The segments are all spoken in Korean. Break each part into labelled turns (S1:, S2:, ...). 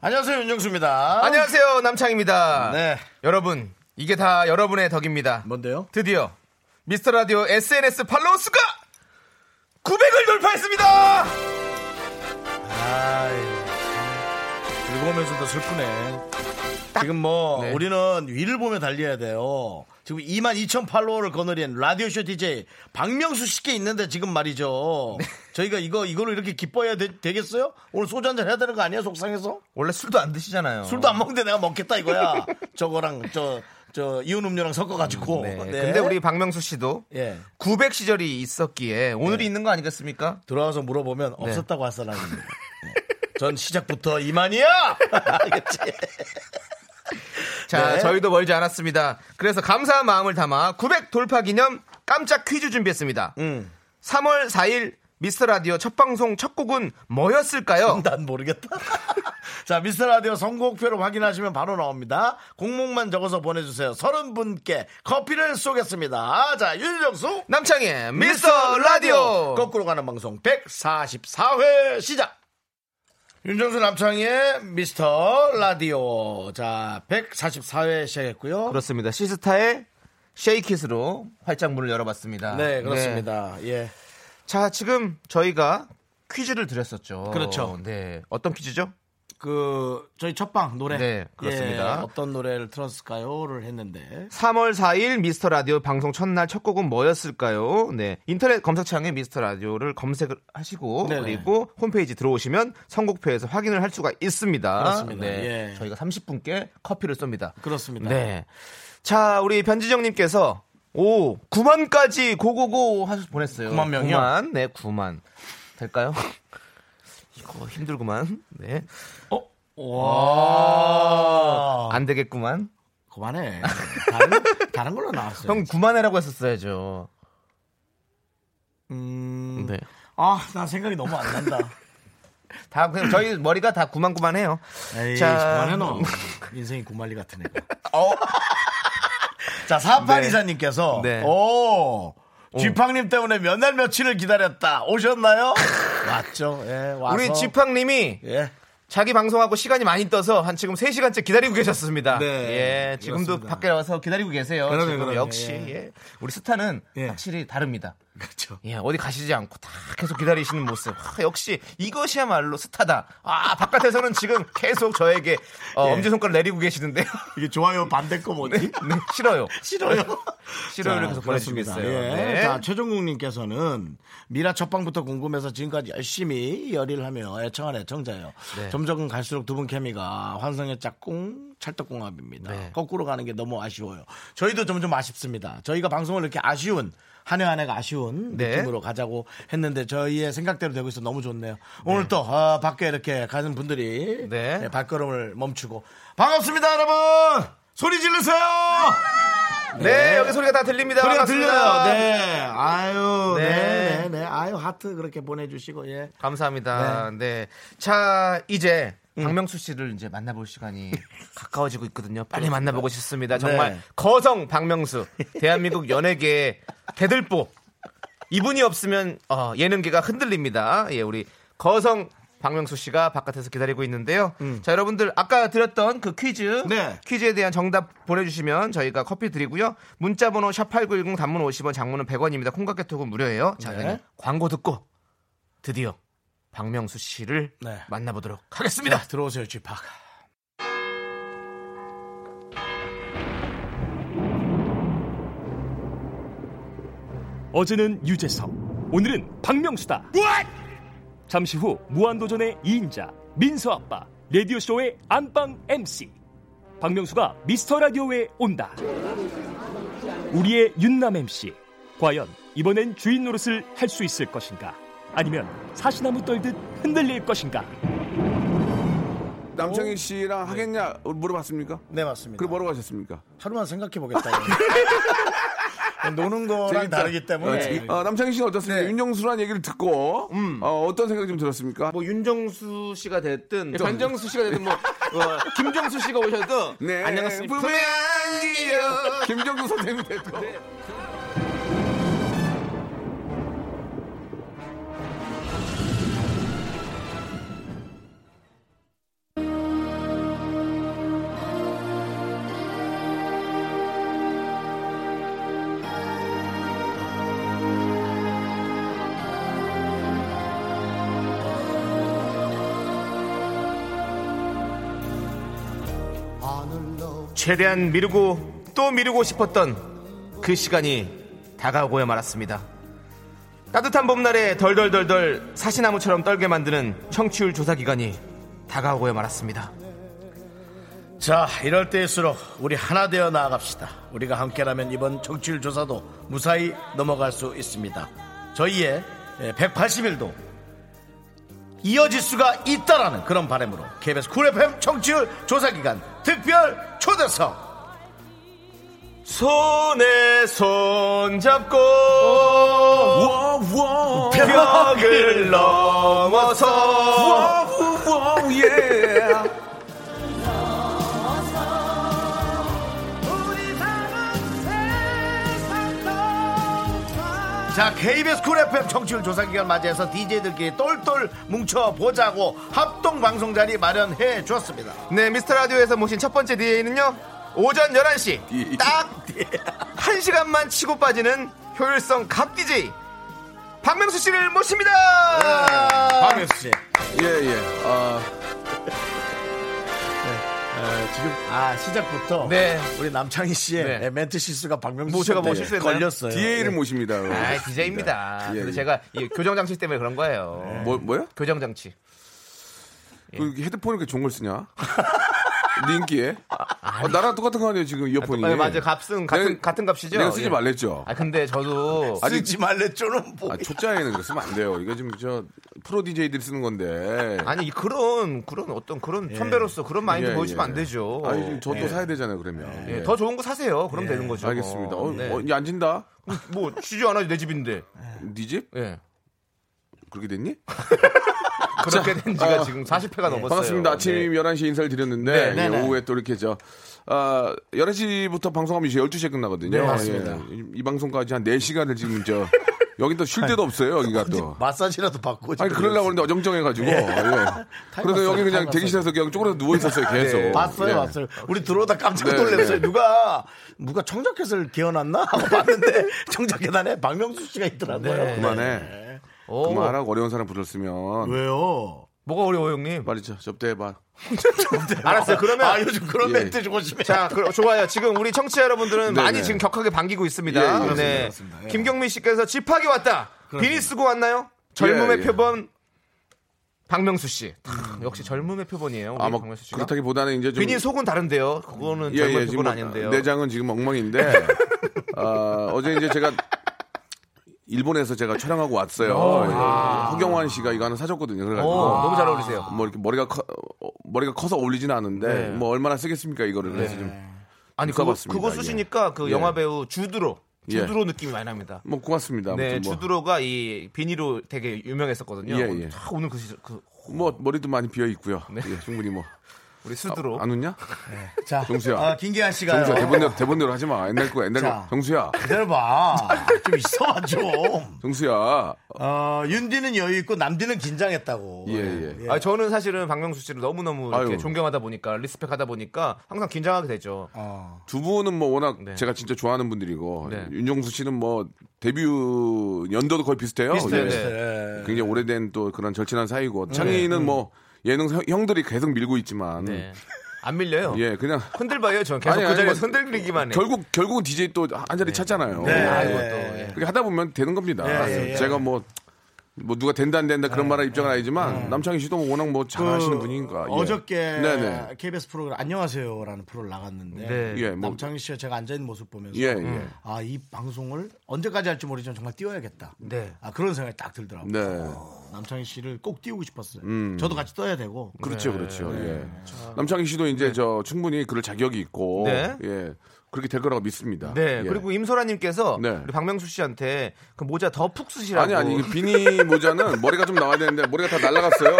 S1: 안녕하세요 윤정수입니다.
S2: 아. 안녕하세요 남창입니다.
S1: 네.
S2: 여러분 이게 다 여러분의 덕입니다.
S1: 뭔데요?
S2: 드디어 미스터 라디오 SNS 팔로우 수가 900을 돌파했습니다.
S1: 아이, 예. 참. 즐거우면서도 슬프네. 지금 뭐
S2: 네.
S1: 우리는 위를 보며 달려야 돼요. 지금 2만 2천 팔로워를 거느린 라디오쇼 DJ 박명수 씨께 있는데 지금 말이죠. 저희가 이거 이걸로 이렇게 기뻐해야 되, 겠어요 오늘 소주 한잔 해야 되는 거 아니에요? 속상해서?
S2: 원래 술도 안 드시잖아요.
S1: 술도 안 먹는데 내가 먹겠다 이거야. 저거랑 저, 저 이온 음료랑 섞어가지고.
S2: 네.
S1: 네.
S2: 근데 우리 박명수 씨도
S1: 예.
S2: 900 시절이 있었기에 오늘이 있는 거 아니겠습니까?
S1: 들어와서
S2: 네.
S1: 물어보면 없었다고 할 사람입니다. 네. 전 시작부터 이만이야. 알겠지?
S2: 자,
S1: 네.
S2: 저희도 멀지 않았습니다. 그래서 감사한 마음을 담아 900 돌파 기념 깜짝 퀴즈 준비했습니다. 3월 4일 미스터 라디오 첫 방송 첫 곡은 뭐였을까요?
S1: 어, 난 모르겠다. 자, 미스터 라디오 선곡표를 확인하시면 바로 나옵니다. 공목만 적어서 보내주세요. 서른 분께 커피를 쏘겠습니다. 자, 윤정수.
S2: 남창의 미스터 라디오.
S1: 거꾸로 가는 방송 144회 시작! 윤정수 남창희의 미스터 라디오. 자, 144회 시작했고요.
S2: 그렇습니다. 시스타의 쉐이킷으로 활짝 문을 열어봤습니다. 네.
S1: 네, 그렇습니다. 예.
S2: 자, 지금 저희가 퀴즈를 드렸었죠.
S1: 그렇죠.
S2: 네. 어떤 퀴즈죠?
S1: 그, 저희 첫방 노래.
S2: 네, 그렇습니다.
S1: 예, 어떤 노래를 틀었을까요?를 했는데.
S2: 3월 4일 미스터 라디오 방송 첫날 첫 곡은 뭐였을까요? 네. 인터넷 검색창에 미스터 라디오를 검색을 하시고
S1: 네네.
S2: 그리고 홈페이지 들어오시면 선곡표에서 확인을 할 수가 있습니다.
S1: 그렇습니다.
S2: 네.
S1: 예.
S2: 저희가 30분께 커피를 쏩니다.
S1: 그렇습니다.
S2: 네. 자, 우리 변지정 님께서 오, 9만까지 고고고 하셔서 보냈어요.
S1: 9만 명이요?
S2: 9만. 네, 9만. 될까요? 이거 힘들구만. 네.
S1: 어? 와.
S2: 안 되겠구만.
S1: 아, 그만해. 다른, 다른 걸로 나왔어요.
S2: 형 9만해라고 했었어야죠.
S1: 음.
S2: 네.
S1: 아, 나 생각이 너무 안 난다.
S2: 다 그냥 저희 머리가 다 구만구만해요.
S1: 에이,
S2: 자. 뭐.
S1: 그만해, 너. 인생이 구말리 같은 애가. 자, 사판
S2: 어. 네.
S1: 이사님께서.
S2: 네.
S1: 오. 쥐팡님 때문에 몇 날 며칠을 기다렸다. 오셨나요? 왔죠. 예, 와서.
S2: 우리 지팡님이
S1: 예.
S2: 자기 방송하고 시간이 많이 떠서 한 지금 3시간째 기다리고 계셨습니다.
S1: 네,
S2: 예, 지금도
S1: 그렇습니다.
S2: 밖에 와서 기다리고 계세요.
S1: 그러네요,
S2: 지금
S1: 그러네요.
S2: 역시
S1: 예.
S2: 예. 우리 스타는
S1: 예.
S2: 확실히 다릅니다.
S1: 그렇죠.
S2: 예, 어디 가시지 않고 다 계속 기다리시는 모습. 아, 역시 이것이야말로 스타다. 아, 바깥에서는 지금 계속 저에게 어,
S1: 예.
S2: 엄지손가락 내리고 계시는데요.
S1: 이게 좋아요 반대 거 뭐지?
S2: 네, 싫어요.
S1: 싫어요.
S2: 싫어요를
S1: 자,
S2: 계속
S1: 그렇습니다.
S2: 보내주겠어요.
S1: 예.
S2: 네.
S1: 자, 최종국님께서는 미라 첫방부터 궁금해서 지금까지 열심히 열의를 하며 애청한 애청자예요.
S2: 네.
S1: 점점 갈수록 두 분 케미가 환상의 짝꿍 찰떡궁합입니다.
S2: 네.
S1: 거꾸로 가는 게 너무 아쉬워요. 저희도 점점 아쉽습니다. 저희가 방송을 이렇게 아쉬운 한 해 한 해가 아쉬운
S2: 네.
S1: 느낌으로 가자고 했는데 저희의 생각대로 되고 있어 서 너무 좋네요. 오늘 또 아, 밖에 이렇게 가는 분들이
S2: 네.
S1: 네, 발걸음을 멈추고 반갑습니다, 여러분. 소리 질르세요.
S2: 네, 여기 소리가 다 들립니다.
S1: 소리가
S2: 반갑습니다.
S1: 들려요. 네. 아유,
S2: 네.
S1: 네. 네, 네, 아유, 하트 그렇게 보내주시고, 예.
S2: 감사합니다. 네. 자, 이제
S1: 음.
S2: 박명수 씨를 이제 만나볼 시간이 가까워지고 있거든요. 빨리 만나보고 싶습니다. 정말
S1: 네.
S2: 거성 박명수. 대한민국 연예계의 대들보. 이분이 없으면 어, 예능계가 흔들립니다. 예, 우리 거성 박명수 씨가 바깥에서 기다리고 있는데요. 자, 여러분들 아까 드렸던 그 퀴즈
S1: 음. 네.
S2: 퀴즈에 대한 정답 보내주시면 저희가 커피 드리고요. 문자번호 샵 #8910 단문 50원, 장문은 100원입니다. 콩깍개톡은 무료예요. 자,
S1: 네.
S2: 그냥 광고 듣고 드디어 박명수 씨를
S1: 네.
S2: 만나보도록 하겠습니다.
S1: 자, 들어오세요, 쥐팍.
S3: 어제는 유재석, 오늘은 박명수다. 잠시 후 무한도전의 2인자 민서 아빠 라디오 쇼의 안방 MC 박명수가 미스터 라디오에 온다. 우리의 윤남 MC 과연 이번엔 주인 노릇을 할 수 있을 것인가? 아니면 사시나무 떨듯 흔들릴 것인가?
S4: 남창희 씨랑
S2: 네.
S4: 하겠냐 물어봤습니까?
S1: 네 맞습니다.
S4: 그리고 뭐라고 하셨습니까?
S1: 하루만 생각해 보겠다. 노는 거랑
S4: 재밌다.
S1: 다르기 때문에
S4: 어, 지- 어, 남창희 씨는 어떻습니까?
S1: 네.
S4: 윤정수란 얘기를 듣고 어, 떤 생각이 좀 들었습니까?
S2: 음. 뭐 윤정수 씨가 됐든
S4: 좀-
S2: 변정수 예, 씨가 됐든 뭐 어, 김정수 씨가 오셔도 안녕하십니까.
S4: 품에 안기요. 네. 어, 김정수 선생님 됐고.
S2: 네. 최대한 미루고 또 미루고 싶었던 그 시간이 다가오고야 말았습니다. 따뜻한 봄날에 덜덜덜덜 사시나무처럼 떨게 만드는 청취율 조사 기간이 다가오고야 말았습니다.
S1: 네. 자, 이럴 때일수록 우리 하나 되어 나아갑시다. 우리가 함께라면 이번 정치율 조사도 무사히 넘어갈 수 있습니다. 저희의 180일도 이어질 수가 있다라는 그런 바람으로 KBS 쿨 FM 정치율 조사 기간 특별 초대석
S2: 손에 손 잡고 어, 벽을 넘어서
S4: 와우
S2: 네.
S4: 예.
S1: 자, KBS 쿨 FM 정치율 조사 기간 맞이해서 DJ들끼리 똘똘 뭉쳐 보자고 합동 방송 자리 마련해 주었습니다.
S2: 네, 미스터 라디오에서 모신 첫 번째 DJ는요. 오전 11시 딱 1시간만 치고 빠지는 효율성 갑 DJ 박명수 씨를 모십니다.
S1: 박명수 씨.
S4: 예, 예. 아,
S1: 아, 지금 아 시작부터
S2: 네.
S1: 우리 남창희 씨의
S2: 네.
S1: 멘트 실수가 박명수
S2: 뭐 제가 뭐
S1: 씨한테
S2: 실수했나요?
S1: 걸렸어요.
S4: DA를 모십니다.
S2: 아, DJ입니다.
S4: 예,
S2: 근데
S4: 예.
S2: 제가 이 교정 장치 때문에 그런 거예요.
S4: 뭐, 뭐야?
S2: 교정 장치. 예.
S4: 그 헤드폰을 이렇게 좋은 걸 쓰냐? 네 인기에? 어, 나랑 똑같은 거 아니에요, 지금 이어폰이?
S2: 아, 네, 맞아요. 값은 같은
S4: 내가-
S2: 같은 값이죠.
S4: 내가 쓰지
S2: 예.
S4: 말랬죠.
S2: 아, 근데 저도
S4: 아니,
S1: 쓰지 말랬죠는 뭐.
S2: 어,
S4: 아, 초짜에는 그거 쓰면 안 돼요. 이거 지금 저 프로 DJ들이 쓰는 건데.
S2: 아니 이 그런 그런 어떤 그런 선배로서 그런 마인드
S4: 네. 예,
S2: 보여주면
S4: 예.
S2: 안 되죠.
S4: 아니, 지금 저도 사야 되잖아요, 그러면.
S2: 예,
S4: 예.
S2: 더 좋은 거 사세요. 그럼 되는 거죠.
S4: 알겠습니다. 어,
S2: 네.
S4: 어, 이제 앉은다?
S2: 뭐 쉬지 않아도 내 집인데.
S4: 네 집?
S2: 예. 네,
S4: 그렇게 됐니?
S2: 그렇게 된 지가
S4: 어,
S2: 지금 40회가 넘었어요.
S4: 반갑습니다. 아침
S2: 네.
S4: 11시에 인사를
S2: 네,
S4: 드렸는데
S1: 네,
S4: 예,
S1: 네.
S4: 오후에 또 이렇게 저 아, 11시부터 방송하면 이제 12시에 끝나거든요.
S1: 네, 맞습니다.
S4: 예, 이, 이 방송까지 한 4시간을 지금 저 여긴 또 쉴 데도 없어요. 여기가 또.
S1: 마사지라도 받고.
S4: 아니 그러려고 하는데 어정쩡해가지고 예. 그래서
S1: 왔어요,
S4: 여기
S1: 타임
S4: 그냥
S1: 왔어요.
S4: 대기실에서 그냥 쪼그려서 누워 있었어요 계속
S2: 네.
S1: 봤어요,
S4: 예.
S1: 봤어요. 우리 들어오다 깜짝
S4: 네,
S1: 놀랐어요.
S4: 네.
S1: 누가 누가 청자켓을 개어놨나 하고 봤는데 청자 계단에 박명수 씨가 있더라고요.
S2: 네.
S4: 그만해
S2: 어,
S4: 그만하라고 어려운 사람 부르셨으면
S1: 왜요?
S2: 뭐가 어려워 형님?
S4: 빨리 저 접대해봐
S2: 알았어요. 그러면
S1: 아 요즘 그런
S4: 예.
S1: 멘트 주고 싶어.
S2: 자, 그, 좋아요. 지금 우리 청취자 여러분들은
S4: 네,
S2: 많이
S4: 네.
S2: 지금 격하게 반기고 있습니다.
S4: 예, 예, 맞습니다,
S2: 네.
S1: 맞습니다. 예.
S2: 김경민 씨께서 집하기 왔다. 비니 쓰고 왔나요? 젊음의
S4: 예, 예.
S2: 표본 박명수 씨. 크, 역시 젊음의 표본이에요. 우리
S4: 아마 뭐
S2: 박명수 씨가.
S4: 그렇다기보다는 이제 좀
S2: 비니 속은 다른데요. 그거는
S4: 예,
S2: 젊은
S4: 예,
S2: 표본
S4: 지금
S2: 아닌데요.
S4: 내장은 지금 엉망인데 아, 어제 이제 제가 일본에서 제가 촬영하고 왔어요. 예. 허경환 씨가 이거 하나 사줬거든요.
S2: 오,
S4: 그래가지고
S2: 너무 잘 아. 어울리세요.
S4: 뭐 이렇게 머리가 커, 어, 머리가 커서 어울리진 않은데
S2: 네.
S4: 뭐 얼마나 쓰겠습니까 이거를 그래서 좀
S2: 아니 그거,
S4: 써봤습니다.
S2: 그거 쓰시니까 그 영화 배우 주드로
S4: 예.
S2: 주드로 느낌이 많이 납니다.
S4: 뭐 고맙습니다.
S2: 네,
S4: 아무튼 뭐,
S2: 주드로가 이 비니로 되게 유명했었거든요.
S4: 예,
S2: 오늘,
S4: 예.
S2: 아, 오늘 그, 시- 그
S4: 뭐 머리도 많이 비어 있고요.
S2: 네.
S4: 예, 충분히 뭐.
S2: 우리 수드로
S4: 아, 안 웃냐?
S1: 자,
S4: 정수야.
S1: 아, 김기환 씨가
S4: 정수야 네 대본대로 대본대로 하지 마. 옛날 거 옛날
S1: 자.
S4: 거. 정수야.
S1: 기다려봐. 좀 있어 좀.
S4: 정수야.
S1: 어, 윤디는 여유 있고 남디는 긴장했다고.
S4: 예, 예.
S2: 아, 저는 사실은 박명수 씨를 너무너무 이렇게
S4: 아유.
S2: 존경하다 보니까 리스펙하다 보니까 항상 긴장하게 되죠.
S1: 어.
S4: 두 분은 뭐 워낙
S2: 네.
S4: 제가 진짜 좋아하는 분들이고
S2: 네.
S4: 윤종수 씨는 뭐 데뷔 연도도 거의 비슷해요.
S2: 비슷해요,
S4: 예.
S2: 네.
S1: 예.
S4: 굉장히 오래된 또 그런 절친한 사이고 창희는 뭐 예능 형- 형들이 계속 밀고 있지만
S2: 네. 안 밀려요.
S4: 예 그냥
S2: 흔들봐요, 전 계속
S4: 아니,
S2: 그
S4: 아니,
S2: 자리에
S4: 뭐,
S2: 흔들리기만 해요.
S4: 결국 결국은 DJ 또 한 자리 찾잖아요.
S1: 네.
S2: 아이고,
S1: 예.
S2: 또, 예.
S4: 그렇게 하다 보면 되는 겁니다.
S1: 예, 예,
S4: 제가 뭐. 뭐 누가 된다 안 된다 그런 말할 입장은 아니지만 남창희 씨도 뭐 워낙 뭐 잘하시는 분이니까 예.
S1: 어저께
S4: 네네
S1: KBS 프로그램 안녕하세요라는 프로를 나갔는데
S2: 네.
S4: 예, 뭐.
S1: 남창희 씨가 제가 앉아 있는 모습 보면서
S4: 예, 예.
S1: 아 이 방송을 언제까지 할지 모르지만 정말 뛰어야겠다.
S2: 네.
S1: 아 그런 생각이 딱 들더라고요.
S4: 네. 음.
S1: 남창희 씨를 꼭 띄우고 싶었어요. 저도 같이 떠야 되고.
S4: 그렇죠, 그렇죠.
S1: 네.
S4: 예. 남창희 씨도 이제 저 충분히 그럴 자격이 있고
S2: 네.
S4: 예 그렇게 될 거라고 믿습니다.
S2: 네.
S4: 예.
S2: 그리고 임소라님께서
S4: 네.
S2: 우리 박명수 씨한테 그 모자 더 푹 쓰시라고.
S4: 아니 아니 이 비니 모자는 머리가 좀 나와야 되는데 머리가 다 날라갔어요.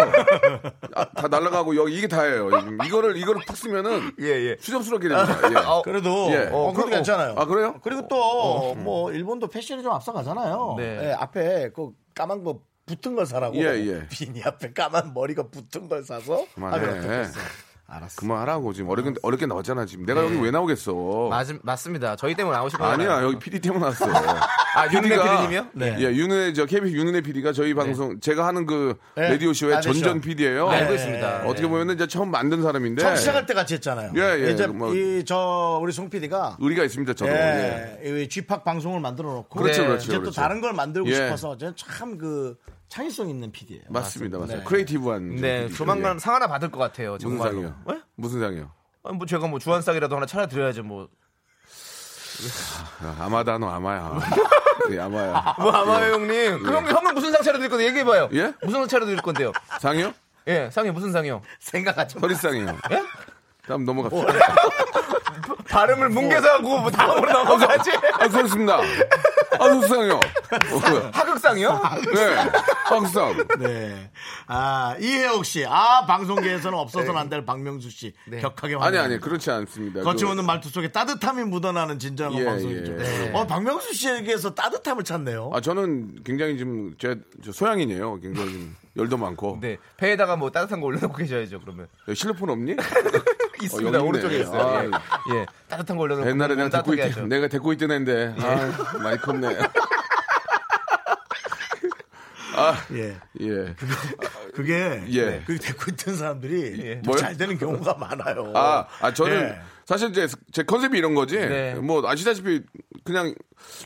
S4: 아, 다 날라가고 여기 이게 다예요. 지금 이거를 이거를 푹 쓰면은
S2: 예, 예.
S4: 수줍스럽게 됩니다. 예.
S2: 아,
S1: 그래도
S4: 예.
S1: 어, 그래도
S2: 어,
S1: 괜찮아요.
S4: 아, 그래요?
S1: 그리고 또
S4: 어,
S1: 뭐 일본도 패션이 좀 앞서가잖아요.
S2: 네.
S1: 예, 앞에 그 까만 거 붙은 걸 사라고.
S4: 예, 예.
S1: 비니 앞에 까만 머리가 붙은 걸 사서 아,
S4: 그만해. 예.
S1: 하면 어떻겠어. 알았어.
S4: 그만하라고 지금 어렵게 어렵게 나왔잖아 지금. 내가 여기 왜 나오겠어?
S2: 맞, 맞습니다. 저희 때문에 나오신 거아요
S4: 아니야 여기 PD 때문에 왔어요.
S2: 아, 윤은혜
S4: PD가
S2: PD님이요? 네.
S1: 네.
S4: 예, 윤은혜 저 KBS 윤은혜 PD가 저희 방송 제가 하는 그
S1: 네.
S4: 라디오 쇼의
S1: 라디오
S4: 전전
S1: 쇼.
S2: 아,
S4: PD예요.
S2: 그렇죠. 네, 알고 있습니다.
S4: 어떻게 보면은 이제 처음 만든 사람인데
S1: 처음 시작할 때 같이 했잖아요.
S4: 예, 예.
S1: 이제
S4: 뭐-
S1: 이 저 우리 송 PD가
S4: 의리가 있습니다. 저도. 예.
S1: 예, 이 쥐팍 방송을 만들어 놓고
S4: 그렇죠,
S2: 네.
S4: 그렇죠.
S1: 이제 또
S4: 그렇죠.
S1: 다른 걸 만들고
S4: 예.
S1: 싶어서 참 그 창의성 있는 PD예요. 네.
S4: 맞습니다, 맞습니다. 크리에이티브한.
S2: 네,
S4: 좀
S2: 조만간
S4: 예.
S2: 상 하나 받을 것 같아요.
S4: 무슨
S2: 정말로.
S4: 상이요?
S2: 예?
S4: 무슨 상이요?
S2: 아, 뭐 제가 뭐 주한상이라도 하나 차려드려야죠. 뭐.
S4: 아, 아마다 너 아마야. 예, 아마야.
S2: 뭐 아마요 형님. 그럼 형은 무슨 상 차려드릴 건데 얘기해봐요.
S4: 예?
S2: 무슨 상 차려드릴 건데요?
S4: 상이요?
S2: 예, 상이 무슨 상이요?
S1: 생각하지 마.
S4: 서리상이요.
S2: 예?
S4: 다음
S2: 뭐?
S4: 넘어갑시다.
S2: 발음을 뭉개서 하고 뭐 다음으로 넘어가지.
S4: 아, 서리습니다. 아, 서리상이요. 어, 아.
S2: 하극상이요?
S4: 네. 황상.
S1: 네. 아, 이혜옥 씨. 아, 방송계에서는 없어서는 안 될 박명수 씨. 격하게
S4: 네. 아니,
S1: 환영합니다.
S4: 아니, 그렇지 않습니다.
S1: 거침없는 말투 속에 따뜻함이 묻어나는 진정한
S4: 예,
S1: 방송이죠.
S4: 예.
S1: 어, 박명수 씨에게서 따뜻함을 찾네요.
S2: 어?
S4: 그- 아, 저는 굉장히 지금 제, 저 소양인이에요. 굉장히 좀 열도 많고.
S2: 네. 배에다가 뭐 따뜻한 거 올려놓고 계셔야죠, 그러면.
S4: 야, 실로폰 없니?
S2: 있습니다.
S4: 여기 있네.
S2: 오른쪽에 있어요.
S4: 아,
S2: 예. 예. 따뜻한 거 올려놓고.
S4: 옛날에 내가 데리고
S2: 따뜻하게
S4: 있,
S2: 하죠. 네.
S4: 내가 데리고 있던 애인데. 아, 많이 컸네.
S1: 예.
S4: 예.
S1: 그게
S4: 예.
S1: 그 듣고 있던 사람들이
S2: 예.
S4: 뭐요?
S1: 잘 되는 경우가 많아요.
S4: 아, 아 저는
S1: 예.
S4: 사실 이제 제 컨셉이 이런 거지.
S2: 네.
S4: 뭐 아시다시피 그냥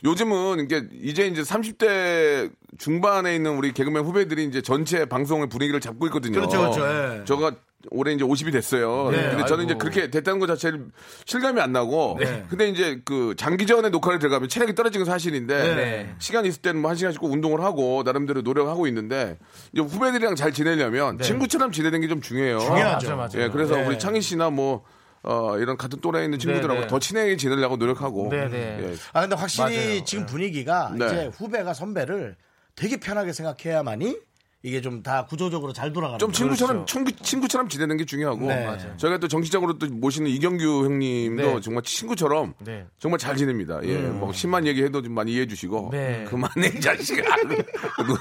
S4: 요즘은 이게 이제 이제 30대 중반에 있는 우리 개그맨 후배들이 이제 전체 방송의 분위기를 잡고 있거든요.
S1: 그렇죠, 그렇죠. 예.
S4: 저가 올해 이제 50이 됐어요.
S1: 네,
S4: 근데 저는
S2: 아이고.
S4: 이제 그렇게 됐다는 것 자체를 실감이 안 나고.
S1: 네.
S4: 근데 이제 그 장기전에 녹화를 들어가면 체력이 떨어지는 건 사실인데
S2: 네.
S4: 시간 있을 때는 뭐 한 시간씩 꼭 운동을 하고 나름대로 노력하고 있는데 이제 후배들이랑 잘 지내려면 친구처럼 지내는 게 좀 중요해요.
S1: 네. 중요하죠.
S2: 맞아요, 맞아요.
S4: 예, 그래서
S1: 네.
S4: 우리 창희 씨나 뭐 어, 이런 같은 또래에 있는 친구들하고
S2: 네, 네.
S4: 더 친하게 지내려고 노력하고.
S2: 네, 네.
S4: 예.
S1: 아 근데 확실히
S2: 맞아요. 예.
S1: 지금 분위기가
S4: 네.
S1: 이제 후배가 선배를 되게 편하게 생각해야만이 이게 좀 다 구조적으로 잘 돌아가는
S4: 좀
S1: 거예요.
S4: 친구처럼 친구, 친구처럼 지내는 게 중요하고
S1: 네. 맞아요.
S4: 저희가 또 정치적으로 또 모시는 이경규 형님도
S2: 네.
S4: 정말 친구처럼
S2: 네.
S4: 정말 잘 지냅니다. 예,
S1: 음.
S4: 뭐 심한 얘기해도 좀 많이 이해해 주시고
S2: 네.
S4: 그만해 이 자식아. 그리고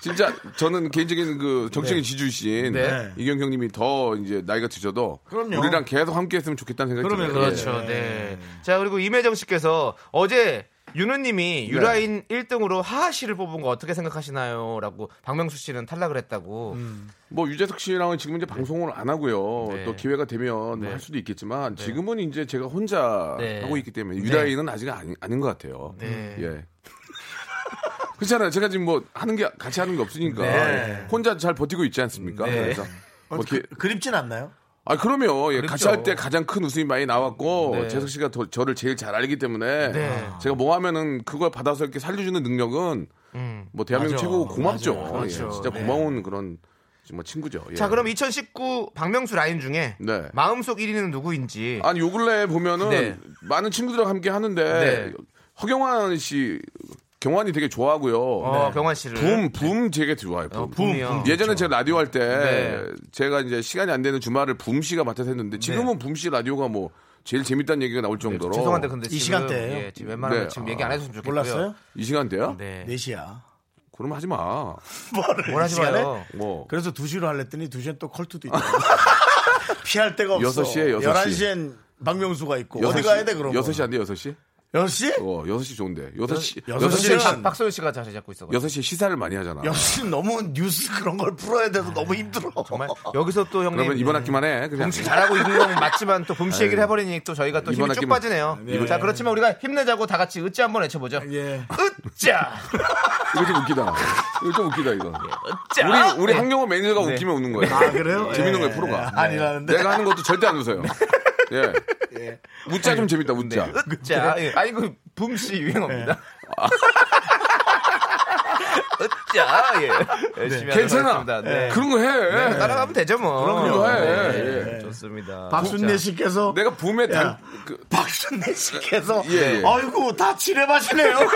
S4: 진짜 저는 개인적인 그 정치적인 지주신
S2: 네.
S4: 이경규 형님이 더 이제 나이가 드셔도
S1: 그럼요.
S4: 우리랑 계속 함께했으면 좋겠다는 생각이
S1: 그럼요,
S4: 들어요.
S1: 그럼요.
S4: 예.
S2: 그렇죠. 네. 자, 그리고 임혜정 씨께서 어제
S4: 네.
S2: 윤우님이 유라인 1등으로 하하 씨를 뽑은 거 어떻게 생각하시나요? 라고 박명수 씨는 탈락을 했다고.
S4: 뭐 유재석 씨랑은 지금 이제 방송을 안 하고요.
S2: 네.
S4: 또 기회가 되면 할 수도 있겠지만 지금은 이제 제가 혼자
S2: 네.
S4: 하고 있기 때문에 유다인은 아직 아니, 아닌 것 같아요.
S2: 네.
S4: 예. 그렇잖아요. 제가 지금 뭐 하는 게 같이 하는 게 없으니까
S2: 네.
S4: 혼자 잘 버티고 있지 않습니까?
S2: 네.
S4: 그래서 뭐 이렇게-
S1: 그립진 않나요?
S4: 아 그럼요. 예, 같이
S2: 그렇죠.
S4: 할 때 가장 큰 웃음이 많이 나왔고
S2: 네.
S4: 재석 씨가 더- 저를 제일 잘 알기 때문에
S2: 네.
S4: 제가 뭐 하면은 그걸 받아서 이렇게 살려주는 능력은
S2: 음.
S4: 뭐 대한민국
S1: 맞아.
S4: 최고 고맙죠.
S1: 맞아요.
S4: 예,
S2: 그렇죠.
S4: 진짜
S2: 네.
S4: 고마운 그런 정말 친구죠. 예.
S2: 자, 그럼 2019 박명수 라인 중에
S4: 네.
S2: 마음속 1위는 누구인지.
S4: 아니 요 근래 보면은
S2: 예. 네.
S4: 많은 친구들하고 함께 하는데
S2: 네.
S4: 허경환 씨 경환이 되게 좋아하고요.
S2: 어,
S1: 네.
S2: 경환 씨를.
S4: 붐, 붐 되게 좋아요. 붐.
S2: 어, 붐이요. 붐.
S4: 예전에 제가 라디오 할 때
S2: 네.
S4: 제가 이제 시간이 안 되는 주말을 붐 씨가 맡아서 했는데 지금은 붐 씨 라디오가 뭐 제일 재밌다는 얘기가 나올 정도로
S2: 네, 죄송한데 근데 지금
S1: 이 시간대예요?
S2: 예, 지금 웬만하면
S4: 네.
S2: 지금 얘기 안 해줬으면 좋겠고요.
S1: 몰랐어요?
S4: 이 시간대요?
S2: 네.
S1: 네. 시야
S4: 그럼 하지 마.
S2: 뭘 하지
S1: 시간에?
S2: 마요.
S4: 뭐
S1: 그래서 2시로 할랬더니 2시엔 또 컬투도 있고 피할 데가 없어.
S4: 여섯 시에, 여섯 시.
S1: 11시엔 박명수가 있고
S4: 여섯
S1: 어디
S4: 시-
S1: 가야 돼 그럼?
S4: 여섯 시안 돼, 여섯 시?
S1: 6시?
S4: 어, 여섯 시 좋은데. 여섯 시
S1: 여섯
S4: 여섯
S1: 시는-
S4: 시
S2: 박- 박소연 씨가 자리 잡고 있어.
S4: 여섯 시 시사를 많이 하잖아.
S1: 6시는 너무 뉴스 그런 걸 풀어야 돼서 너무 힘들어.
S2: 정말 여기서 또 형님
S4: 그러면 이번 학기만 해. 그냥
S2: 붐씨 잘하고 있는 건 맞지만 또 붐씨 얘기를 해버리니 또 저희가 또 힘이
S4: 이번
S2: 쭉
S4: 학기만-
S2: 빠지네요. 자 그렇지만 우리가 힘내자고 다 같이 으쌰 한번 외쳐보죠.
S1: 예.
S2: 으쌰,
S4: 이거 좀 웃기다. 이거 좀 웃기다 이거.
S2: 으쌰.
S4: 우리 우리
S2: 네.
S4: 한경호 매니저가
S2: 네.
S4: 웃기면 웃는 거예요. 네.
S1: 아, 그래요?
S4: 재밌는
S1: 예.
S4: 거예요 프로가.
S1: 아니라는데.
S4: 내가 하는 것도 절대 안 웃어요. 예.
S1: 예.
S4: 웃자 좀 재밌다
S2: 네.
S4: 웃자.
S2: 으쌰. 예. 아니 그 붐씨 유행어입니다. 으짜 예. 열심히 하도록
S4: 네. 괜찮아.
S2: 하겠습니다. 네.
S4: 그런 거 해.
S2: 네, 따라가면 되죠 뭐.
S4: 그럼요.
S2: 네,
S4: 예, 예.
S2: 좋습니다.
S1: 박순례 씨께서
S4: 내가 붐에 단, 그,
S1: 박순례 씨께서
S4: 네. 예, 예.
S1: 아이고 다 칠해마시네요.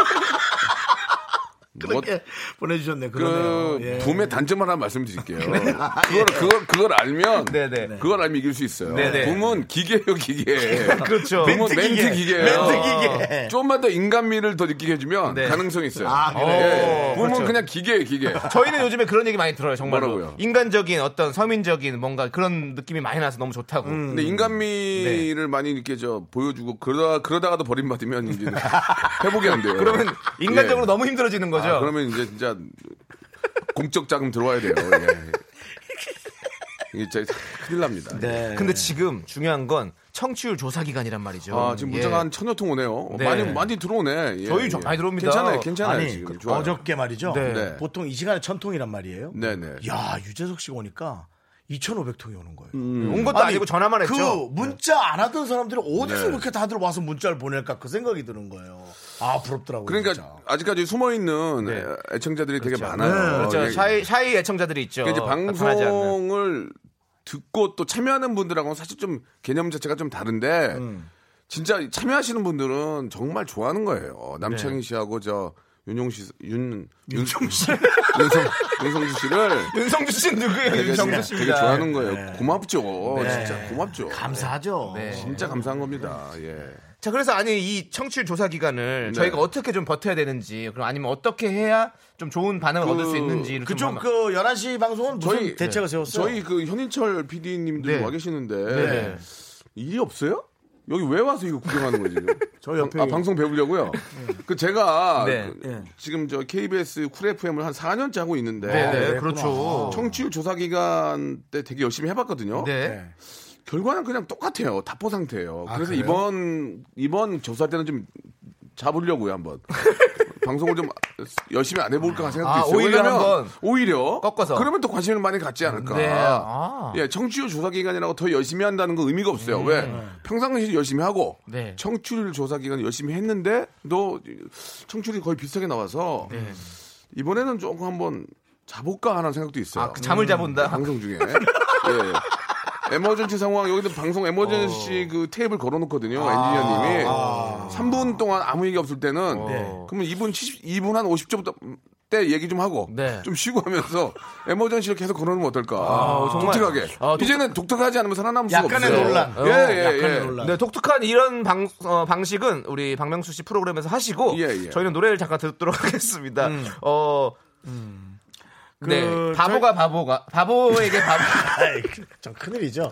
S4: 뭐,
S1: 그렇게 보내주셨네. 그러네요.
S4: 그
S1: 예.
S4: 붐의 단점만 하나 말씀드릴게요. 그걸, 그걸, 그걸 알면.
S2: 네네.
S4: 그걸 알면 이길 수 있어요.
S2: 네네.
S4: 붐은 기계예요, 기계.
S2: 그렇죠.
S4: 붐은 멘트 기계예요. 어.
S1: 멘트 기계.
S4: 좀만 더 인간미를 더 느끼게 해주면
S2: 네.
S4: 가능성이 있어요.
S1: 아,
S4: 예,
S1: 그래요?
S4: 예. 붐은
S2: 그렇죠.
S4: 그냥 기계예요, 기계.
S2: 저희는 요즘에 그런 얘기 많이 들어요, 정말로.
S4: 뭐라고요?
S2: 인간적인 어떤 서민적인 뭔가 그런 느낌이 많이 나서 너무 좋다고.
S4: 근데 인간미를
S2: 네.
S4: 많이 이렇게 저 보여주고 그러다 그러다가도 버림받으면 이제 회복이 안 돼요.
S2: 그러면 인간적으로
S4: 예.
S2: 너무 힘들어지는 거죠.
S4: 아, 그러면 이제 진짜 공적 자금 들어와야 돼요. 예. 이게 진짜 큰일 납니다.
S1: 네.
S2: 근데 지금 중요한 건 청취율 조사 기간이란 말이죠.
S4: 아 지금 문자가
S2: 예.
S4: 한 천여 통 오네요.
S2: 네.
S4: 많이 많이 들어오네. 예,
S2: 저희 좀
S4: 예.
S2: 많이 들어옵니다.
S4: 괜찮아요, 괜찮아요.
S1: 아니
S4: 지금
S1: 그
S4: 좋아요.
S1: 어저께 말이죠.
S2: 네.
S4: 네.
S1: 보통 이 시간에 천 통이란 말이에요.
S4: 네네.
S1: 야 유재석 씨가 오니까 2,500통이 오는 거예요.
S2: 온 것도 아니, 고 음. 전화만 했죠.
S1: 그 문자 안 하던 사람들이 어디서
S4: 네.
S1: 그렇게 다들 와서 문자를 보낼까 그 생각이 드는 거예요. 아 부럽더라고요.
S4: 그러니까
S1: 진짜.
S4: 아직까지 숨어 있는 애청자들이 되게 많아요.
S2: 네. 그렇죠.
S4: 예.
S2: 샤이, 샤이 애청자들이 있죠.
S4: 그러니까 이제
S2: 나타나지 않는.
S4: 방송을 듣고 또 참여하는 분들하고는 사실 좀 개념 자체가 좀 다른데
S2: 음.
S4: 진짜 참여하시는 분들은 정말 좋아하는 거예요. 남창희
S2: 네.
S4: 씨하고 저 윤용 씨, 윤 윤종 씨, 윤성 윤성주 씨를
S2: 윤성주 씨는
S4: 되게,
S2: 누구예요? 윤성주
S4: 되게
S2: 씨입니다.
S4: 좋아하는 거예요. 고맙죠. 진짜 고맙죠.
S1: 감사하죠.
S2: 네.
S4: 진짜 감사한 겁니다. 예.
S2: 자, 그래서 아니 이 청취율 조사 기간을
S4: 네.
S2: 저희가 어떻게 좀 버텨야 되는지, 그럼 아니면 어떻게 해야 좀 좋은 반응을
S4: 그-
S2: 얻을 수 있는지
S1: 그쪽 그 11시 방송은 무슨
S4: 저희-
S1: 대책을 세웠어요?
S4: 저희 그 현인철 PD님도
S2: 네.
S4: 와 계시는데
S2: 네.
S4: 일이 없어요? 여기 왜 와서 이거 구경하는 거지? 지금?
S1: 저 옆에 네.
S4: 아, 방송 배우려고요. 그 제가
S2: 네.
S4: 그 지금 저 KBS 쿨 FM을 한 4년째 하고 있는데
S2: 네, 네,
S1: 그랬구나.
S2: 그렇죠.
S4: 청취율 조사 기간 때 되게 열심히 해봤거든요.
S2: 네.
S4: 결과는 그냥 똑같아요. 답보 상태예요. 그래서
S1: 그래요?
S4: 이번 이번 조사 때는 좀 잡으려고요 한번. 방송을 좀 열심히 안 해볼까 생각도
S2: 아,
S4: 있어요.
S2: 오히려
S4: 왜냐면
S2: 한번
S4: 오히려
S2: 꺾어서.
S4: 그러면 또 관심을 많이 갖지 않을까.
S2: 네. 아.
S4: 예, 청취율 조사 기간이라고 더 열심히 한다는 건 의미가 없어요. 왜? 평상시 열심히 하고
S2: 음. 네.
S4: 청취율 조사 기간 열심히 했는데 또 청취율이 거의 비슷하게 나와서
S2: 네.
S4: 이번에는 조금 한번 자볼까 하는 생각도 있어요. 음. 네,
S2: 아, 그 잠을 자본다.
S4: 방송 중에. 예. 에머전시 상황 여기도 방송 에머전시
S1: 어.
S4: 그 테이블 걸어놓거든요
S1: 아.
S4: 엔지니어님이 3분 동안 아무 얘기 없을 때는
S2: 네.
S4: 그러면 2분 70, 2분 한 50초부터 때 얘기 좀 하고
S2: 네.
S4: 좀 쉬고 하면서 에머전시를 계속 걸어놓으면 어떨까
S2: 정말.
S4: 독특하게
S2: 아, 독특-
S4: 이제는 독특하지 않으면 살아남을 수가 없어요
S1: 약간의 논란.
S4: 예, 예,
S1: 약간의
S4: 예.
S1: 논란.
S2: 네, 독특한 이런 방, 어, 방식은 우리 박명수 씨 프로그램에서 하시고
S4: 예, 예. 음.
S2: 저희는 노래를 잠깐 듣도록 하겠습니다. 어, 네,
S1: 그
S2: 바보가 바보가 바보에게 바보.
S1: 아이, 그 좀 큰일이죠.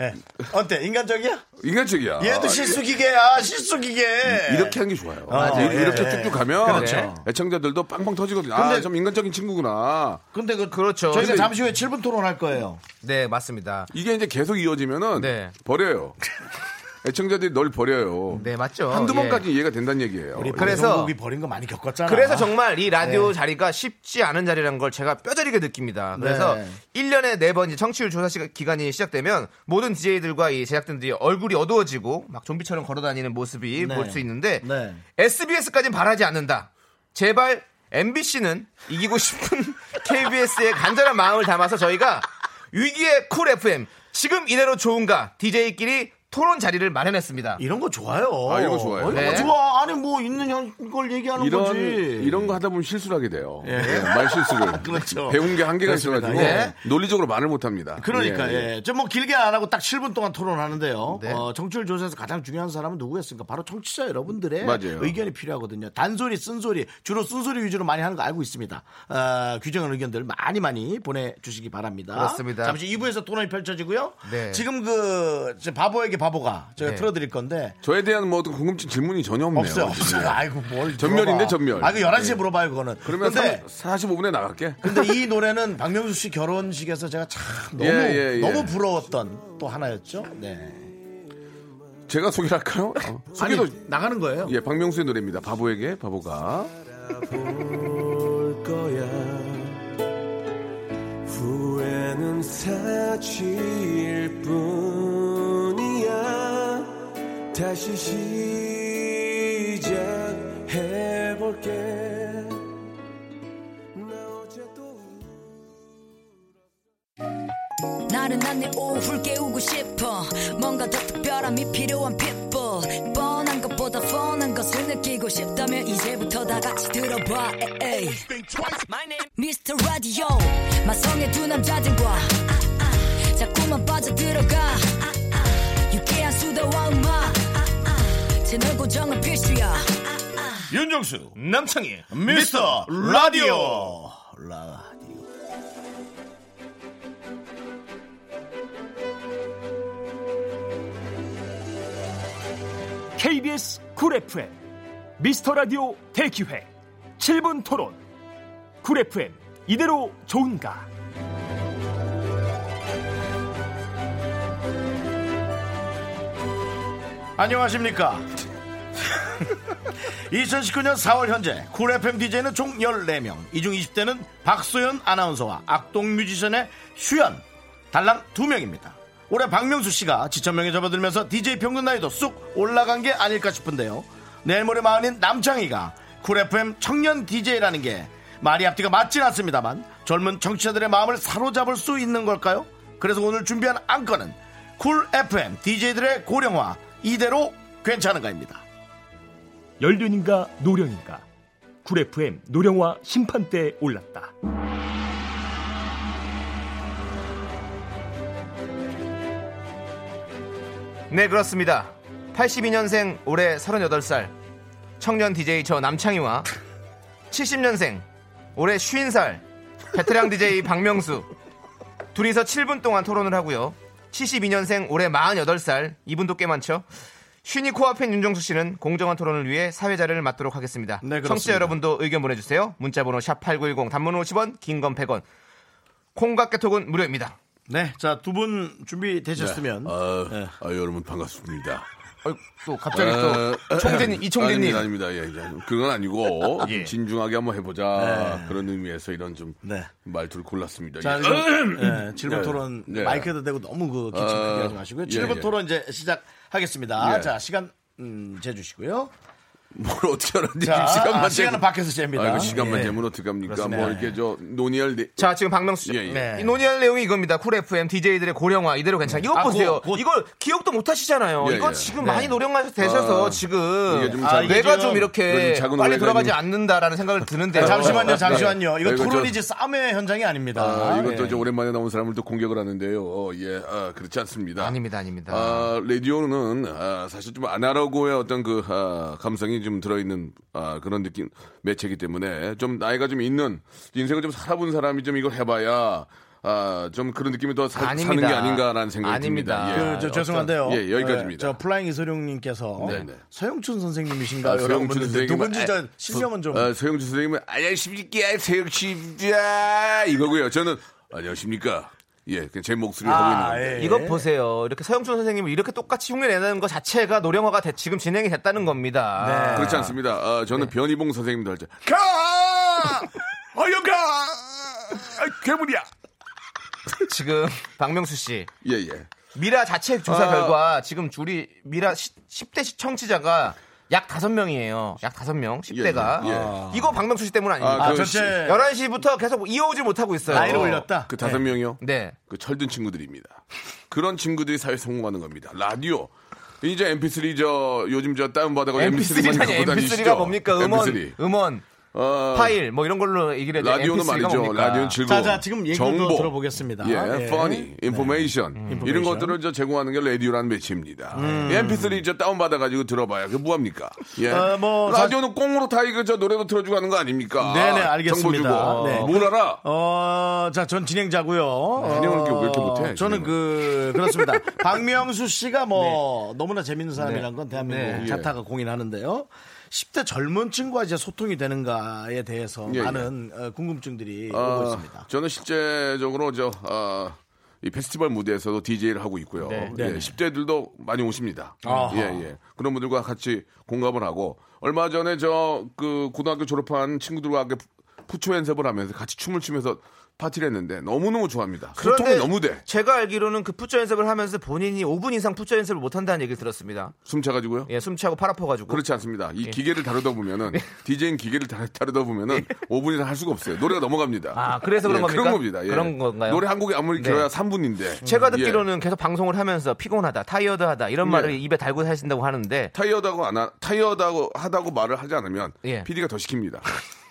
S1: 예. 어때? 인간적이야?
S4: 인간적이야
S1: 얘도 실수 기계야. 아, 실수 기계.
S4: 아, 예. 음, 이렇게 하는 게 좋아요.
S1: 맞아요.
S4: 이- 이렇게
S1: 예,
S4: 쭉쭉 가면
S2: 그렇죠.
S4: 애청자들도 빵빵 터지거든요. 아,
S1: 근데-
S4: 좀 인간적인 친구구나.
S1: 근데 그
S2: 그렇죠.
S1: 저희가
S2: 근데-
S1: 잠시 후에 7분 토론할 거예요.
S2: 네, 맞습니다.
S4: 이게 이제 계속 이어지면은
S2: 네.
S4: 버려요. 애청자들이 널 버려요.
S2: 네, 맞죠.
S4: 한두
S2: 예.
S4: 번까지 이해가 된다는 얘기예요.
S1: 어, 우리
S2: 그래서-
S1: 방송국이 버린 거 많이 겪었잖아.
S2: 그래서 정말 이 라디오
S1: 네.
S2: 자리가 쉽지 않은 자리라는 걸 제가 뼈저리게 느낍니다. 그래서
S1: 네.
S2: 1년에 4번 이제 청취율 조사 시- 기간이 시작되면 모든 DJ들과 이 제작진들이 얼굴이 어두워지고 막 좀비처럼 걸어다니는 모습이
S1: 네.
S2: 볼 수 있는데
S1: 네.
S2: SBS까지는 바라지 않는다. 제발 MBC는 이기고 싶은 KBS의 간절한 마음을 담아서 저희가 위기의 쿨 FM 지금 이대로 좋은가 DJ끼리 토론 자리를 마련했습니다.
S1: 이런 거 좋아요.
S4: 아, 이런 거 좋아요.
S1: 어, 이런 거
S2: 네.
S1: 좋아. 아니 뭐 있는 형- 걸 얘기하는
S4: 이런
S1: 거지.
S4: 이런 거 하다 보면 실수를 하게 돼요. 예, 말 실수를.
S1: 그렇죠.
S4: 배운 게 한계가
S1: 그렇습니다.
S4: 있어가지고
S1: 예.
S4: 논리적으로 말을 못 합니다.
S1: 그러니까
S4: 예, 예.
S1: 예. 좀뭐 길게 안 하고 딱 7분 동안 토론하는데요.
S2: 네.
S1: 어, 청취율 조사에서 가장 중요한 사람은 누구였습니까? 바로 청취자 여러분들의
S4: 맞아요.
S1: 의견이 필요하거든요. 단소리, 쓴소리, 주로 쓴소리 위주로 많이 하는 거 알고 있습니다. 어, 규정한 의견들 많이 많이 보내주시기 바랍니다.
S2: 그렇습니다.
S1: 잠시 2부에서 토론이 펼쳐지고요.
S2: 네.
S1: 지금 그 이제 바보에게 바보가 제가
S2: 네.
S1: 틀어드릴 건데
S4: 저에 대한 뭐 어떤 궁금증 질문이 전혀 없네요.
S1: 없어요, 없어요. 아이고 뭘
S4: 전멸인데,
S1: 물어봐.
S4: 전멸.
S1: 아이고 그 11시에
S4: 네.
S1: 물어봐요 그거는.
S4: 그러면
S1: 근데
S4: 45분에 나갈게.
S1: 근데 이 노래는 박명수 씨 결혼식에서 제가 참 너무
S4: 예, 예, 예.
S1: 너무 부러웠던 또 하나였죠. 네.
S4: 제가 소개를 할까요? 어,
S1: 아니
S4: 소개도
S1: 나가는 거예요.
S4: 예, 박명수의 노래입니다. 바보에게 바보가.
S5: 후회는 사치일 뿐이야 다시 시작해볼게 나
S6: 나른한 내 오후를 깨우고 싶어 뭔가 더 특별함이 필요한 people 뻔한 것보다 뻔한 것을 느끼고 싶다면 이제부터 다 같이 들어봐 에이. Mr. Radio 마성의 두 남자들과 자꾸만 빠져들어가 유쾌한 수다와 음악 채널 고정은 필수야
S1: 윤정수 남창희 미스터 라디오 라디오
S3: KBS 쿨 FM 미스터 라디오 대기회 7분 토론 쿨 FM 이대로 좋은가
S1: 안녕하십니까 2019년 4월 현재 쿨 FM DJ는 총 14명 이 중 20대는 박소연 아나운서와 악동 뮤지션의 수연 달랑 2명입니다 올해 박명수 씨가 지천명에 접어들면서 DJ 평균 나이도 쑥 올라간 게 아닐까 싶은데요 내일 모레 마흔인 남창희가 쿨 FM 청년 DJ라는 게 말이 앞뒤가 맞진 않습니다만 젊은 정치자들의 마음을 사로잡을 수 있는 걸까요? 그래서 오늘 준비한 안건은 그 쿨 FM DJ들의 고령화 이대로 괜찮은가입니다
S3: 연륜인가 노령인가 쿨 FM 노령화 심판대에 올랐다
S2: 네 그렇습니다 82년생 올해 38살 청년 DJ 저 남창희와 70년생 올해 50살 베테랑 DJ 박명수 둘이서 7분 동안 토론을 하고요 72년생 올해 48살 이분도 꽤 많죠 쉰이 코앞엔 윤정수 씨는 공정한 토론을 위해 사회자를 맡도록 하겠습니다
S1: 네, 그렇습니다.
S2: 청취자 여러분도 의견 보내주세요 문자번호 샵8910 단문 50원 긴 건 100원 콩과 깨톡은 무료입니다
S1: 네, 자 두 분 준비되셨으면
S4: 아,
S1: 예.
S4: 아, 여러분 반갑습니다. 예.
S2: 어이, 또 갑자기 또 총재님 이 총재님
S4: 어, 아닙니다, 아닙니다. 예, 예. 그건 아니고 좀 진중하게 한번 해보자 그런 의미에서 이런 좀
S1: 네.
S4: 말투를 골랐습니다.
S1: 자,
S4: 예.
S1: 지금, 예, 질문 토론
S4: 네.
S1: 마이크도 대고 너무 그 기침하게
S4: 아,
S1: 하지 마시고요.
S4: 예,
S1: 질문
S4: 예.
S1: 토론 이제 시작하겠습니다.
S4: 예.
S1: 자, 시간 음, 재주시고요.
S4: 뭘 어떻게 하는지
S1: 자,
S4: 시간만
S1: 아, 시간은
S4: 재면-
S1: 밖에서 잽니다.
S4: 아이고, 시간만
S1: 예.
S4: 재면 어떻게 합니까?
S1: 그렇습니다.
S4: 뭐 이렇게 저 논의할 내-
S2: 자 지금 박명수 씨
S4: 예, 예.
S1: 네.
S2: 이 논의할 내용이 이겁니다. 쿨 FM DJ들의 고령화 이대로 괜찮아. 이거
S1: 아,
S2: 보세요.
S1: 곧, 곧.
S2: 이걸 기억도 못 하시잖아요.
S4: 예,
S2: 이거
S4: 예.
S2: 지금 많이 노령화 되셔서
S4: 아,
S2: 지금
S4: 이게 좀
S1: 아, 이게
S2: 뇌가
S1: 지금
S2: 좀 이렇게
S4: 요즘 작은
S2: 빨리
S4: 원래가
S2: 돌아가지
S4: 좀-
S2: 않는다라는 생각을 아, 드는데
S1: 네, 잠시만요, 잠시만요.
S4: 어, 네.
S1: 이거
S4: 이거 저-
S1: 토론이지 싸움의 현장이 아닙니다.
S4: 아, 이것도
S1: 예.
S4: 저 오랜만에 나온 사람을 또 공격을 하는데요. 어, 예, 아, 그렇지 않습니다.
S2: 아닙니다, 아닙니다.
S4: 아, 라디오는 아, 사실 좀 아날로그의 어떤 그 아, 감성이 좀 들어있는 아, 그런 느낌 매체이기 때문에 좀 나이가 좀 있는 인생을 좀 살아본 사람이 좀 이걸 해봐야 아, 좀 그런 느낌이 더 사, 사는 게
S2: 아닙니다.
S4: 아닌가라는 생각이
S2: 아닙니다.
S4: 듭니다. 예.
S1: 그, 저, 죄송한데요.
S4: 어떤- 예, 여기까지입니다.
S1: 예, 저 플라잉 이소룡님께서
S4: 네, 네.
S1: 서영춘
S4: 아,
S1: 선생님이신가요?
S4: 서영춘
S1: 라고 물었는데
S4: 선생님은-
S1: 그 누군지 저 신명은 좀.
S4: 아, 서영주 선생님은 안녕하십니까 서영주입니다 이거고요. 저는 안녕하십니까 예, 그냥 제 목소리 를 하고 있는
S1: 예.
S2: 이거 보세요. 이렇게 서영준 선생님을 이렇게 똑같이 흉내내는 것 자체가 노령화가 돼- 지금 진행이 됐다는 겁니다.
S4: 그렇지 않습니다. 아, 저는 변희봉 선생님도 할 때, 가! 어여 가! 아, 괴물이야!
S2: 지금 박명수 씨
S4: 예, 예.
S2: 미라 자체 조사
S4: 아.
S2: 결과 지금 줄이 미라 시, 10대 시청자가 약 5명이에요. 약 5명, 10대가.
S4: 예, 예.
S2: 이거 박명수 씨 때문 아닙니다.
S4: 아,
S1: 아,
S4: 그
S1: 전체
S2: 11시부터 계속 이어오지 못하고 있어요.
S1: 나이를 올렸다. 예.
S4: 그 다섯 명이요?
S2: 네.
S4: 그 철든 친구들입니다. 그런 친구들이 사회 성공하는 겁니다. 라디오. 이제 MP3 저 요즘 저 다운받아가고 MP3만
S2: MP3가
S4: 갖고 다니시죠?
S2: MP3가 뭡니까? 음원,
S4: MP3.
S2: 음원,
S4: 어,
S2: 파일 뭐 이런 걸로 얘기를 해야 돼.
S4: 라디오는
S2: MP3가
S4: 말이죠.
S2: 뭡니까?
S4: 라디오는 즐거움.
S1: 자, 자, 지금 얘기도
S4: 정보.
S1: 들어보겠습니다.
S4: 예,
S1: 예. 음,
S4: funny, information. 이런 것들을 저 제공하는 게 라디오라는 매체입니다. 이 MP3 저 다운받아가지고 들어봐야 그게 뭐합니까? 예.
S1: 어, 뭐,
S4: 라디오는 꽁으로 다 이거 저 노래도 틀어주고 하는 거 아닙니까?
S1: 네네, 알겠습니다.
S4: 정보 주고.
S1: 네.
S4: 뭘 알아?
S1: 어, 자, 전 진행자고요.
S4: 네, 진행을 이렇게 왜 이렇게
S1: 어,
S4: 못해,
S1: 저는
S4: 진행을.
S1: 그 그렇습니다. 박명수 씨가 뭐 너무나 재밌는 사람이란 건 대한민국
S4: 네.
S1: 자타가 공인하는데요. 10대 젊은 층과 이제 소통이 되는가에 대해서
S4: 예, 예.
S1: 많은 어, 궁금증들이
S4: 아,
S1: 오고 있습니다.
S4: 저는 실제적으로 저, 아, 이 페스티벌 무대에서도 DJ를 하고 있고요.
S2: 네.
S4: 예, 10대들도 많이 오십니다.
S1: 아하.
S4: 예, 예. 그런 분들과 같이 공감을 하고 얼마 전에 저 그 고등학교 졸업한 친구들과 함께 푸- 푸초 연습을 하면서 같이 춤을 추면서 파티를 했는데 너무너무 좋아합니다. 소통이
S2: 그런데
S4: 너무 돼.
S2: 제가 알기로는 그 푸처 연습을 하면서 본인이 5분 이상 푸처 연습을 못 한다는 얘기를 들었습니다.
S4: 숨차가지고요.
S2: 예, 네. 숨차고 팔 아파가지고.
S4: 그렇지 않습니다. 이 기계를 다루다 보면은 디제잉 기계를 다, 다루다 보면은 5분이상 할 수가 없어요. 노래가 넘어갑니다.
S2: 네. 아, 그래서 그런
S4: 예,
S2: 겁니까?
S4: 그런 겁니다. 예.
S2: 그런 건가요?
S4: 노래 한 곡이 아무리
S2: 네.
S4: 길어야 3분인데
S2: 제가 듣기로는 계속 방송을 하면서 피곤하다, 타이어드하다 이런 말을
S4: 음, 예.
S2: 입에 달고 하신다고 하는데
S4: 타이어다고 안 하, 타이어다고 하다고 말을 하지 않으면
S2: 예.
S4: PD가 더 시킵니다.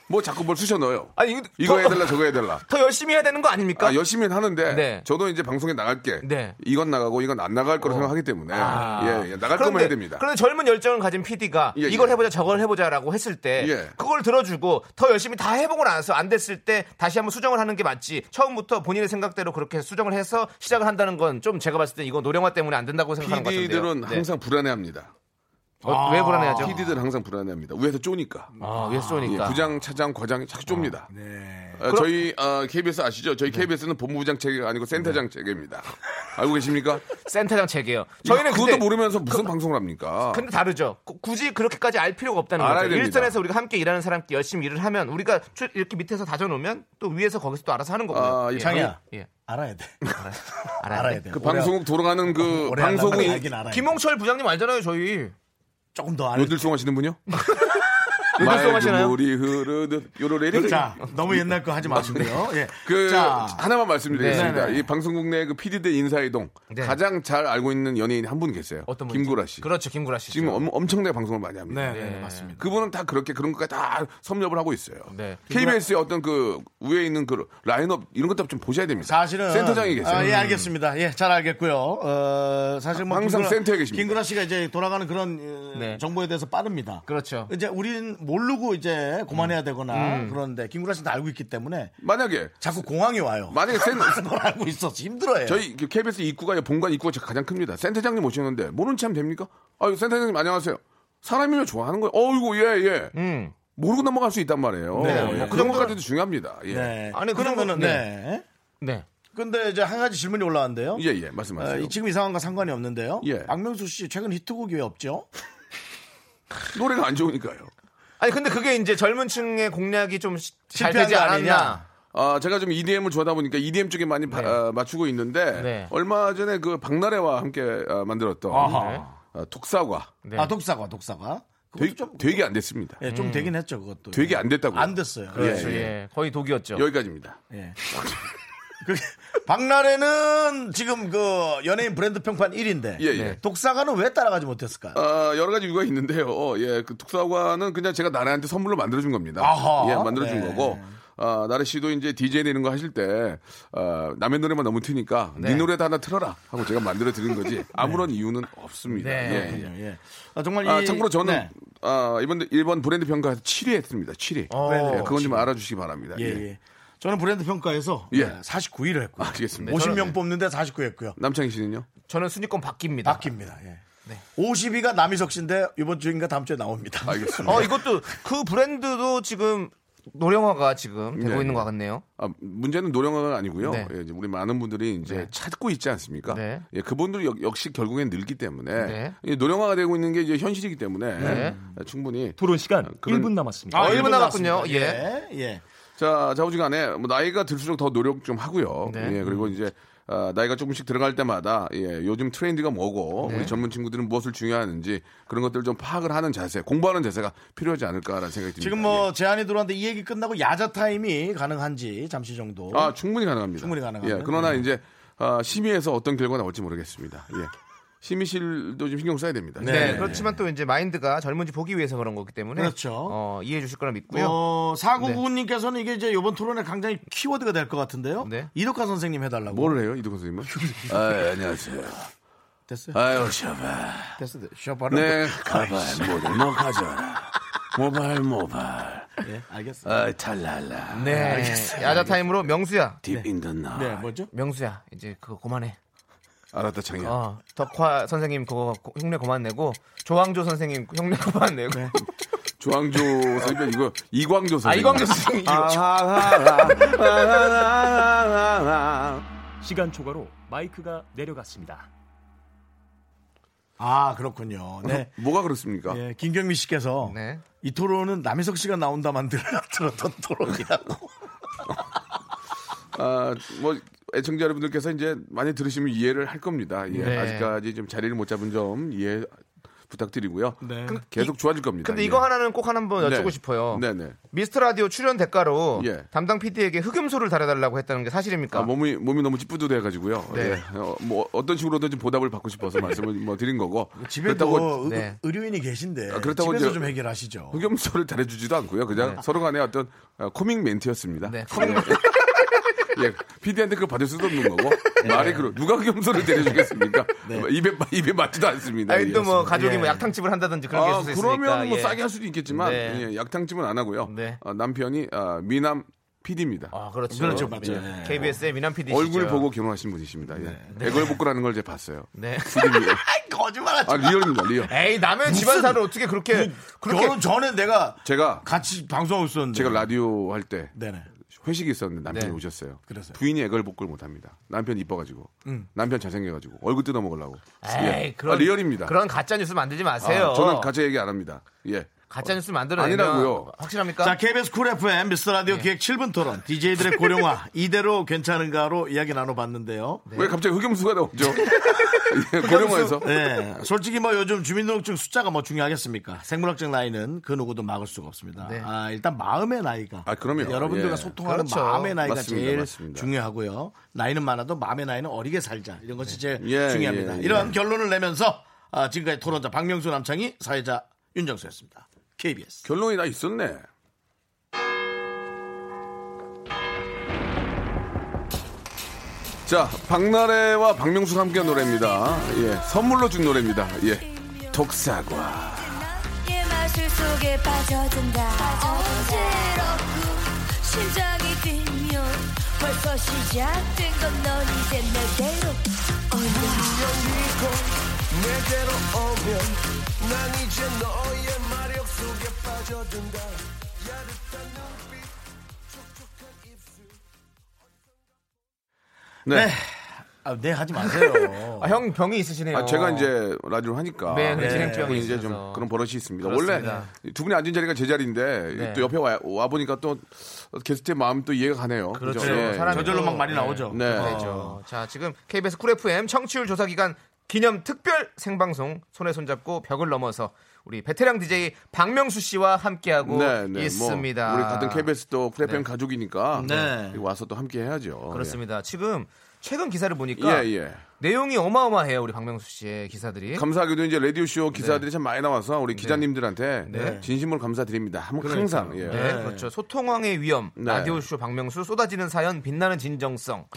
S4: 뭐 자꾸 뭘 쑤셔 넣어요.
S2: 아니, 이거-
S4: 이거
S2: 더-
S4: 해달라 저거 해달라.
S2: 더 열심히 해야 되는 거 아닙니까?
S4: 아, 열심히 하는데
S2: 네.
S4: 저도 이제 방송에 나갈게.
S2: 네. 어. 아.
S4: 이건 나가고 이건 안 나갈 거로 생각하기 때문에 예, 예, 나갈 거면 해야 됩니다.
S2: 그런데 젊은 열정을 가진 PD가
S4: 예,
S2: 이걸
S4: 예.
S2: 해보자 저걸 해보자라고 했을 때
S4: 예.
S2: 그걸 들어주고 더 열심히 다 해보고 나서 안 됐을 때 다시 한번 수정을 하는 게 맞지 처음부터 본인의 생각대로 그렇게 수정을 해서 시작을 한다는 건 좀 제가 봤을 때 이거 노령화 때문에 안 된다고 생각하는 것 같은데요.
S4: PD들은
S2: 네.
S4: 항상 아, 불안해합니다.
S2: 어, 왜 불안해하죠?
S4: PD들은 항상 불안해합니다. 위에서 쪼니까.
S2: 아, 왜 쏘니까? 아, 네.
S4: 예, 부장, 차장, 과장이 자꾸 좁니다. 어, 저희 어, KBS 아시죠? 저희 KBS는 본부장 체계가 아니고
S2: 네.
S4: 센터장 체계입니다. 알고 계십니까?
S2: 센터장 책이에요. 저희는
S4: 그것도
S2: 근데-
S4: 모르면서 무슨 방송을 합니까?
S2: 근데 다르죠. 구- 굳이 그렇게까지 알 필요가 없다는
S4: 아. 알아야
S2: 거죠.
S4: 됩니다.
S2: 일선에서 우리가 함께 일하는 사람끼리 열심히 일을 하면 우리가 쭉 이렇게 밑에서 다져놓으면 또 위에서 거기서 또 알아서 하는 거고요.
S4: 아, 예.
S1: 장이야.
S2: 예.
S1: 알아야 돼.
S2: 알아야
S1: 알아야
S2: 돼.
S1: 돼.
S4: 그 방송국 돌아가는 그
S1: 오래 하려면
S4: 방송이
S1: 알긴 알아야 돼.
S2: 김홍철 부장님 알잖아요, 저희.
S1: 조금 더 알아.
S4: 요들송 하시는 분요?
S2: 요들송 하시나요?
S4: 물이 흐르듯 요로레리.
S1: 자, 너무 옛날 거 하지 마시고요. 예.
S4: 그
S1: 자,
S4: 하나만 말씀드리겠습니다.
S1: 네, 네, 네.
S4: 이 방송국 내 그 PD 대 인사이동
S2: 네.
S4: 가장 잘 알고 있는 연예인 한 분 계세요.
S2: 어떤 분이죠?
S4: 김구라 씨.
S2: 그렇죠, 예. 김구라 씨.
S4: 지금 엄, 엄청나게 방송을 많이 합니다.
S1: 네, 네, 네, 맞습니다.
S4: 그분은 다 그렇게 그런 것까지 다 섭렵을 하고 있어요.
S2: 네.
S4: KBS의 어떤 그 위에 있는 그 라인업 이런 것도 좀 보셔야 됩니다.
S1: 사실은
S4: 센터장이 계세요.
S1: 아, 예, 알겠습니다. 예, 잘 알겠고요. 어, 사실 뭐
S4: 음. 아, 항상 센터에 계십니다.
S1: 김구라 씨가 이제 돌아가는 그런 어,
S2: 네.
S1: 정보에 대해서 빠릅니다.
S2: 그렇죠. 음.
S1: 이제 우린 모르고 이제 고만해야 되거나 그런데 김구라 씨는 알고 있기 때문에
S4: 만약에
S1: 자꾸 공항에 와요.
S4: 만약에 센
S1: 그걸 알고 있어서 힘들어요.
S4: 저희 그 KBS 입구가 본관 입구가 가장 큽니다. 센터장님 오시는데 모른 체하면 됩니까? 아유 센터장님 안녕하세요. 사람이면 좋아하는 거예요. 어이구 예 예.
S2: 음.
S4: 모르고 넘어갈 수 있단 말이에요.
S1: 네.
S4: 예,
S1: 뭐
S4: 그
S1: 그
S4: 정도까지도 중요합니다. 예.
S1: 네.
S2: 아니,
S1: 그
S2: 그
S1: 정도는
S2: 정도-
S1: 네.
S2: 네.
S1: 근데 이제 한 가지 질문이 올라왔는데요.
S4: 예, 예,
S1: 어,
S4: 말씀하세요.
S1: 이 지금 이 상황과 상관이 없는데요.
S4: 예.
S1: 박명수 씨 최근 히트곡이 왜 없죠?
S4: 노래가 안 좋으니까요.
S2: 아니, 근데 그게 이제 젊은 층의 공략이 좀 잘
S1: 실패한
S2: 되지
S1: 거
S2: 않았냐.
S1: 아니냐.
S4: 아, 제가 좀 EDM을 좋아하다 보니까 EDM 쪽에 많이
S1: 네.
S4: 바- 아, 맞추고 있는데
S2: 네.
S4: 얼마 전에 그 박나래와 함께 아, 만들었던 아, 독사과
S2: 네. 음.
S1: 아 독사과 독사과. 그것도
S4: 되게, 되게 안 됐습니다.
S1: 예, 좀 되긴 했죠 그것도. 예.
S4: 되게 안 됐다고요.
S1: 안 됐어요.
S2: 그렇죠,
S4: 예,
S2: 예,
S4: 예.
S2: 거의 독이었죠.
S4: 여기까지입니다.
S1: 예. 그 박나래는 지금 그 연예인 브랜드 평판 1인데
S4: 예, 예.
S1: 독사가는 왜 따라가지 못했을까요?
S4: 아, 여러 가지 이유가 있는데요. 어, 예, 그 독사과는 그냥 제가 나래한테 선물로 만들어준 겁니다.
S1: 아하.
S4: 예, 만들어준
S1: 네.
S4: 거고. 아, 나래 씨도 이제 디제이 되는 거 하실 때, 아, 남의 노래만 너무 트니까, 네, 노래도 하나 틀어라. 하고 제가 만들어 드린
S1: 네.
S4: 거지. 아무런 이유는 없습니다.
S2: 네.
S4: 예, 예.
S1: 그렇군요. 예. 아, 정말
S4: 아,
S1: 이-
S4: 참고로 저는
S1: 네.
S4: 아, 이번 일본 브랜드 평가에서 7위 했습니다. 7위.
S2: 어,
S4: 예, 그건 좀 알아주시기 바랍니다.
S1: 예,
S4: 예.
S1: 예. 저는 브랜드 평가에서
S4: 예.
S1: 49위를 했고요.
S4: 알겠습니다. 예.
S1: 50명 뽑는데 49 했고요.
S4: 남창희 씨는요?
S2: 저는 순위권 바뀝니다.
S4: 아.
S1: 바뀝니다. 예. 50위가 남희석 씨인데 이번 주인가 다음 주에 나옵니다.
S4: 알겠습니다.
S2: 어, 이것도 그 브랜드도 지금 노령화가 지금 되고
S4: 네.
S2: 있는 것 같네요.
S4: 아, 문제는 노령화가 아니고요.
S2: 네.
S4: 예, 이제 우리 많은 분들이 이제
S2: 네.
S4: 찾고 있지 않습니까?
S2: 네.
S4: 예, 그분들이 역- 역시 결국엔 늙기 때문에
S2: 네.
S4: 이 노령화가 되고 있는 게 이제 현실이기 때문에
S2: 네.
S4: 예, 충분히
S3: 토론 시간
S4: 그런-
S3: 1분 남았습니다.
S4: 어,
S2: 아,
S1: 일
S2: 일본
S1: 분
S2: 나갔군요.
S1: 남았습니다. 예. 예.
S4: 자 자우지간에 뭐 나이가 들수록 더 노력 좀 하고요.
S2: 네.
S4: 예, 그리고 이제 아, 나이가 조금씩 들어갈 때마다 예, 요즘 트렌드가 뭐고
S2: 네.
S4: 우리 젊은 친구들은 무엇을 중요하는지 그런 것들을 좀 파악을 하는 자세, 공부하는 자세가 필요하지 않을까라는 생각이 듭니다.
S1: 지금 뭐
S4: 예.
S1: 제안이 들어왔는데 이 얘기 끝나고 야자 타임이 가능한지 잠시 정도.
S4: 예. 아 충분히 가능합니다.
S1: 어? 충분히 네. 가능하고요.
S4: 예, 그러나 이제 아, 심의에서 어떤 결과 가 나올지 모르겠습니다. 예. 심의실도 좀 신경 써야 됩니다.
S2: 네,
S4: 예.
S2: 그렇지만 또 이제 마인드가 젊은지 보기 위해서 그런 거기 때문에
S1: 그렇죠.
S2: 어, 이해해 주실 거라 믿고요.
S1: 어, 사구구님께서는 이게 이제 이번 토론의 굉장히 키워드가 될 것 같은데요.
S2: 네.
S1: 이덕화 선생님 해달라고.
S4: 뭘 해요, 이동건 선생님은? 아, 안녕하세요.
S1: 됐어요.
S4: 아유, 샤바.
S1: 됐어. 쇼파는.
S4: 네, 가발, 모델, 뭐 가져라. 모발, 모발.
S1: 예, 알겠어.
S4: 아, 탈랄라.
S2: 네. 야자 타임으로 명수야.
S4: 딥 인던나.
S1: 네, 뭐죠?
S2: 명수야. 이제 그거 그만해.
S4: 알았다, 창희야.
S2: 어, 덕화 선생님 그거 고- 흉내 그만 내고 조항조 선생님 흉내 그만 내고.
S4: 네. 조항조 선생님, 이거, 이광조 선생님.
S2: 아, 이광조 선생님. 이거.
S3: 시간 초과로 마이크가 내려갔습니다.
S1: 아, 그렇군요. 네.
S4: 뭐가 그렇습니까?
S1: 예, 김경미 씨께서
S2: 네.
S1: 이 토론은 남희석 씨가 나온다만 들- 들었던 토론이라고.
S4: 아, 뭐 애청자 여러분들께서 이제 많이 들으시면 이해를 할 겁니다. 예,
S2: 네.
S4: 아직까지 좀 자리를 못 잡은 점 이해 부탁드리고요.
S1: 네.
S4: 그- 계속 좋아질 겁니다.
S2: 근데
S4: 예.
S2: 이거 하나는 꼭 하나 한번
S4: 네.
S2: 여쭙고 싶어요.
S4: 네네.
S2: 미스터 라디오 출연 대가로
S4: 예.
S2: 담당 PD에게 흑염소를 달아달라고 했다는 게 사실입니까?
S4: 아, 몸이 몸이 너무 찌뿌드해가지고요.
S2: 네.
S4: 예. 어, 뭐 어떤 식으로든지 보답을 받고 싶어서 말씀을 뭐 드린 거고.
S1: 집에도 뭐 의,
S2: 네.
S1: 의료인이 계신데
S4: 아, 그렇다고
S1: 집에서
S4: 이제-
S1: 좀 해결하시죠.
S4: 흑염소를 달아주지도 않고요. 그냥 서로 간에 어떤 어, 코믹 멘트였습니다.
S2: 네, 코믹
S4: 예, PD한테 그걸 받을 수도 없는 거고
S2: 네.
S4: 말이 그러 누가 흑염소를 데려주겠습니까? 입에 입에 맞지도 않습니다.
S2: 아니 또
S4: 예.
S2: 뭐 가족이 뭐 약탕집을 한다든지 그런 게
S4: 아,
S2: 있을 수 있으니까.
S4: 그러면 뭐
S2: 예.
S4: 싸게 할 수도 있겠지만
S2: 네.
S4: 예, 약탕집은 안 하고요.
S2: 네.
S4: 어, 남편이 아, 미남 PD입니다.
S2: 아, 그렇죠.
S1: 그렇죠, 맞죠. 예.
S2: KBS의 미남 PD 시죠.
S4: 얼굴 보고 결혼하신 분이십니다. 예. 애걸복구라는 걸 제가 봤어요.
S2: 네.
S4: PD입니다.
S1: 거짓말하지.
S4: 아 리얼입니다, 리얼.
S2: 에이 남의 집안사를 어떻게 그렇게 그렇게
S1: 결혼 전에 내가
S4: 제가
S2: 네.
S1: 같이 방송하고 있었는데.
S4: 제가 라디오 할 때
S1: 네네.
S4: 회식이 있었는데 남편이
S2: 네.
S4: 오셨어요.
S1: 그래서요?
S4: 부인이 애걸복구를 못합니다. 남편 이뻐가지고 남편 잘생겨가지고 얼굴 뜯어 먹으려고.
S2: 음. 에이
S4: 예.
S2: 그런
S4: 아, 리얼입니다.
S2: 그런 가짜 뉴스 만들지
S4: 아,
S2: 마세요.
S4: 저는 가짜 얘기 안 합니다. 예.
S2: 가짜 뉴스 만들어내면
S4: 아니라고요.
S2: 확실합니까?
S1: 자, KBS 쿨 FM 미스터 라디오 기획 7분 토론. DJ들의 고령화 이대로 괜찮은가로 이야기 나눠봤는데요.
S2: 네.
S4: 왜 갑자기 흑염수가 나오죠? 예, 고령화에서.
S1: 네. 솔직히 뭐 요즘 주민등록증 숫자가 뭐 중요하겠습니까? 생물학적 나이는 그 누구도 막을 수가 없습니다.
S2: 네.
S1: 아, 일단 마음의 나이가.
S4: 아, 그럼요.
S1: 여러분들과
S4: 예.
S1: 소통하는
S2: 그렇죠.
S1: 마음의 나이가
S4: 맞습니다,
S1: 제일
S4: 맞습니다.
S1: 중요하고요. 나이는 많아도 마음의 나이는 어리게 살자. 이런 것이 제일
S4: 예,
S1: 중요합니다.
S4: 예, 예.
S1: 이런 결론을 내면서 아, 지금까지 토론자 박명수 남창희 사회자 윤정수였습니다. KBS.
S4: 결론이 나 있었네. 자, 박나래와 박명수가 함께한 노래입니다. 예, 선물로 준 노래입니다. 예, 독사과.
S7: 이 마술 속에 빠져든다 어지럽고 심장이 뛰면 벌써 시작된 건 넌 이제 내게로 온다
S4: 네.
S1: 아, 네, 하지 마세요.
S2: 아, 형 병이 있으시네요.
S4: 아, 제가 이제 라디오를 하니까.
S2: 어. 네, 그
S4: 분
S2: 진행병이
S4: 이제
S2: 있어서.
S4: 좀 그런 버릇이 있습니다.
S2: 그렇습니다.
S4: 원래 두 분이 앉은 자리가 제 자리인데
S2: 네.
S4: 또 옆에 와, 와 보니까 또 게스트의 마음 또 이해가 가네요. 그죠?
S2: 그렇죠.
S4: 예,
S2: 사람이
S4: 예.
S1: 저절로 막 많이
S2: 네.
S1: 나오죠.
S4: 네.
S1: 그렇죠.
S2: 되죠. 자, 지금 KBS 쿨 FM 청취율 조사 기간 기념 특별 생방송 손에 손잡고 벽을 넘어서 우리 베테랑 DJ 박명수 씨와 함께하고 있습니다.
S4: 네, 뭐 우리 같은 KBS 또 프레펜 가족이니까
S1: 네.
S4: 네. 와서 또 함께 해야죠.
S2: 그렇습니다. 지금 최근 기사를
S4: 예,
S2: 보니까
S4: 예. 예.
S2: 내용이 어마어마해요. 우리 박명수 씨의 기사들이.
S4: 감사하게도 이제 라디오 쇼 기사들이 참 많이 나와서 우리 기자님들한테
S2: 네.
S4: 진심으로 감사드립니다. 한- 항상 예.
S2: 네, 그렇죠. 소통왕의 위험,
S4: 네.
S2: 라디오쇼 박명수, 쏟아지는 사연, 빛나는 진정성.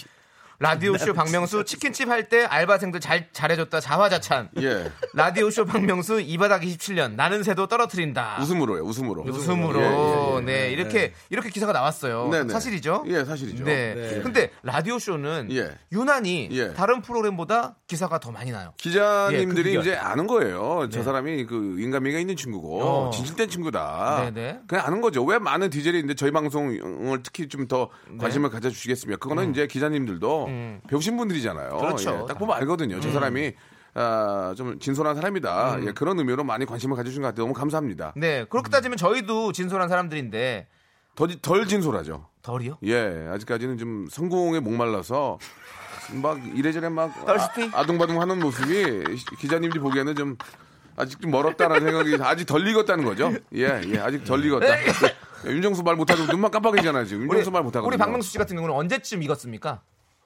S2: 라디오쇼 박명수, 치킨집 할 때 알바생들 잘, 잘해줬다, 자화자찬.
S4: 예.
S2: 라디오쇼 박명수, 이바닥 27년, 나는 새도 떨어뜨린다.
S4: 웃음으로요, 웃음으로.
S2: 웃음으로.
S4: 예, 예, 예.
S2: 네, 이렇게, 이렇게 기사가 나왔어요.
S4: 네, 네.
S2: 사실이죠?
S4: 예, 사실이죠.
S2: 네. 근데 라디오쇼는
S4: 예.
S2: 유난히
S4: 예.
S2: 다른 프로그램보다 기사가 더 많이 나요.
S4: 기자님들이
S2: 예, 그 네.
S4: 이제 아는 거예요. 저 사람이 그 인간미가 있는 친구고
S2: 어.
S4: 진실된 친구다.
S2: 네네.
S4: 그냥 아는 거죠. 왜 많은 디젤이 있는데 저희 방송을 특히 좀 더
S2: 네.
S4: 관심을 가져주시겠습니까? 그거는 이제 기자님들도 배우신 분들이잖아요.
S2: 음. 그렇죠.
S4: 예, 딱 보면 알거든요. 저 사람이 아, 좀 진솔한 사람이다.
S2: 음.
S4: 예, 그런 의미로 많이 관심을 가져주신 것 같아요. 너무 감사합니다.
S2: 네.
S4: 음.
S2: 그렇게 따지면 저희도 진솔한 사람들인데
S4: 더, 덜 진솔하죠.
S2: 덜이요?
S4: 예, 아직까지는 좀 성공에 목말라서 막 이래저래 막
S2: 떨스티?
S4: 아, 동바둥 하는 모습이 시- 기자님들이 보기에는 좀 아직 좀 멀었다라는 생각이 아직 덜 익었다는 거죠. 예, 예, 아직 덜 익었다. 예, 윤정수 말 못하고 눈만 깜빡이잖아요 지금. 윤정수 말 못하고.
S2: 네. 우리 박명수 씨 같은 경우는 언제쯤 익었습니까?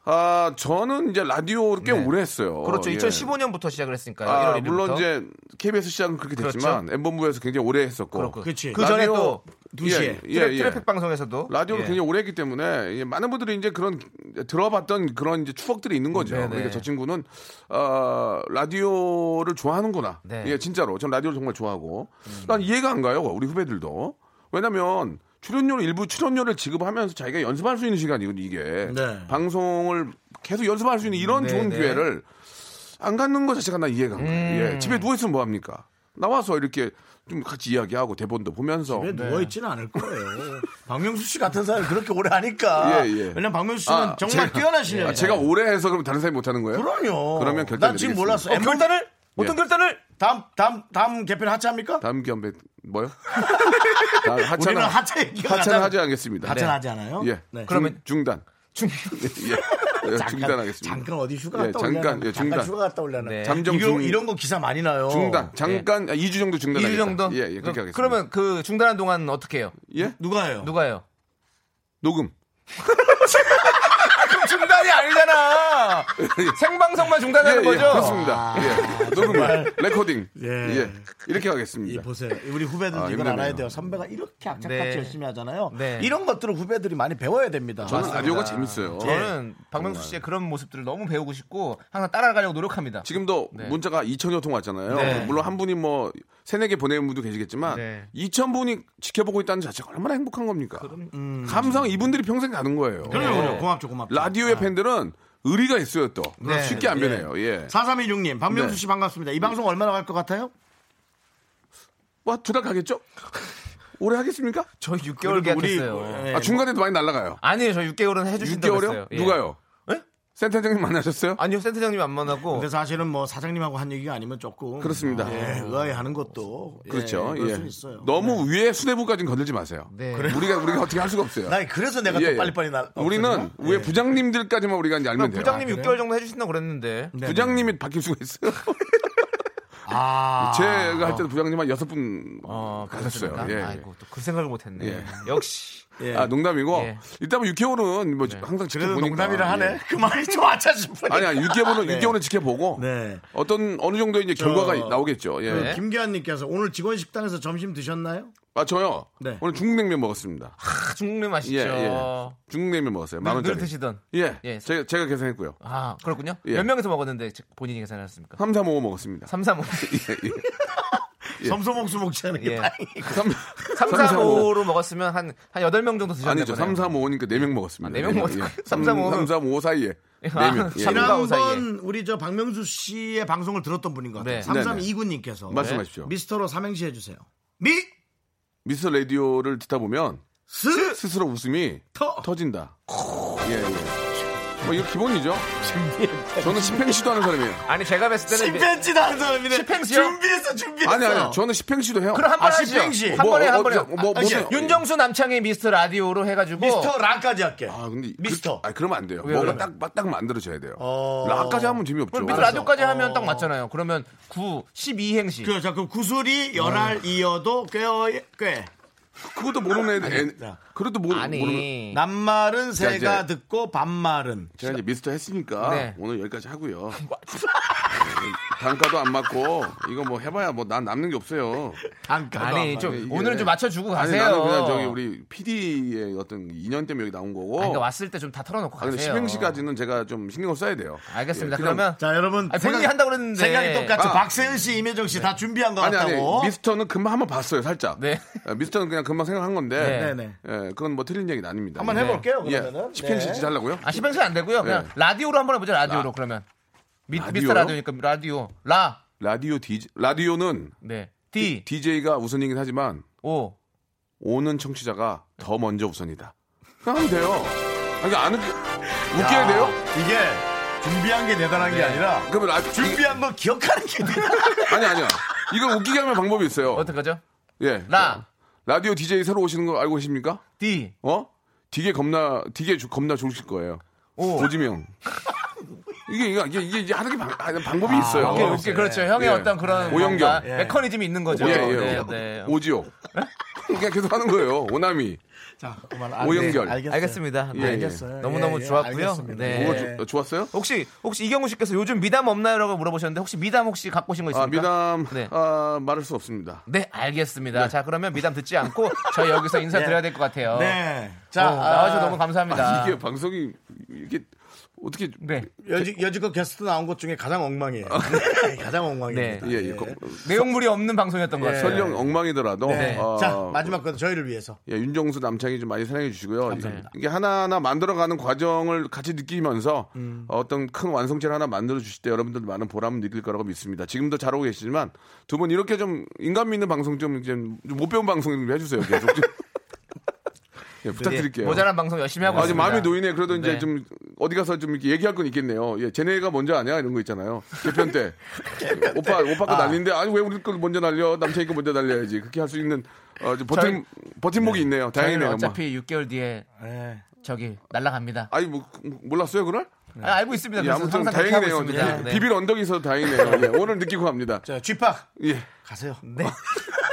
S4: 아, 저는 이제 라디오를 꽤
S2: 네.
S4: 오래 했어요.
S2: 그렇죠.
S4: 예.
S2: 2015년부터 시작을 했으니까요.
S4: 아,
S2: 1월 1일부터. 그렇죠.
S4: 물론 이제 KBS 시작은 그렇게 됐지만 엠본부에서 굉장히 오래 했었고.
S2: 그렇고.
S1: 그치.
S2: 그 전에
S4: 라디오-
S2: 또
S1: 두 시에.
S4: 예,
S2: 트래,
S4: 예, 예.
S2: 트래픽 방송에서도
S4: 라디오를
S2: 예.
S4: 굉장히 오래 했기 때문에 예, 많은 분들이 이제 그런 들어봤던 그런 이제 추억들이 있는 거죠.
S2: 네네.
S4: 그러니까 저 친구는 어, 라디오를 좋아하는구나.
S2: 네. 음.
S4: 예, 진짜로. 전 라디오를 정말 좋아하고. 난 이해가 안 가요. 우리 후배들도. 왜냐면 출연료 일부 출연료를 지급하면서 자기가 연습할 수 있는 시간이거든요, 이게.
S1: 네.
S4: 방송을 계속 연습할 수 있는 이런
S2: 네,
S4: 좋은
S2: 네.
S4: 기회를 안 갖는 것 자체가 나 이해가 안 가요. 예.
S2: 음.
S4: 집에 누워 있으면 뭐 합니까? 나와서 이렇게 좀 같이 이야기하고 대본도 보면서
S1: 왜 누워있지는 않을 거예요. 박명수 씨 같은 사람을 그렇게 오래 하니까.
S4: 예, 예.
S1: 왜냐면 박명수 씨는
S4: 아,
S1: 정말 뛰어난
S4: 제가-
S1: 그러니까. 실력이에요.
S4: 아, 제가 오래 해서 그럼 다른 사람이 못하는 거예요?
S1: 그럼요.
S4: 그러면 결단
S1: 난 지금
S4: 내리겠습니다.
S1: 몰랐어.
S2: 어,
S1: 엠본-
S2: 결단을 어떤
S4: 예.
S2: 결단을
S1: 다음, 다음, 다음 개편 하차합니까?
S4: 다음 겸배 뭐요? 나 하차는
S1: 우리는 하차 얘기가
S4: 하차는
S1: 가장-
S4: 하지 않겠습니다.
S1: 하차는
S4: 네.
S1: 하지 않아요?
S4: 예.
S1: 네.
S4: 그러면 중단. 예, 예, 중단하겠습니다.
S1: 잠깐 어디 휴가 갔다
S4: 예,
S1: 올려나?
S4: 잠깐, 예, 중단.
S1: 휴가 갔다 올려나?
S2: 네.
S4: 잠정
S1: 이거-
S4: 중-
S1: 이런 거 기사 많이 나요.
S4: 중단. 잠깐 아, 2주 정도 중단.
S2: 2주 정도?
S4: 예, 예, 그렇게 하겠습니다.
S2: 그러면 그 중단한 동안 어떻게 해요?
S4: 예?
S1: 누가요?
S2: 누가요?
S4: 녹음.
S2: 그럼 중단이 아니잖아. 생방송만 중단하는
S4: 예,
S2: 거죠?
S4: 예, 그렇습니다. 예. 녹음. 레코딩.
S1: 아, 예.
S4: 예. 이렇게 하겠습니다.
S1: 이 보세요. 우리 후배들
S4: 아,
S1: 이걸
S4: 힘드네요.
S1: 알아야 돼요. 선배가 이렇게 악착같이
S2: 네.
S1: 열심히 하잖아요.
S2: 네.
S1: 이런 것들을 후배들이 많이 배워야 됩니다.
S4: 저는 아,
S2: 맞습니다.
S4: 라디오가 재밌어요.
S2: 저는 박명수 씨의 그런 모습들을 너무 배우고 싶고 항상 따라가려고 노력합니다.
S4: 지금도
S2: 네.
S4: 문자가 2천여 통 왔잖아요.
S2: 네.
S4: 물론 한 분이 뭐 세네 개 보내는 분도 계시겠지만
S2: 네.
S4: 2천 분이 지켜보고 있다는 자체가 얼마나 행복한 겁니까? 감상 이분들이 평생 가는 거예요.
S1: 그래요,
S2: 네.
S1: 그래요. 고맙죠, 고맙죠.
S4: 라디오의 팬들은 의리가 있어요 또
S2: 네.
S4: 쉽게 안
S1: 예.
S4: 변해요. 예.
S1: 4316님, 박명수
S4: 네.
S1: 씨 반갑습니다. 이 방송 얼마나 갈 것 같아요?
S4: 뭐두 달 가겠죠? 오래 하겠습니까?
S2: 저 6개월
S1: 그래도 우리-
S2: 계약했어요.
S1: 예.
S4: 아, 중간에도 많이 날아가요.
S2: 뭐, 아니에요, 저 6개월은 해주신다고
S4: 6개월요?
S2: 했어요. 예.
S4: 누가요?
S2: 예?
S4: 센터장님 만나셨어요?
S2: 아니요, 센터장님 안 만나고
S1: 근데 사실은 뭐 사장님하고 한 얘기가 아니면 조금
S4: 그렇습니다.
S1: 예, 의아해하는 것도 예,
S4: 그렇죠.
S1: 그럴
S4: 예.
S1: 수 있어요.
S4: 너무 위에 수뇌부까지는 건들지 마세요.
S2: 네.
S4: 우리가 우리가 어떻게 할 수가 없어요.
S1: 나 그래서 내가
S4: 예,
S1: 또
S4: 예.
S1: 빨리빨리 날.
S4: 우리는 위에 부장님들까지만 우리가 이제 알면
S2: 아,
S4: 돼요.
S2: 부장님 이 6개월 정도 해주신다고 그랬는데
S4: 부장님이 바뀔 수가 있어요.
S1: 아,
S4: 제가 할 때도 부장님 한 여섯 분
S2: 어,
S4: 가셨어요.
S2: 그러셨구나.
S4: 예.
S2: 아이고 또 그 생각을 못했네.
S4: 예.
S2: 역시
S1: 예.
S4: 아 농담이고
S2: 예. 네.
S4: 일단 뭐 6개월은 뭐
S1: 그래도
S4: 항상 지켜보니까
S1: 농담이라 하네.
S4: 예.
S1: 그만이 좀 아차 싶으니까.
S4: 아니 아니 6개월은
S1: 네.
S4: 6개월은 지켜보고
S1: 네.
S4: 어떤 어느 정도 이제
S1: 저-
S4: 결과가 나오겠죠. 예.
S2: 네.
S1: 그 김기환님께서 오늘 직원 식당에서 점심 드셨나요?
S4: 아 저요
S1: 네.
S4: 오늘 중국냉면 먹었습니다.
S2: 아, 중국냉 맛있죠.
S4: 예, 예. 중국냉면 먹었어요. 만
S2: 늘, 늘
S4: 원짜리.
S2: 네, 드시던.
S4: 예.
S2: 예.
S4: 제가 제가 계산했고요.
S2: 아 그렇군요.
S4: 예.
S2: 몇 명에서 먹었는데 본인이 계산하셨습니까?
S4: 3, 3, 5 먹었습니다.
S2: 3, 3, 5.
S4: 예, 예.
S1: 섬소목수 먹지 않은 게
S2: 예.
S1: 다행이고.
S4: 3,
S2: 3, 4, 5로 먹었으면 한, 한 8명 정도 드셨나요?
S4: 아니죠. 3, 3, 5니까 4명
S2: 아,
S4: 먹었습니다.
S2: 네명 먹었어요?
S4: 3, 3,
S2: 3-3-5
S4: 5. 3, 3, 5 사이에.
S2: 아,
S4: 4명. 예.
S2: 삼- 삼과 오
S1: 지난번 우리 저 박명수 씨의 방송을 들었던 분인 것 같아요.
S2: 네.
S1: 삼 3329님께서
S4: 말씀하십시오.
S1: 미스터로 삼행시 해주세요. 미,
S4: 미스터 라디오를 듣다 보면
S1: 스,
S4: 스스로 웃음이
S1: 터.
S4: 터진다. 예, 예. 뭐 이거 기본이죠. 저는 심팽시도 하는 사람이에요.
S2: 아니, 제가 봤을 때는.
S1: 심펜지도 하는 사람이네.
S2: 심펜지요?
S1: 준비했어, 준비했어.
S4: 아니 아니 저는 심팽시도 해요.
S2: 예, 그럼 한번
S1: 아,
S2: 하시죠.
S1: 심평시.
S2: 한
S4: 뭐,
S2: 번에 한
S4: 어,
S2: 번에.
S4: 저, 뭐,
S2: 아,
S4: 뭐세요?
S2: 이게 윤정수 남창의 미스터 라디오로 해가지고.
S1: 미스터 라까지 할게.
S4: 아 근데
S1: 미스터.
S4: 그, 아 그러면 안 돼요.
S2: 왜요?
S4: 뭔가
S2: 왜요?
S4: 딱딱 만들어져야 돼요.
S1: 어.
S4: 라까지
S2: 그럼
S4: 하면 재미없죠.
S2: 미스터
S4: 어.
S2: 라디오까지 하면 딱 맞잖아요. 그러면 9, 12행시.
S1: 그, 자, 그럼 구슬이 연할 이어도 꿰어, 꽤.
S4: 그것도 모르는 애들. 애-
S1: 야.
S4: 그래도 모르, 모르는.
S2: 아니.
S1: 낱말은 새가
S4: 이제-
S1: 듣고 반말은.
S4: 제가 이제 미스터 했으니까
S2: 네.
S4: 오늘 여기까지 하고요. 네, 단가도 안 맞고 이거 뭐 해봐야 뭐 난 남는 게 없어요.
S1: 단가도
S2: 아니,
S1: 안
S2: 좀,
S4: 이게-
S2: 오늘은 좀 맞춰주고 가세요.
S4: 예. 아니 나는 그냥 저기 우리 PD의 어떤 인연 때문에 여기 나온 거고.
S2: 아니, 그러니까 왔을 때 좀 다 털어놓고
S4: 아, 근데
S2: 가세요.
S4: 심행시까지는 제가 좀 신경을 써야 돼요.
S2: 알겠습니다.
S4: 예, 그냥-
S2: 그러면.
S1: 자 여러분
S2: 아니, 본인이 한다고 그랬는데.
S1: 생각이 똑같죠
S4: 아.
S1: 박세은 씨 이매정 씨 다 준비한 거
S4: 아니 아니
S1: 같다고
S4: 미스터는 금방 한번 봤어요 살짝.
S2: 네.
S4: 예, 미스터는 그냥 금방 생각한
S2: 네.
S4: 건데.
S1: 네네.
S4: 예, 그건 뭐 틀린 얘기는 아닙니다.
S1: 한번 해볼게요
S4: 예.
S1: 그러면은
S4: 심행시
S1: 네.
S4: 하려고요?
S2: 아, 10행시 안 되고요. 그냥
S4: 네.
S2: 라디오로 한번 해보자, 라디오로
S4: 라.
S2: 그러면. 미,
S4: 라디오요?
S2: 미스터 라디오니까 라디오. 라.
S4: 라디오 DJ 라디오는
S2: 네. D.
S4: DJ가 우선이긴 하지만
S2: 오.
S4: 오는 청취자가 더 먼저 우선이다. 그냥 하면 돼요. 아니 안 웃겨, 웃겨야 돼요?
S1: 아, 이게 준비한 게 대단한 게 아니라
S4: 그러면 라, 준비
S1: 준비한 거 기억하는 게 대단한
S4: 아니 아니야. 이걸 웃기게 하면 방법이 있어요.
S2: 어떻게 하죠?
S4: 예.
S2: 라.
S4: 라디오 DJ 새로 오시는 거 알고 계십니까?
S2: D.
S4: 어? 되게 겁나 되게 조- 겁나 좋으실 거예요.
S2: 오.
S4: 고지명. 이게 이게 이게, 이게 이제 하는 게 방, 아, 방법이 있어요.
S2: 오케이, 오케이. 그렇죠. 형의
S4: 예.
S2: 어떤 그런
S4: 오형경.
S2: 뭔가
S1: 예.
S2: 메커니즘이 있는 거죠.
S4: 예, 예, 예.
S2: 네, 네.
S4: 오지오. 그냥 계속 하는 거예요. 오남이.
S1: 자 그만 아,
S4: 오연결.
S1: 네, 알겠어요.
S2: 알겠습니다. 네.
S4: 예, 예.
S1: 알겠어요.
S2: 너무너무
S1: 예, 예,
S2: 좋았고요.
S1: 알겠습니다.
S2: 네.
S4: 뭐가
S1: 예.
S4: 조- 좋았어요? 아,
S2: 혹시 혹시 이경우 씨께서 요즘 미담 없나요라고 물어보셨는데 혹시 미담 혹시 갖고 오신 거
S4: 아,
S2: 있습니까?
S4: 미담
S2: 네.
S4: 아, 말할 수 없습니다.
S2: 네, 알겠습니다. 자, 그러면 미담 듣지 않고 저희 여기서 인사드려야 될 것 같아요.
S1: 네.
S2: 어,
S1: 자
S2: 나와주셔서
S1: 아,
S2: 너무 감사합니다.
S4: 이게 방송이 이게 어떻게
S2: 네.
S1: 여지, 여지껏 게스트 나온 것 중에 가장 엉망이에요 가장 엉망입니다
S4: 예, 예. 거-
S2: 내용물이 없는 방송이었던 것 같아요.
S4: 예.
S2: 예.
S4: 설령 엉망이더라도
S1: 네.
S4: 아,
S1: 자 마지막 건 저희를 위해서
S4: 예, 윤정수 남창이 좀 많이 사랑해 주시고요. 이게 하나하나 만들어가는 과정을 같이 느끼면서
S2: 음.
S4: 어떤 큰 완성체를 하나 만들어 주실 때 여러분들도 많은 보람을 느낄 거라고 믿습니다. 지금도 잘하고 계시지만 두 분 이렇게 좀 인간 믿는 방송 좀 못 배운 방송 좀 해주세요. 계속 좀. 예,
S2: 예,
S4: 부탁드릴게요.
S2: 모자란 방송 열심히 하고
S4: 아, 이제
S2: 있습니다.
S4: 마음이 놓이네. 그래도 이제
S2: 네.
S4: 좀 어디 가서 좀 이렇게 얘기할 건 있겠네요. 예, 쟤네가 먼저 아냐 이런 거 있잖아요. 개편 때 오빠 오빠 거 날린데 아니 왜 우리 거 먼저 날려 남창이 거 먼저 날려야지 그렇게 할 수 있는 어, 이제 버팀 버팀목이 있네요. 다행이네요.
S2: 저희는
S4: 뭐.
S2: 어차피 6개월 뒤에
S1: 예.
S2: 저기 날라갑니다.
S4: 아니 뭐 몰랐어요 그날?
S2: 아, 알고 있습니다.
S4: 예,
S2: 그래서
S4: 아무튼
S2: 항상 그렇게 하고
S4: 다행이네요.
S2: 있습니다.
S4: 예,
S2: 네.
S4: 비빌 언덕이 있어서 다행이네요. 예, 오늘 느끼고 갑니다.
S1: 자, 쥐팍
S4: 예,
S1: 가세요.
S2: 네.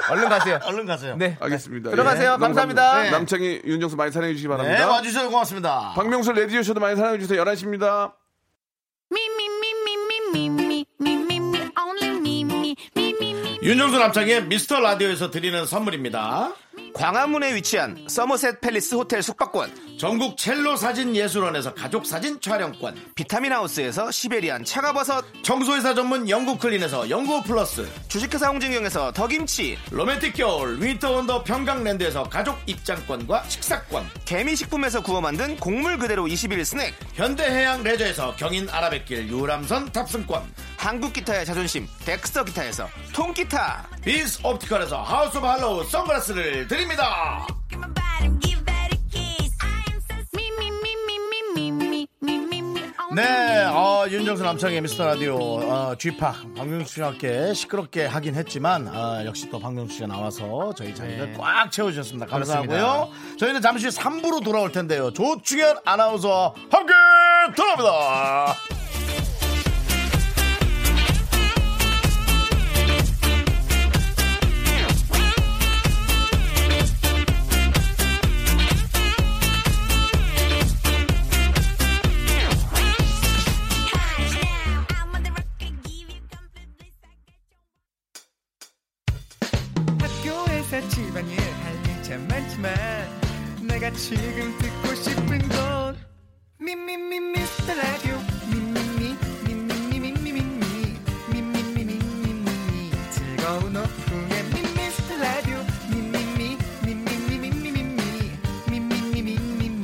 S2: 얼른 가세요.
S1: 얼른 가세요.
S2: 네.
S4: 알겠습니다.
S2: 들어가세요.
S4: 예,
S2: 감사합니다. 네.
S4: 남창이 윤정수 많이 사랑해 주시기
S1: 네,
S4: 바랍니다.
S1: 와주셔서 고맙습니다.
S4: 박명수 레디오 쇼도 많이 사랑해 주세요. 11시입니다.
S1: 윤정수 남창의 미스터 라디오에서 드리는 선물입니다.
S2: 광화문에 위치한 서머셋 팰리스 호텔 숙박권,
S1: 전국 첼로 사진 예술원에서 가족 사진 촬영권,
S2: 비타민 하우스에서 시베리안 차가버섯,
S1: 청소회사 전문 영국 클린에서 영국 플러스,
S2: 주식회사 홍진경에서 더김치,
S1: 로맨틱 겨울 위터 원더 평강랜드에서 가족 입장권과 식사권,
S2: 개미식품에서 구워 만든 곡물 그대로 21 스낵,
S1: 현대해양 레저에서 경인 아라뱃길 유람선 탑승권,
S2: 한국 기타의 자존심, 덱스터 기타에서 통기타,
S1: 비스 옵티컬에서 하우스 오브 할로우 선글라스를 드립니다.
S7: Give my body, give that a kiss. I am so me, me, me, me, me, me, me, me, me, only
S1: 네, 어, 윤정수 남창의 미스터 라디오 어, 쥐팍 박명수 씨와 함께 시끄럽게 하긴 했지만 어, 역시 또 박명수 씨가 나와서 저희 자리를 꽉 채워주셨습니다. 감사하고요. 저희는 잠시 후 3부로 돌아올 텐데요. 조충현 아나운서와 함께 돌아옵니다.
S7: cash now. I'm on the rocket, give you complete bliss. I get your
S8: 학교에서 집안일 할 일 참 많지만 내가 지금 듣고 싶은 건 미미미 미스터 라디오 미미미 미미미 미미미 미미미 미미미 미미미 즐거운 오후에 미스터 라디오 미미미 미미미 미미미 미미미 미미미 미미미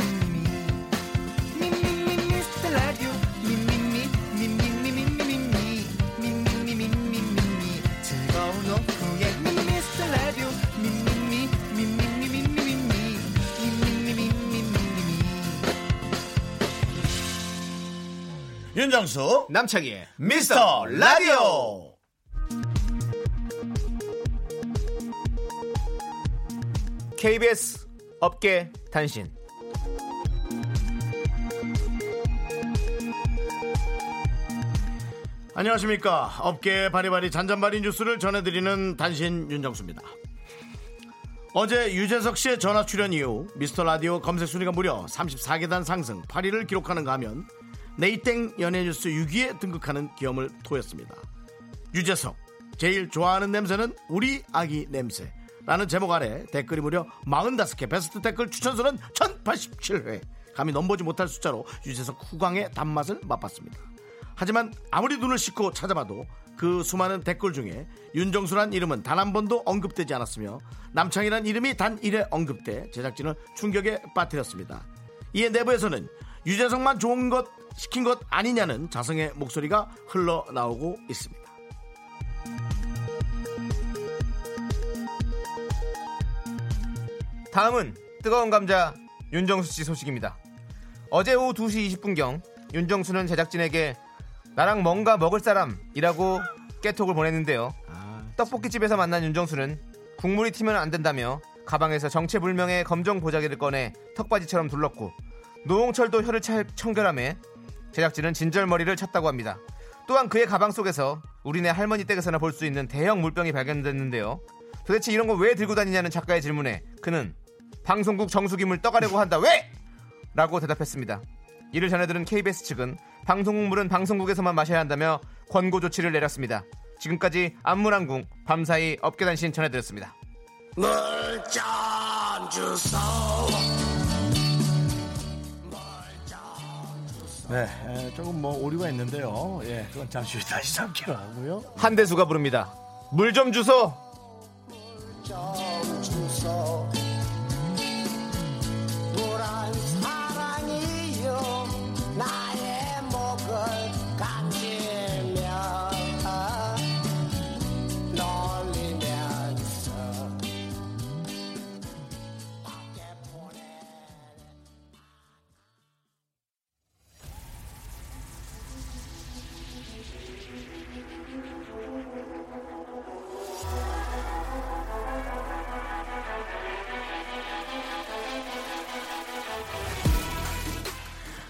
S1: 윤정수
S2: 남창희의
S1: 미스터 라디오.
S2: KBS 업계 단신.
S1: 안녕하십니까. 업계의 바리바리 잔잔바리 뉴스를 전해드리는 단신 윤정수입니다. 어제 유재석 씨의 전화 출연 이후 미스터 라디오 검색 순위가 무려 34계단 상승 8위를 기록하는가 하면 네이땡 연예뉴스 6위에 등극하는 기염을 토했습니다. 유재석 제일 좋아하는 냄새는 우리 아기 냄새 라는 제목 아래 댓글이 무려 45개 베스트 댓글 추천수는 1087회 감히 넘보지 못할 숫자로 유재석 후광의 단맛을 맛봤습니다 하지만 아무리 눈을 씻고 찾아봐도 그 수많은 댓글 중에 윤정수란 이름은 단 한 번도 언급되지 않았으며 남창이란 이름이 단 1회 언급돼 제작진을 충격에 빠뜨렸습니다 이에 내부에서는 유재석만 좋은 것 시킨 것 아니냐는 자성의 목소리가 흘러나오고 있습니다.
S2: 다음은 뜨거운 감자 윤정수 씨 소식입니다. 어제 오후 2시 20분경 윤정수는 제작진에게 나랑 뭔가 먹을 사람이라고 깨톡을 보냈는데요. 떡볶이집에서 만난 윤정수는 국물이 튀면 안 된다며 가방에서 정체불명의 검정 보자기를 꺼내 턱받이처럼 둘렀고 노홍철도 혀를 찰- 청결함에 제작진은 진절머리를 쳤다고 합니다. 또한 그의 가방 속에서 우리네 할머니 댁에서나 볼 수 있는 대형 물병이 발견됐는데요. 도대체 이런 거 왜 들고 다니냐는 작가의 질문에 그는 방송국 정수김을 떠가려고 한다 왜? 라고 대답했습니다. 이를 전해들은 KBS 측은 방송국물은 방송국에서만 마셔야 한다며 권고 조치를 내렸습니다. 지금까지 안무랑궁 밤사이 업계단신 전해드렸습니다.
S1: 네, 에, 조금 뭐 오류가 있는데요. 예, 그건 잠시 후에 다시 잡기로 하고요.
S2: 한대수가 부릅니다. 물 좀 주소.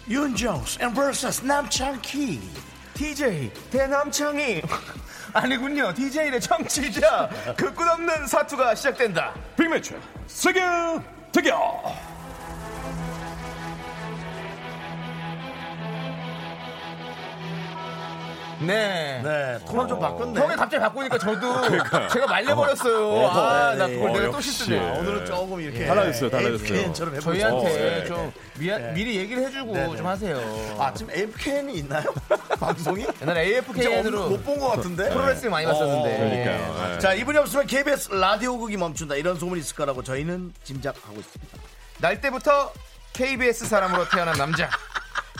S1: 윤정수 and vs 남창희
S2: DJ 대남창이 아니군요. DJ의 청취자 그 끝없는 사투가 시작된다.
S9: 빅매치 세계 대결
S2: 네.
S1: 네 톤을 좀 바꿨네 그러니까.
S2: 형이 갑자기 바꾸니까 저도 제가 말려버렸어요. 아, 나 그걸 내가 또 실수네.
S1: 아, 오늘은 조금 이렇게
S9: 달라졌어요, 달라졌어요.
S1: APN처럼 해보죠
S2: 저희한테
S1: 예. 네.
S2: 좀 미야- 미리 얘기를 해주고 좀 하세요.
S1: 아 지금 APN이 있나요? 방송이?
S2: 옛날에 AFKN으로
S1: 못본 것 같은데 네.
S2: 프로레슬링 많이 봤었는데.
S9: 네. 어, 그러니까요. 네.
S1: 자 이분이 없으면 KBS 라디오국이 멈춘다 이런 소문이 있을 거라고 저희는 짐작하고 있습니다
S2: 날 때부터 KBS 사람으로 태어난 남자.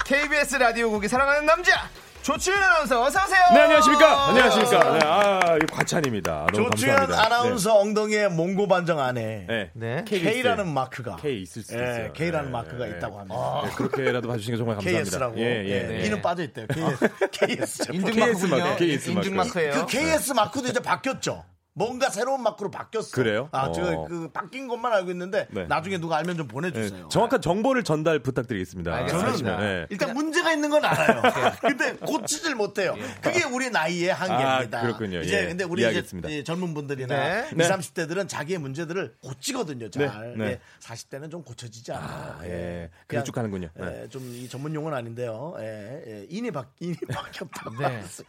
S2: KBS 라디오국이 사랑하는 남자. 조치윤 아나운서 어서 오세요.
S9: 네 안녕하십니까 안녕하십니까 네, 아 이거 과찬입니다 너무
S1: 조치현
S9: 감사합니다
S1: 아나운서 엉덩이에 몽고 반정 안에
S9: 네. 네.
S2: 네.
S1: K라는 마크가
S9: K 있을 수도 있어요.
S1: 예, K라는
S9: 예,
S1: 마크가
S9: 예,
S1: 있다고
S9: 예.
S1: 합니다
S9: 네, 그렇게라도 봐주신 게 정말 감사합니다.
S1: KS라고
S9: 예, 아. 예.
S1: 예, 이는 빠져있대요 KS
S2: 인증
S9: KS 마크,
S2: 마크군요.
S9: KS 마크.
S2: 인증 마크예요.
S1: 그 KS 마크도 이제 바뀌었죠. 뭔가 새로운 마크로 바뀌었어.
S9: 네. 그래요?
S1: 아, 저
S9: 어.
S1: 그 바뀐 것만 알고 있는데
S9: 네.
S1: 나중에 누가 알면 좀
S9: 예.
S1: 보내주세요.
S9: 정확한 정보를 전달 부탁드리겠습니다.
S2: 알겠습니다.
S9: 사실은, 예.
S1: 일단 문제가 있는 건 알아요. 근데 고치질 못해요. 그게 우리 나이의 한계입니다.
S9: 네. 예. 아, 그렇군요.
S1: 이제
S9: 예.
S1: 근데 우리
S9: 이해하겠습니다.
S1: 이제 젊은 분들이나
S2: 네.
S1: 20,
S9: 네.
S1: 30대들은 자기의 문제들을 고치거든요. 잘.
S9: 네.
S1: 네. 40대는 좀 고쳐지지 않아요. 예,
S9: 예. 그냥 쭉 가는군요. 네.
S1: 좀이 전문 용어는 아닌데요. 예, 예. 인이 바, 인이 바뀌었다고.
S2: 네.
S1: 말씀.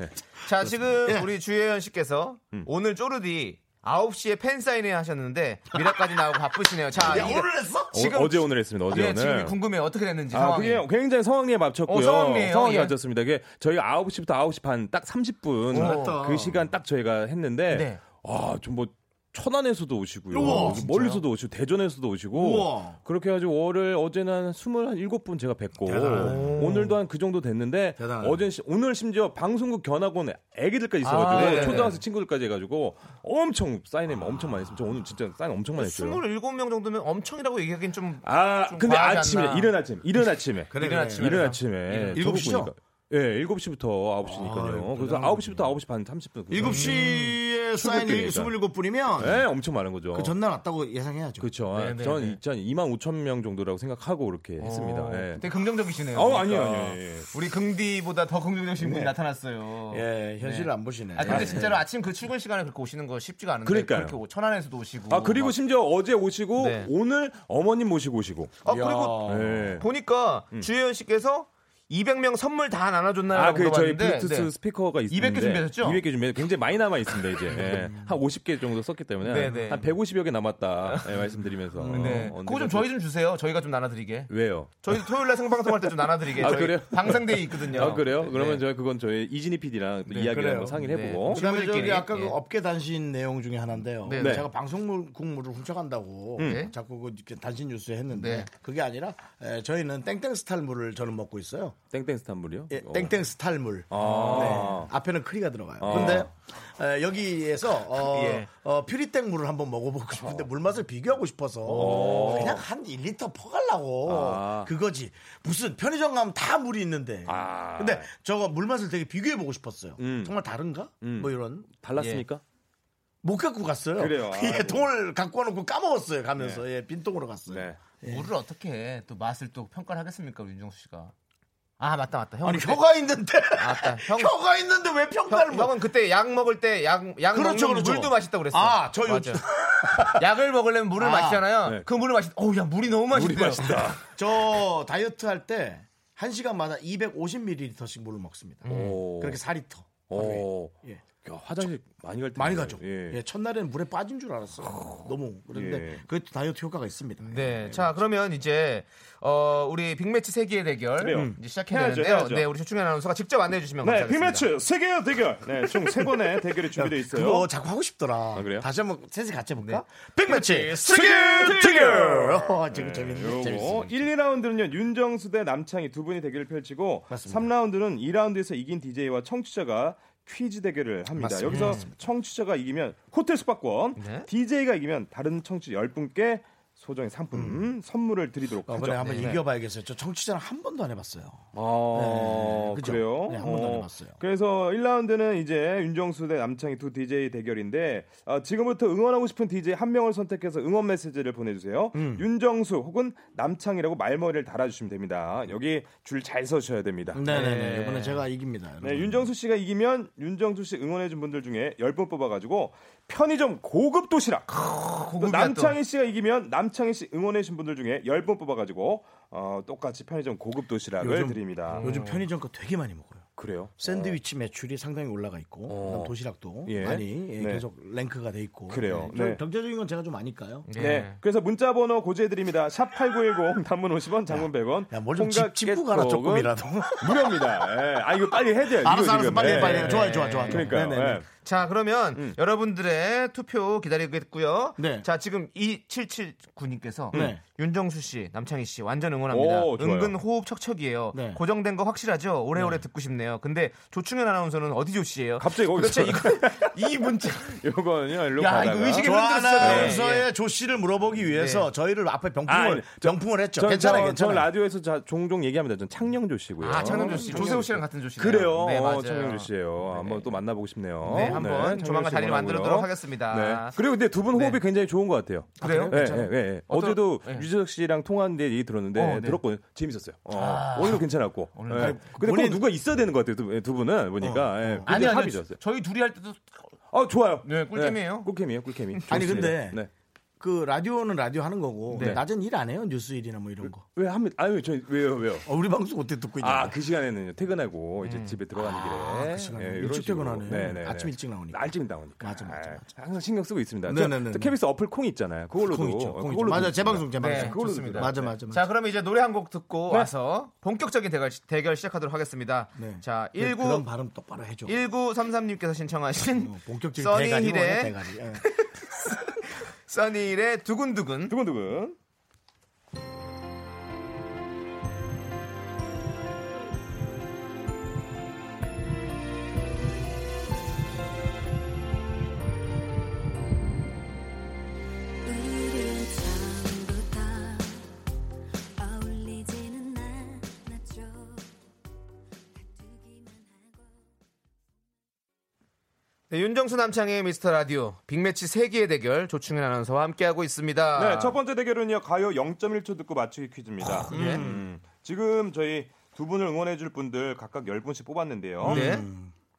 S2: 자, 지금
S1: 예.
S2: 우리 주혜연 씨께서
S1: 음.
S2: 오늘 쪼르디 9시에 팬사인회 하셨는데 미라까지 나오고 바쁘시네요. 자,
S1: 야,
S2: 이게-
S1: 오늘 했어?
S9: 어,
S2: 지금-
S9: 어제 오늘 했습니다. 어제
S2: 예,
S9: 오늘.
S2: 지금 궁금해요. 어떻게 됐는지
S9: 아,
S2: 상황이. 그렇죠.
S9: 그게 굉장히 상황리에 맞췄고요.
S2: 어, 상황리에요.
S9: 상황이
S2: 예.
S9: 맞췄습니다. 이게 저희가 9시부터 9시 반 딱 30분
S1: 맞다.
S9: 그 시간 딱 저희가 했는데
S2: 네.
S9: 아, 좀 뭐 천안에서도 오시고요.
S1: 우와,
S9: 멀리서도 오시고 대전에서도 오시고
S1: 우와.
S9: 그렇게 해 가지고 월을 어제는 한 27분 제가 뵙고
S1: 대단하네.
S9: 오늘도 한 그 정도 됐는데
S1: 대단하네.
S9: 어제 오늘 심지어 방송국 견학원 애기들까지 있어
S2: 아,
S9: 가지고
S2: 네네.
S9: 초등학생 친구들까지 해 가지고 엄청 사인을 엄청 많이 했습니다. 저 오늘 진짜 사인 엄청 많이 했어요.
S2: 27명 정도면 엄청이라고 얘기하긴 좀
S9: 아,
S2: 좀
S9: 근데
S2: 과하지
S9: 아침에
S2: 않나. 그러니까
S9: 이른 아침, 이른 아침에.
S2: 그래, 이른 아침에.
S9: 이른 아침에.
S1: 일곱
S9: 저거
S1: 시죠?
S9: 보니까. 예, 7시부터
S2: 아,
S9: 9시니까요. 그래서 9시부터 9시 반 30분.
S1: 7시에 사인
S9: 개니까.
S1: 27분이면
S9: 예, 네, 엄청 많은 거죠.
S1: 그 전날 왔다고 예상해야죠.
S9: 그렇죠.
S2: 네, 어, 네, 네.
S9: 전, 전 2만 5천 명 정도라고 생각하고 이렇게 했습니다. 예.
S2: 되게 긍정적이시네요.
S9: 어,
S2: 그러니까.
S9: 아니에요, 네. 아니에요. 예, 예.
S2: 우리 긍디보다 더 긍정적이신 분이 나타났어요.
S1: 예, 현실을 안 보시네.
S2: 아 근데 진짜로 아침 그 출근 시간에 그렇게 오시는 거 쉽지가 않은데
S9: 예. 그러니까요.
S2: 그렇게 오- 천안에서도 오시고
S9: 아, 그리고
S2: 막-
S9: 심지어 어제 오시고
S2: 네.
S9: 오늘 어머님 모시고 오시고.
S2: 아, 그리고
S9: 예.
S2: 보니까 주혜연 씨께서 200명 선물 다 나눠줬나요?
S9: 아,
S2: 라고
S9: 그 저희
S2: 물어봤는데,
S9: 블루투스
S2: 네.
S9: 스피커가 있는데
S2: 200개 준비하셨죠? 음.
S9: 200개 준비 굉장히 많이 남아 있습니다 이제 예. 한 50개 정도 썼기 때문에
S2: 네네.
S9: 한 150여 개 남았다 예, 말씀드리면서
S2: 네.
S9: 어,
S2: 그거 좀 저희 좀 주세요. 저희가 좀 나눠드리게.
S9: 왜요?
S2: 저희 토요일 날 생방송할 때 좀 나눠드리게.
S9: 아,
S2: 저희
S9: 그래요?
S2: 방생대에 있거든요.
S9: 아 그래요? 그러면
S2: 네.
S9: 저희 그건 저희 이진희 PD랑 이야기를 한번 상의를
S2: 네.
S9: 해보고
S1: 그다음에 저기
S2: 친구들끼리.
S1: 아까 그
S2: 예.
S1: 업계 단신 내용 중에 하나인데요.
S2: 네, 네.
S1: 제가 방송물 국물을 훔쳐간다고
S2: 음.
S1: 자꾸 그 이렇게 단신 뉴스 에 했는데
S2: 네.
S1: 그게 아니라 에, 저희는 땡땡 스탈물을 저는 먹고 있어요.
S9: 땡땡 스탄불이요?
S1: 예, 땡땡 스탈물.
S9: 어. 아.
S1: 네. 앞에는 크리가 들어가요.
S9: 아.
S1: 근데 에, 여기에서 어,
S2: 예.
S1: 어, 퓨리땡 물을 한번 먹어보고 싶은데 물 맛을 비교하고 싶어서 그냥 한 1리터 퍼갈라고
S9: 아.
S1: 그거지. 무슨 편의점 가면 다 물이 있는데.
S9: 아.
S1: 근데 저거 물 맛을 되게 비교해보고 싶었어요.
S9: 음.
S1: 정말 다른가?
S9: 음.
S1: 뭐 이런
S9: 달랐습니까?
S1: 못 갖고 갔어요.
S9: 그래요?
S1: 예,
S9: 아이고.
S1: 돈을 갖고 와놓고 까먹었어요. 가면서 예, 빈통으로 갔어요.
S9: 네.
S2: 물을 어떻게 또 맛을 또 평가를 하겠습니까, 우리 윤정수 씨가? 아 맞다 맞다. 형
S1: 아니
S2: 그때- 아,
S1: 혀가 있는데
S2: 맞다. 형-
S1: 혀가 있는데 왜 평가를
S2: 형,
S1: 못?
S2: 형은 그때 약 먹을 때약약
S1: 뭐 그렇죠,
S2: 먹는
S1: 그렇죠.
S2: 물도 마셨다고 그랬어.
S1: 아, 저 요-
S2: 맞아. 약을 먹으려면 물을
S1: 아,
S2: 마시잖아요.
S9: 네.
S2: 그 물을 마시. 어우 야 물이 너무 맛있다.
S9: 물이 맛있다.
S1: 저 다이어트 할 때 1시간마다 250ml씩 물을 먹습니다.
S9: 음. 오.
S1: 그렇게 4리터.
S9: 오.
S1: 예.
S9: 야, 화장실 많이 갈 때.
S1: 많이 가죠.
S9: 예. 아.
S1: 예, 첫날에는 물에 빠진 줄 알았어요. 너무. 그런데
S9: 예.
S1: 그것도 다이어트 효과가 있습니다.
S2: 네, 자 그러면 이제 어, 우리 빅매치 세계 대결
S9: 그래요.
S2: 이제 시작해야
S9: 해야죠,
S2: 되는데요.
S9: 해야죠.
S2: 네, 우리 최충현 아나운서가 직접 안내해 주시면
S9: 네,
S2: 감사하겠습니다.
S9: 빅매치 세계 대결. 네, 총 세 권의 대결이 준비되어 네, 있어요. 아,
S1: 그거 자꾸 하고 싶더라.
S9: 그래요? 네.
S1: 다시 한번 셋이 같이 해볼까? 빅매치 스킬
S9: 스킬
S1: 트리거! 어, 지금 재밌네.
S9: 요거
S1: 재밌습니다.
S9: 1, 2라운드는요 윤정수 대 남창희 두 분이 대결을 펼치고
S1: 맞습니다.
S9: 3라운드는 2라운드에서 이긴 DJ와 청취자가 퀴즈 대결을 합니다.
S1: 맞습니다.
S9: 여기서 청취자가 이기면 호텔 숙박권,
S2: 네.
S9: DJ가 이기면 다른 청취 10분께 소정의 상품
S1: 음.
S9: 선물을 드리도록 하죠.
S1: 이번에 한번
S9: 네.
S1: 이겨봐야겠어요. 저 청취자는 한 번도 안 해봤어요.
S9: 아,
S1: 네, 그죠?
S9: 그래요?
S1: 네, 한 번도 안 해봤어요.
S9: 그래서 1라운드는 이제 윤정수 대 남창희 두 DJ 대결인데 아, 지금부터 응원하고 싶은 DJ 한 명을 선택해서 응원 메시지를 보내주세요.
S1: 음.
S9: 윤정수 혹은 남창희라고 말머리를 달아주시면 됩니다. 여기 줄 잘 서셔야 됩니다.
S1: 네네네. 이번에 제가 이깁니다. 여러분.
S9: 네, 윤정수 씨가 이기면 윤정수 씨 응원해준 분들 중에 10분 뽑아가지고 편의점 고급 도시락.
S2: 그
S9: 또 남창희 씨가 이기면 남창희 씨 응원해준 분들 중에 10분 뽑아가지고 어, 똑같이 편의점 고급 도시락을
S1: 요즘- 음,
S9: 드립니다.
S1: 요즘 편의점 거 되게 많이 먹어요.
S9: 그래요?
S1: 샌드위치 매출이 상당히 올라가 있고 그다음 도시락도
S9: 어. 예.
S1: 많이 예,
S9: 네.
S1: 계속 랭크가 돼 있고
S9: 그래요.
S1: 네. 저
S9: 네.
S1: 경제적인 건 제가 좀 아니까요.
S9: 네. 그래서 문자 번호 고지해드립니다. 샵 8910 단문 50원 장문 100원.
S1: 야, 뭘좀 짚고 가라 조금이라도. 뭐,
S9: 무료입니다. 뭐, 예. 아 이거 빨리 해야 돼요. 이거
S1: 알았어 알았어
S9: 지금.
S1: 빨리 해
S9: 예.
S1: 빨리 해. 좋아요 좋아 좋아.
S9: 그러니까요.
S1: 네네.
S9: 예.
S2: 자, 그러면
S9: 음.
S2: 여러분들의 투표 기다리겠고요.
S1: 네.
S2: 자, 지금 2779님께서
S1: 네.
S2: 윤정수 씨, 남창희 씨 완전 응원합니다.
S9: 오, 좋아요.
S2: 은근 호흡 척척이에요.
S1: 네.
S2: 고정된 거 확실하죠? 오래오래 듣고 싶네요. 근데 조충현 아나운서는 어디 조씨예요?
S9: 갑자기 거기서
S2: 도대체 이거, 이 문자.
S9: 요거는요. 일로
S2: 야,
S9: 가다가.
S2: 아, 이거 의식이
S1: 조
S2: 네,
S1: 아나운서의 조 씨를 물어보기 위해서 저희를 앞에 병풍을
S9: 네. 아니,
S1: 병풍을 했죠.
S9: 전-
S1: 괜찮아
S9: 저- 저
S1: 괜찮아.
S9: 라디오에서 자- 종종 얘기합니다. 전 창녕조 씨고요.
S2: 아, 창현조 씨. 조세호 씨랑 같은 조씨.
S9: 그래요. 어,
S2: 네, 맞아요.
S9: 창영주 씨예요. 한번 또 만나보고 싶네요.
S2: 네, 한번
S9: 창영주
S2: 조만간
S9: 씨
S2: 자리를
S9: 응원하고요. 네.
S2: 만들도록 하겠습니다. 네.
S9: 그리고 근데 두 분 호흡이 굉장히 좋은 것 같아요.
S2: 그래요?
S9: 예,
S2: 괜찮아요?
S9: 예, 예.
S2: 어떤-
S9: 어제도
S2: 예.
S9: 유재석 씨랑 통화하는데 얘기 들었는데
S2: 어, 네.
S9: 들었고 재밌었어요. 어, 오늘도 괜찮았고.
S2: 오늘-
S9: 예.
S2: 아니,
S9: 근데
S1: 아. 본인- 어.
S9: 꼭 누가 있어야 되는 것 같아요. 두, 두 분은 보니까. 예. 굉장히
S1: 아니, 아니,
S9: 합이 좋았어요.
S2: 저희 둘이 할 때도
S9: 어, 좋아요.
S2: 네, 꿀잼이에요.
S9: 예, 꿀캠이에요. 꿀캠이.
S1: 아니,
S9: 좋습니다.
S1: 근데-
S9: 네.
S1: 그 라디오는 라디오 하는 거고
S2: 네.
S1: 낮엔 일 안 해요 뉴스 일이나 뭐 이런 거.
S9: 왜 합니다. 아유, 저 왜요, 왜요?
S1: 어, 우리 방송 어떻게 듣고 있냐?
S9: 아, 그 시간에는요. 퇴근하고 이제 집에 들어가는 길에.
S1: 네. 음.
S9: 예,
S1: 그 시간에.
S9: 이런
S1: 일찍
S9: 식으로.
S1: 퇴근하네. 아침 일찍 나오니까.
S9: 아침 나오니까. 예.
S1: 맞아, 맞아, 맞아.
S9: 항상 신경 쓰고 있습니다.
S1: 네네네.
S9: 저 KBS 어플 콩 있잖아요. 그걸로도
S1: 콩 있죠. 콩 있죠.
S9: 그걸로도
S1: 맞아
S9: 있습니다.
S1: 재방송 재방송.
S2: 네,
S1: 그걸로
S2: 좋습니다.
S1: 맞아 맞아 맞아.
S2: 자, 그러면 이제 노래 한 곡 듣고 와서 본격적인 대결, 대결 시작하도록 하겠습니다.
S1: 네.
S2: 자,
S1: 그- 그런
S2: 19
S1: 발음 똑바로 해줘.
S2: 1933님께서 신청하신
S1: 어, 본격적인 대가리 뭐냐,
S2: 써니힐의
S1: 대가리. 예.
S2: 써니힐의 두근두근
S9: 두근두근.
S7: 우리 전부 다 어울리지는 않았죠 다투기만 하고
S2: 네, 윤정수 남창의 미스터 라디오 빅매치 세개의 대결 조충현 아나운서와 함께하고 있습니다.
S9: 네, 첫 번째 대결은요. 가요 0.1초 듣고 맞추기
S1: 아.
S9: 퀴즈입니다.
S2: 예.
S9: 음. 지금 저희 두 분을 응원해 줄 분들 각각 10분씩 뽑았는데요.
S2: 네.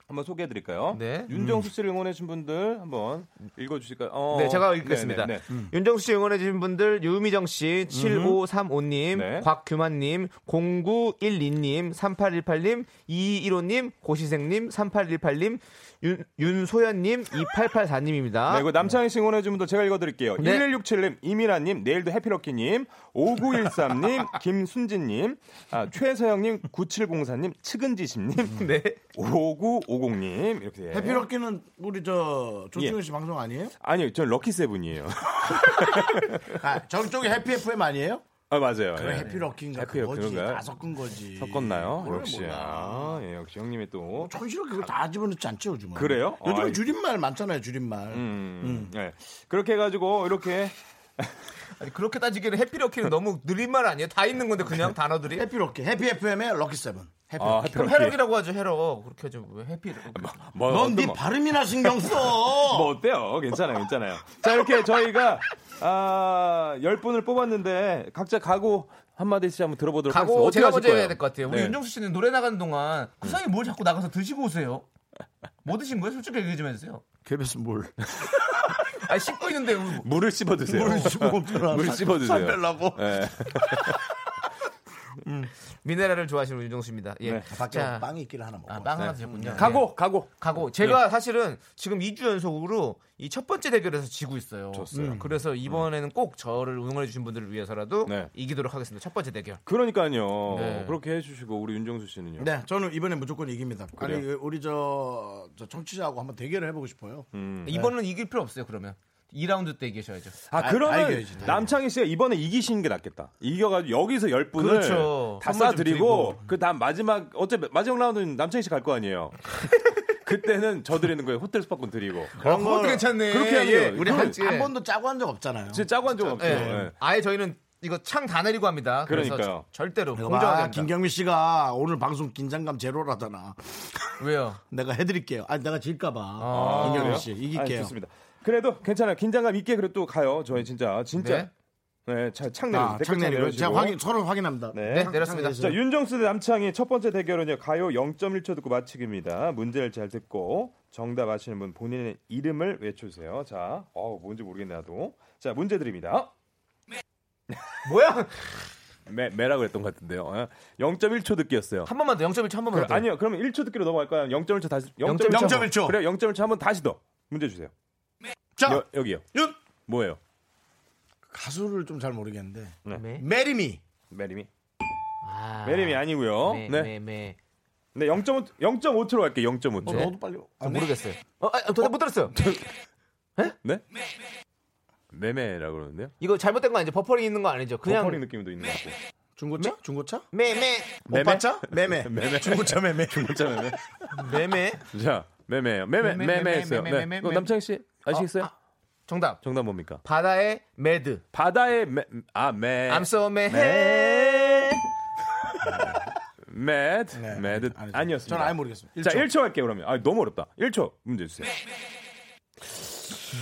S9: 한번 소개해 드릴까요?
S2: 네.
S9: 윤정수 씨를 응원해 주신 분들 한번 읽어 주실까요? 어.
S2: 네, 제가 읽겠습니다.
S9: 네, 네, 네.
S2: 윤정수 씨 응원해주신 분들, 유미정 씨, 7535님,
S9: 네.
S2: 곽규만님, 0912님, 3818님, 215님, 고시생님, 3818님, 윤, 윤소연님, 2884님입니다.
S9: 네, 그리고 남창희 씨 응원해 주신 분들 제가 읽어 드릴게요.
S2: 아. 네.
S9: 1167님, 이민아 님, 내일도 해피럭키 님, 5913 님, 김순진 님, 아, 최서영 님, 9704 님, 측은지심 님,
S2: 네.
S9: 5950 님. 이렇게.
S1: 해피럭키는 우리 저 조충현
S9: 예.
S1: 씨 방송 아니에요?
S9: 아니요, 전 럭키 세븐이에요.
S1: 아, 저쪽에 해피 FM 아니에요?
S9: 아, 맞아요.
S1: 그래
S9: 예.
S1: 네. 해피럭키인가
S9: 해피
S1: 그거지
S9: 그런가요?
S1: 다 섞은 거지.
S9: 섞었나요?
S1: 그걸
S9: 역시.
S1: 몰라.
S9: 아, 예, 역시 형님이 또.
S1: 천시로 그걸 다 집어넣지 않죠 요즘은.
S9: 그래요?
S1: 요즘은
S9: 아이.
S1: 줄임말 많잖아요 줄임말.
S9: 음, 예. 그렇게 해가지고, 이렇게.
S2: 아니, 그렇게 따지기에는 해피럭키는 너무 느린 말 아니에요? 다 있는 건데
S9: 네.
S2: 그냥 단어들이?
S1: 해피럭키 해피 FM의 럭키 세븐. 해피.
S9: 아,
S2: 그럼
S9: 해피럭키.
S2: 해럭이라고 하죠, 해럭. 그렇게 하죠. 왜 해피럭.
S9: 뭐,
S1: 넌
S9: 어떤
S1: 네
S9: 뭐,
S1: 발음이나 신경 써.
S9: 뭐 어때요? 괜찮아요, 괜찮아요. 자, 이렇게 저희가, 아, 열 분을 뽑았는데, 각자 각오 한마디씩 한번 들어보도록
S2: 가고
S9: 하겠습니다.
S2: 제가
S9: 어떻게
S2: 먼저
S9: 하실
S2: 해야
S9: 거예요?
S2: 될것 같아요. 우리
S9: 네.
S2: 윤정수 씨는 노래 나가는 동안 그 사이에 뭘 자꾸 나가서 드시고 오세요? 뭐 드신 거예요? 솔직히 얘기 좀 해주세요.
S1: 괴베스 뭘?
S2: 아 씻고 있는데 뭐.
S9: 물을 씹어 드세요.
S1: 물 씹어 먹더라.
S9: 물 씹어 드세요.
S1: 빼려고.
S9: 예.
S2: 미네랄을 좋아하시는 우리 윤정수 씨입니다. 예.
S9: 네.
S1: 밖에
S2: 자,
S1: 빵이 있기를 하나 먹고. 음.
S2: 아, 빵 하나 드셨군요. 예.
S9: 각오, 각오.
S2: 가고
S9: 네.
S2: 제가 사실은 지금 2주 연속으로 이 첫 번째 대결에서 지고 있어요. 음. 그래서 이번에는 꼭 저를 응원해 주신 분들을 위해서라도
S9: 네.
S2: 이기도록 하겠습니다. 첫 번째 대결.
S9: 그러니까요.
S2: 네.
S9: 그렇게 해주시고, 우리 윤정수 씨는요.
S1: 네, 저는 이번에 무조건 이깁니다.
S9: 그래요?
S1: 아니 우리 저, 저 청취자하고 한번 대결을 해보고 싶어요.
S9: 음.
S2: 이번은 이길 필요 없어요. 그러면 2라운드 때 이기셔야죠.
S9: 아,
S1: 알-
S9: 그러면
S1: 알겠지, 알겠지.
S9: 남창희 씨가 이번에 이기시는 게 낫겠다. 이겨가지고 여기서 열 분을
S2: 그렇죠.
S9: 다
S2: 선물 좀
S9: 쏴드리고
S2: 드리고.
S9: 그 다음 마지막 어차피 마지막 라운드는 남창희 씨 갈 거 아니에요. 그때는 저 드리는 거예요. 호텔 스파권 드리고.
S2: 어, 그것도 괜찮네. 예,
S9: 음. 그렇게 하면 돼요.
S2: 우리 한,
S1: 한 번도 짜고 한 적 없잖아요.
S9: 진짜 짜고 한 적 없어요.
S2: 예.
S9: 예.
S2: 아예 저희는 이거 창 다 내리고 합니다. 그래서
S9: 그러니까요.
S2: 절대로
S1: 이거
S2: 공정하게
S1: 봐,
S2: 합니다.
S1: 김경민 씨가 오늘 방송 긴장감 제로라잖아.
S2: 왜요?
S1: 내가 해드릴게요. 아니 내가 질까봐. 김경민 씨
S9: 아,
S1: 이길게요.
S9: 좋습니다. 그래도 괜찮아요. 긴장감 있게 그래도 또 가요. 저희 진짜 진짜. 네, 자, 창 내려.
S1: 아, 창 내리고 제가 확인 서로 확인합니다.
S9: 네.
S2: 네, 내렸습니다.
S9: 자, 윤정수 대 남창희 첫 번째 대결은요. 가요 0.1초 듣고 마치기입니다. 문제를 잘 듣고 정답 아시는 분 본인의 이름을 외쳐주세요. 자, 어 뭔지 모르겠네 나도. 자, 문제 드립니다.
S2: 뭐야?
S9: 매, 매라고 했던 것 같은데요. 어, 0.1초 듣기였어요.
S2: 한 번만 더 0.1초 한 번만
S9: 그래,
S2: 더.
S9: 아니요, 그러면 1초 듣기로 넘어갈까요? 0.1초 다시 0.1초.
S1: 0.1초.
S9: 그래, 0.1초 한번 다시 더 문제 주세요.
S1: 자,
S9: 여, 여기요.
S1: 윤!
S9: 뭐예요?
S1: 가수를 좀 잘 모르겠는데.
S2: 매?
S1: 네. 메리미.
S9: 메리미.
S2: 네. 아,
S9: 메리미 아니고요.
S2: 매,
S9: 네.
S2: 매, 매.
S9: 네, 0.5 0.5초로 할게요. 0.5초.
S1: 어, 너도 빨리. 아,
S2: 모르겠어요. 어, 아, 저, 못 들었어요.
S9: 네? 매매라고 그러는데요.
S2: 이거 잘못된 거 아니죠? 버퍼링 있는 거 아니죠? 그냥
S9: 버퍼링 느낌도 있는 것 같고.
S1: 중고차?
S9: 네?
S1: 중고차?
S2: 매, 매,
S9: 매매?
S1: 오빠차? 매매.
S9: 매매.
S1: 중고차 매매.
S9: 진짜 매매.
S2: 매, 매.
S9: 자, 매매예요. 매매,
S2: 매매,
S9: 매매였어요.
S2: 매매,
S9: 네.
S2: 매매,
S9: 그럼 남창희 씨 아시겠어요?
S2: 정답.
S9: 정답 뭡니까?
S2: 바다의 매드.
S9: 바다의 매, 아 매,
S2: 암썸의
S9: 네.
S2: 해.
S9: 매. 매드, 매드
S1: 아니죠.
S9: 아니었습니다.
S1: 저는 아예 모르겠습니다.
S9: 자,
S1: 1초.
S9: 1초 할게요 그러면. 아 너무 어렵다. 1초 문제 주세요.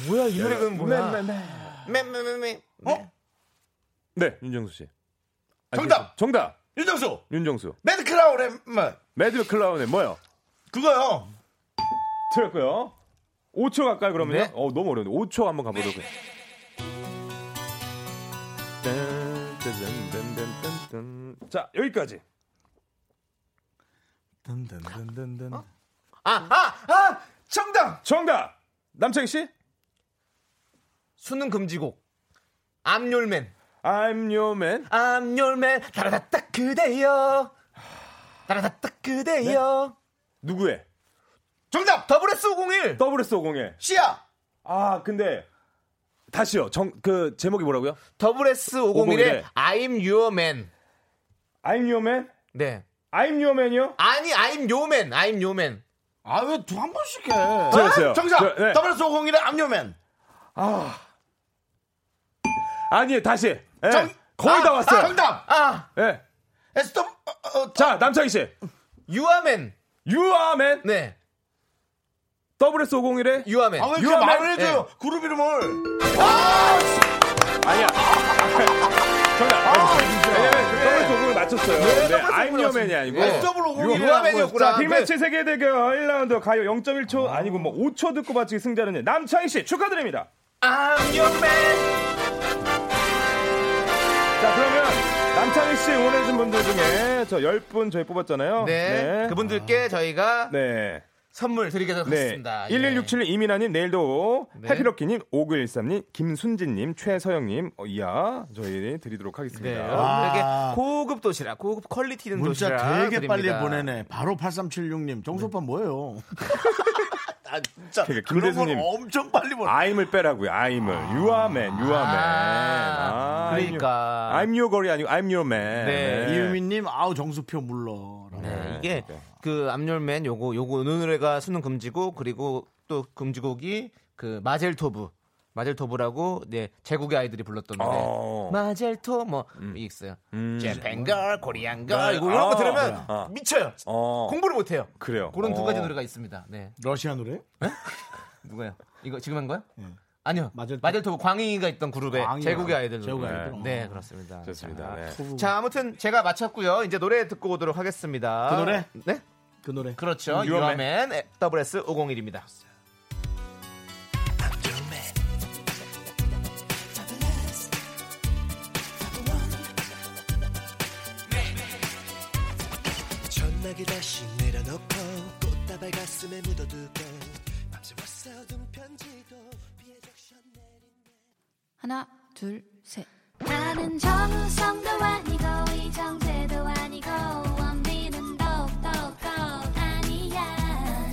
S2: 뭐야, 이 노래는 뭐야?
S9: 매, 매,
S2: 매, 매, 매, 매.
S1: 어?
S9: 네, 윤정수 씨. 아,
S1: 정답!
S9: 정답. 네.
S1: 윤정수.
S9: 윤정수.
S1: 매드크라운의 뭐
S9: 매드 클라운의 뭐요?
S1: 그거요.
S9: 틀렸고요. 5초 가까이 그러면 요
S2: 네.
S9: 어 너무 어려운데 5초 한번 가보도록 해요. 자 여기까지.
S1: 든든든든든.
S2: 아, 아, 아! 정답!
S9: 정답 남창희 씨.
S2: 수능 금지곡. 암율맨.
S9: I'm your man.
S2: 암율맨. 따라다닥 그대여. 따라다닥 그대여.
S9: 네? 누구의?
S2: 정답! 더블S 501!
S9: 더블S 501.
S1: 씨야.
S9: 아 근데 다시요. 정 그 제목이 뭐라고요?
S2: 더블S 501의 I'm your man.
S9: I'm your man.
S2: 네.
S9: I'm your man이요?
S2: 아니, I'm your man. I'm your man.
S1: 아 왜 두 한 번씩 해?
S9: 들었어요.
S1: 아, 정답.
S9: 저, 네.
S1: WS501의 암요맨.
S9: 아니에요. 다시. 예.
S1: 정-
S9: 거의
S1: 아,
S9: 다 왔어요.
S1: 아, 정답.
S2: 네. 아,
S9: 예.
S1: 에스더 어, 어,
S9: 자 남창희 씨.
S2: you are man.
S9: You are man.
S2: 네.
S9: 더블S 501의
S2: you are man.
S1: 아왜 이렇게
S9: 유아맨.
S1: 말을
S2: 네.
S1: 해줘요? 그룹
S2: 음,
S1: 이름을.
S9: 아니야. 정답. 왜냐면 더블 도구를 맞췄어요. 근데 I'm your man이 아니고.
S2: 예.
S1: SW501의
S2: You are man이었구나. 그
S9: 자, 빅매치 세계 대결 1라운드 가요 0.1초 아니고 뭐 5초 듣고 마치기 승자는 남창희 씨 축하드립니다.
S2: I'm your man.
S9: 자, 그러면 남창희 씨 응원해준 분들 중에 저 10분 저희 뽑았잖아요.
S2: 네. 그분들께 저희가
S9: 네.
S2: 선물 드리게
S9: 네.
S2: 되었습니다. 예.
S9: 1167님 이민아님 내일도
S2: 네.
S9: 해피럭키님 5913님 김순진님 최서영님 어, 이하 저희 드리도록
S2: 네.
S9: 하겠습니다.
S2: 여러분들에게
S1: 아.
S2: 고급 도시락, 고급 퀄리티 있는
S1: 문자
S2: 도시락.
S1: 되게
S2: 드립니다.
S1: 빨리 보내네. 바로 8376님. 정소빠 뭐예요? 네. 아 진짜
S9: 그러니까
S1: 그런 걸
S9: 김대수님.
S1: 엄청 빨리 보내.
S9: 아임을 빼라고요. 아임을. 유아맨, 유아맨.
S2: 아, 그러니까.
S9: I'm your girl이 아니고 I'm your man.
S2: 네.
S1: 이유민님 아우 정수표 물러.
S2: 네, 이게 그 암열맨 요거 요거 노래가 수능 금지곡 그리고 또 금지곡이 그 마젤토브 마젤토브라고 네 제국의 아이들이 불렀던 노래
S9: 어.
S2: 마젤토 뭐 이게 있어요 재팬걸 코리안걸 이거 이런 거
S9: 아,
S2: 들으면
S9: 아.
S2: 미쳐요
S9: 어.
S2: 공부를 못해요
S9: 그래요.
S2: 그런 두 가지
S9: 어.
S2: 노래가 있습니다 네
S1: 러시아 노래?
S2: 누가요 이거 지금 한 거요 아니요
S1: 마젤토브.
S2: 마젤토브, 뭐 광희가 있던 그룹의
S1: 광희.
S2: 제국의 아이들
S1: 제국의
S2: 노래.
S1: 아이들.
S2: 네 그렇습니다
S9: 좋습니다. 네.
S2: 자 아무튼 제가 마쳤고요 이제 노래 듣고 오도록 하겠습니다
S1: 그 노래?
S2: 네
S1: 그 노래.
S2: 그렇죠. 유아맨 WS 501입니다.
S5: 전화기 다시 내려놓고 꽃다발 가슴에 묻어두고 밤새 왔어둔 편지도 비에 적셔 내린
S7: 하나 둘 셋.
S10: 나는 정우성도 아니고 이정재도 아니고 원빈은 더욱더 아니야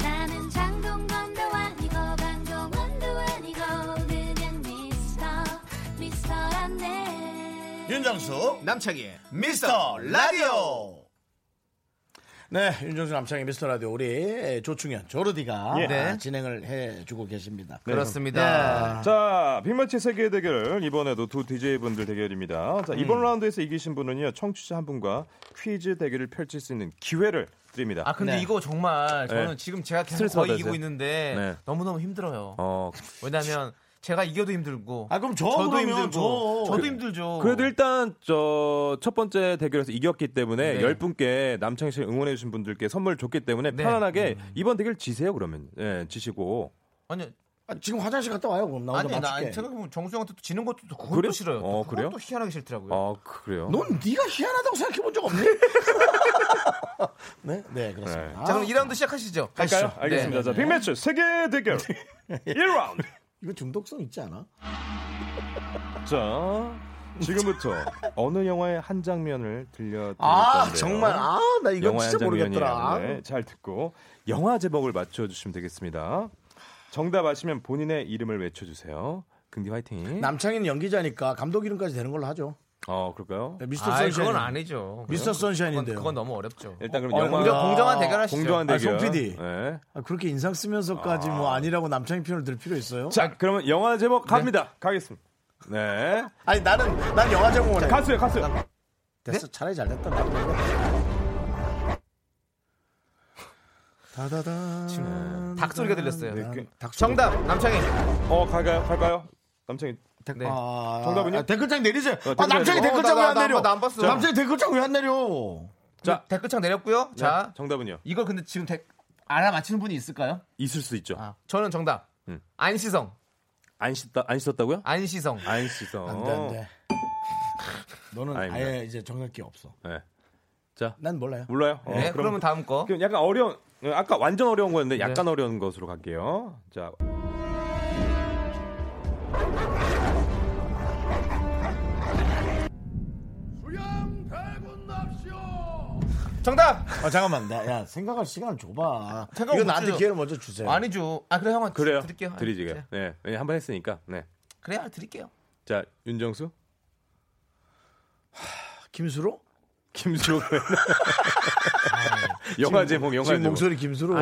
S10: 나는 장동건도 아니고 강동원도 아니고 그냥 미스터 미스터란데
S1: 윤정수 남창희 미스터 라디오 네, 윤정수 남창의 미스터 라디오 우리 조충현 조르디가
S9: 예.
S2: 네.
S1: 진행을 해주고 계십니다. 네.
S2: 그렇습니다.
S9: 자, 빅매치 세계 대결 이번에도 두 DJ 분들 대결입니다. 자,
S2: 음.
S9: 이번 라운드에서 이기신 분은요 청취자 한 분과 퀴즈 대결을 펼칠 수 있는 기회를 드립니다.
S2: 아 근데
S1: 네.
S2: 이거 정말 저는
S9: 네.
S2: 지금 제가 계속
S9: 스트레스
S2: 거의
S9: 받으세요?
S2: 이기고 있는데
S9: 네.
S2: 너무 너무 힘들어요.
S9: 어,
S2: 왜냐하면 제가 이겨도 힘들고
S1: 아, 그럼 저
S2: 저도
S1: 그러면
S2: 힘들고
S1: 저.
S2: 저도 힘들죠.
S9: 그래도 일단 저 첫 번째 대결에서 이겼기 때문에
S2: 네.
S9: 열 분께 남창희 씨 응원해 주신 분들께 선물 줬기 때문에
S2: 네.
S9: 편안하게 이번 대결 지세요 그러면 예 지시고
S2: 아니
S1: 아, 지금 화장실 갔다 와요. 그럼 어, 나 혼자
S2: 아니 나
S1: 맞출게.
S2: 아니, 제가 보면 정수 형한테 또 지는 것도 또 그것도
S9: 그래요?
S2: 싫어요. 또
S9: 어,
S2: 그것도
S9: 그래요?
S2: 희한하게 싫더라고요.
S9: 아 그- 그래요
S1: 넌 네가 희한하다고 생각해 본 적 없니? 네, 네 그렇습니다.
S2: 자 그럼 2라운드 시작하시죠.
S9: 할까요
S2: 가시죠.
S9: 알겠습니다
S2: 네.
S9: 자 빅매치 세계 대결 1라운드
S1: 이거 중독성 있지 않아?
S9: 자 지금부터 어느 영화의 한 장면을 들려드릴
S1: 아
S9: 건데요.
S1: 정말 아 나 이거
S9: 그러니까 영화의 한
S1: 진짜 모르겠더라.
S9: 장면이에요. 네, 잘 듣고 영화 제목을 맞춰주시면 되겠습니다 정답 아시면 본인의 이름을 외쳐주세요 긍디 화이팅
S1: 남창희는 연기자니까 감독 이름까지 되는 걸로 하죠.
S9: 어 그럴까요
S1: 네, 미스터
S2: 아이,
S1: 선샤인.
S2: 그건 아니죠.
S1: 미스터
S2: 그건,
S1: 선샤인인데요.
S2: 그건 너무 어렵죠.
S9: 일단 그럼
S1: 어,
S9: 영화
S1: 공정-
S2: 공정한 대결하시죠.
S9: 공정한
S1: 아,
S9: 대결.
S1: 송 PD.
S9: 네.
S1: 아, 그렇게 인상 쓰면서까지 뭐 아니라고 남창희 표현을 들 필요 있어요?
S9: 자, 그러면 영화 제목 갑니다. 가겠습니다. 네.
S1: 아니 나는 난 영화 제목을 해.
S9: 가수요, 가수.
S1: 됐어 차라리 잘 됐다. 나도 모르겠다. 다다다.
S2: 닭 소리가 들렸어요.
S9: 그-
S2: 정답 남창희.
S9: 어, 갈까요? 갈까요? 남창이.
S2: 네.
S1: 아,
S9: 정답은요?
S1: 아, 댓글창 내리세요.
S9: 댓글
S1: 아, 남창이
S9: 내리-
S1: 댓글창
S2: 어, 나-
S1: 왜 안
S2: 나- 나-
S1: 내려?
S2: 나안 봤어.
S1: 남창이 댓글창 왜 안 내려?
S9: 자.
S2: 댓글창 내렸고요. 자
S9: 정답은요?
S2: 네. 이걸 근데 지금 댓 알아맞히는 분이 있을까요?
S9: 있을 수 있죠.
S2: 아, 저는 정답.
S9: 음.
S2: 안시성.
S9: 안 씻다 안 씻었다고요?
S2: 아, 안시성.
S9: 안 씻어.
S1: 안 돼, 안 돼. 너는 아예
S9: 아닙니다.
S1: 이제 정답기 없어.
S9: 네.
S1: 난 몰라요.
S9: 몰라요. 어,
S2: 네, 그러면 다음 거.
S9: 그럼 약간 어려운 아까 완전 어려운 거였는데 약간 어려운 것으로 갈게요. 자.
S2: 정답.
S1: 아, 잠깐만. 나, 야, 생각할 시간을 줘봐.
S2: 생각
S1: 이거
S2: 못
S1: 나한테
S2: 해요.
S1: 기회를 먼저 주세요.
S2: 아니죠. 아 그래 형아
S9: 네. 그래요.
S2: 드릴게요.
S9: 드리지
S2: 그래.
S9: 그래요. 네. 네. 한번 했으니까. 네.
S2: 그래 아, 드릴게요.
S9: 자, 윤정수.
S1: 김수로?
S9: 김수호. 영화 제목 영화
S1: 지금
S9: 제목.
S1: 목소리 김수로.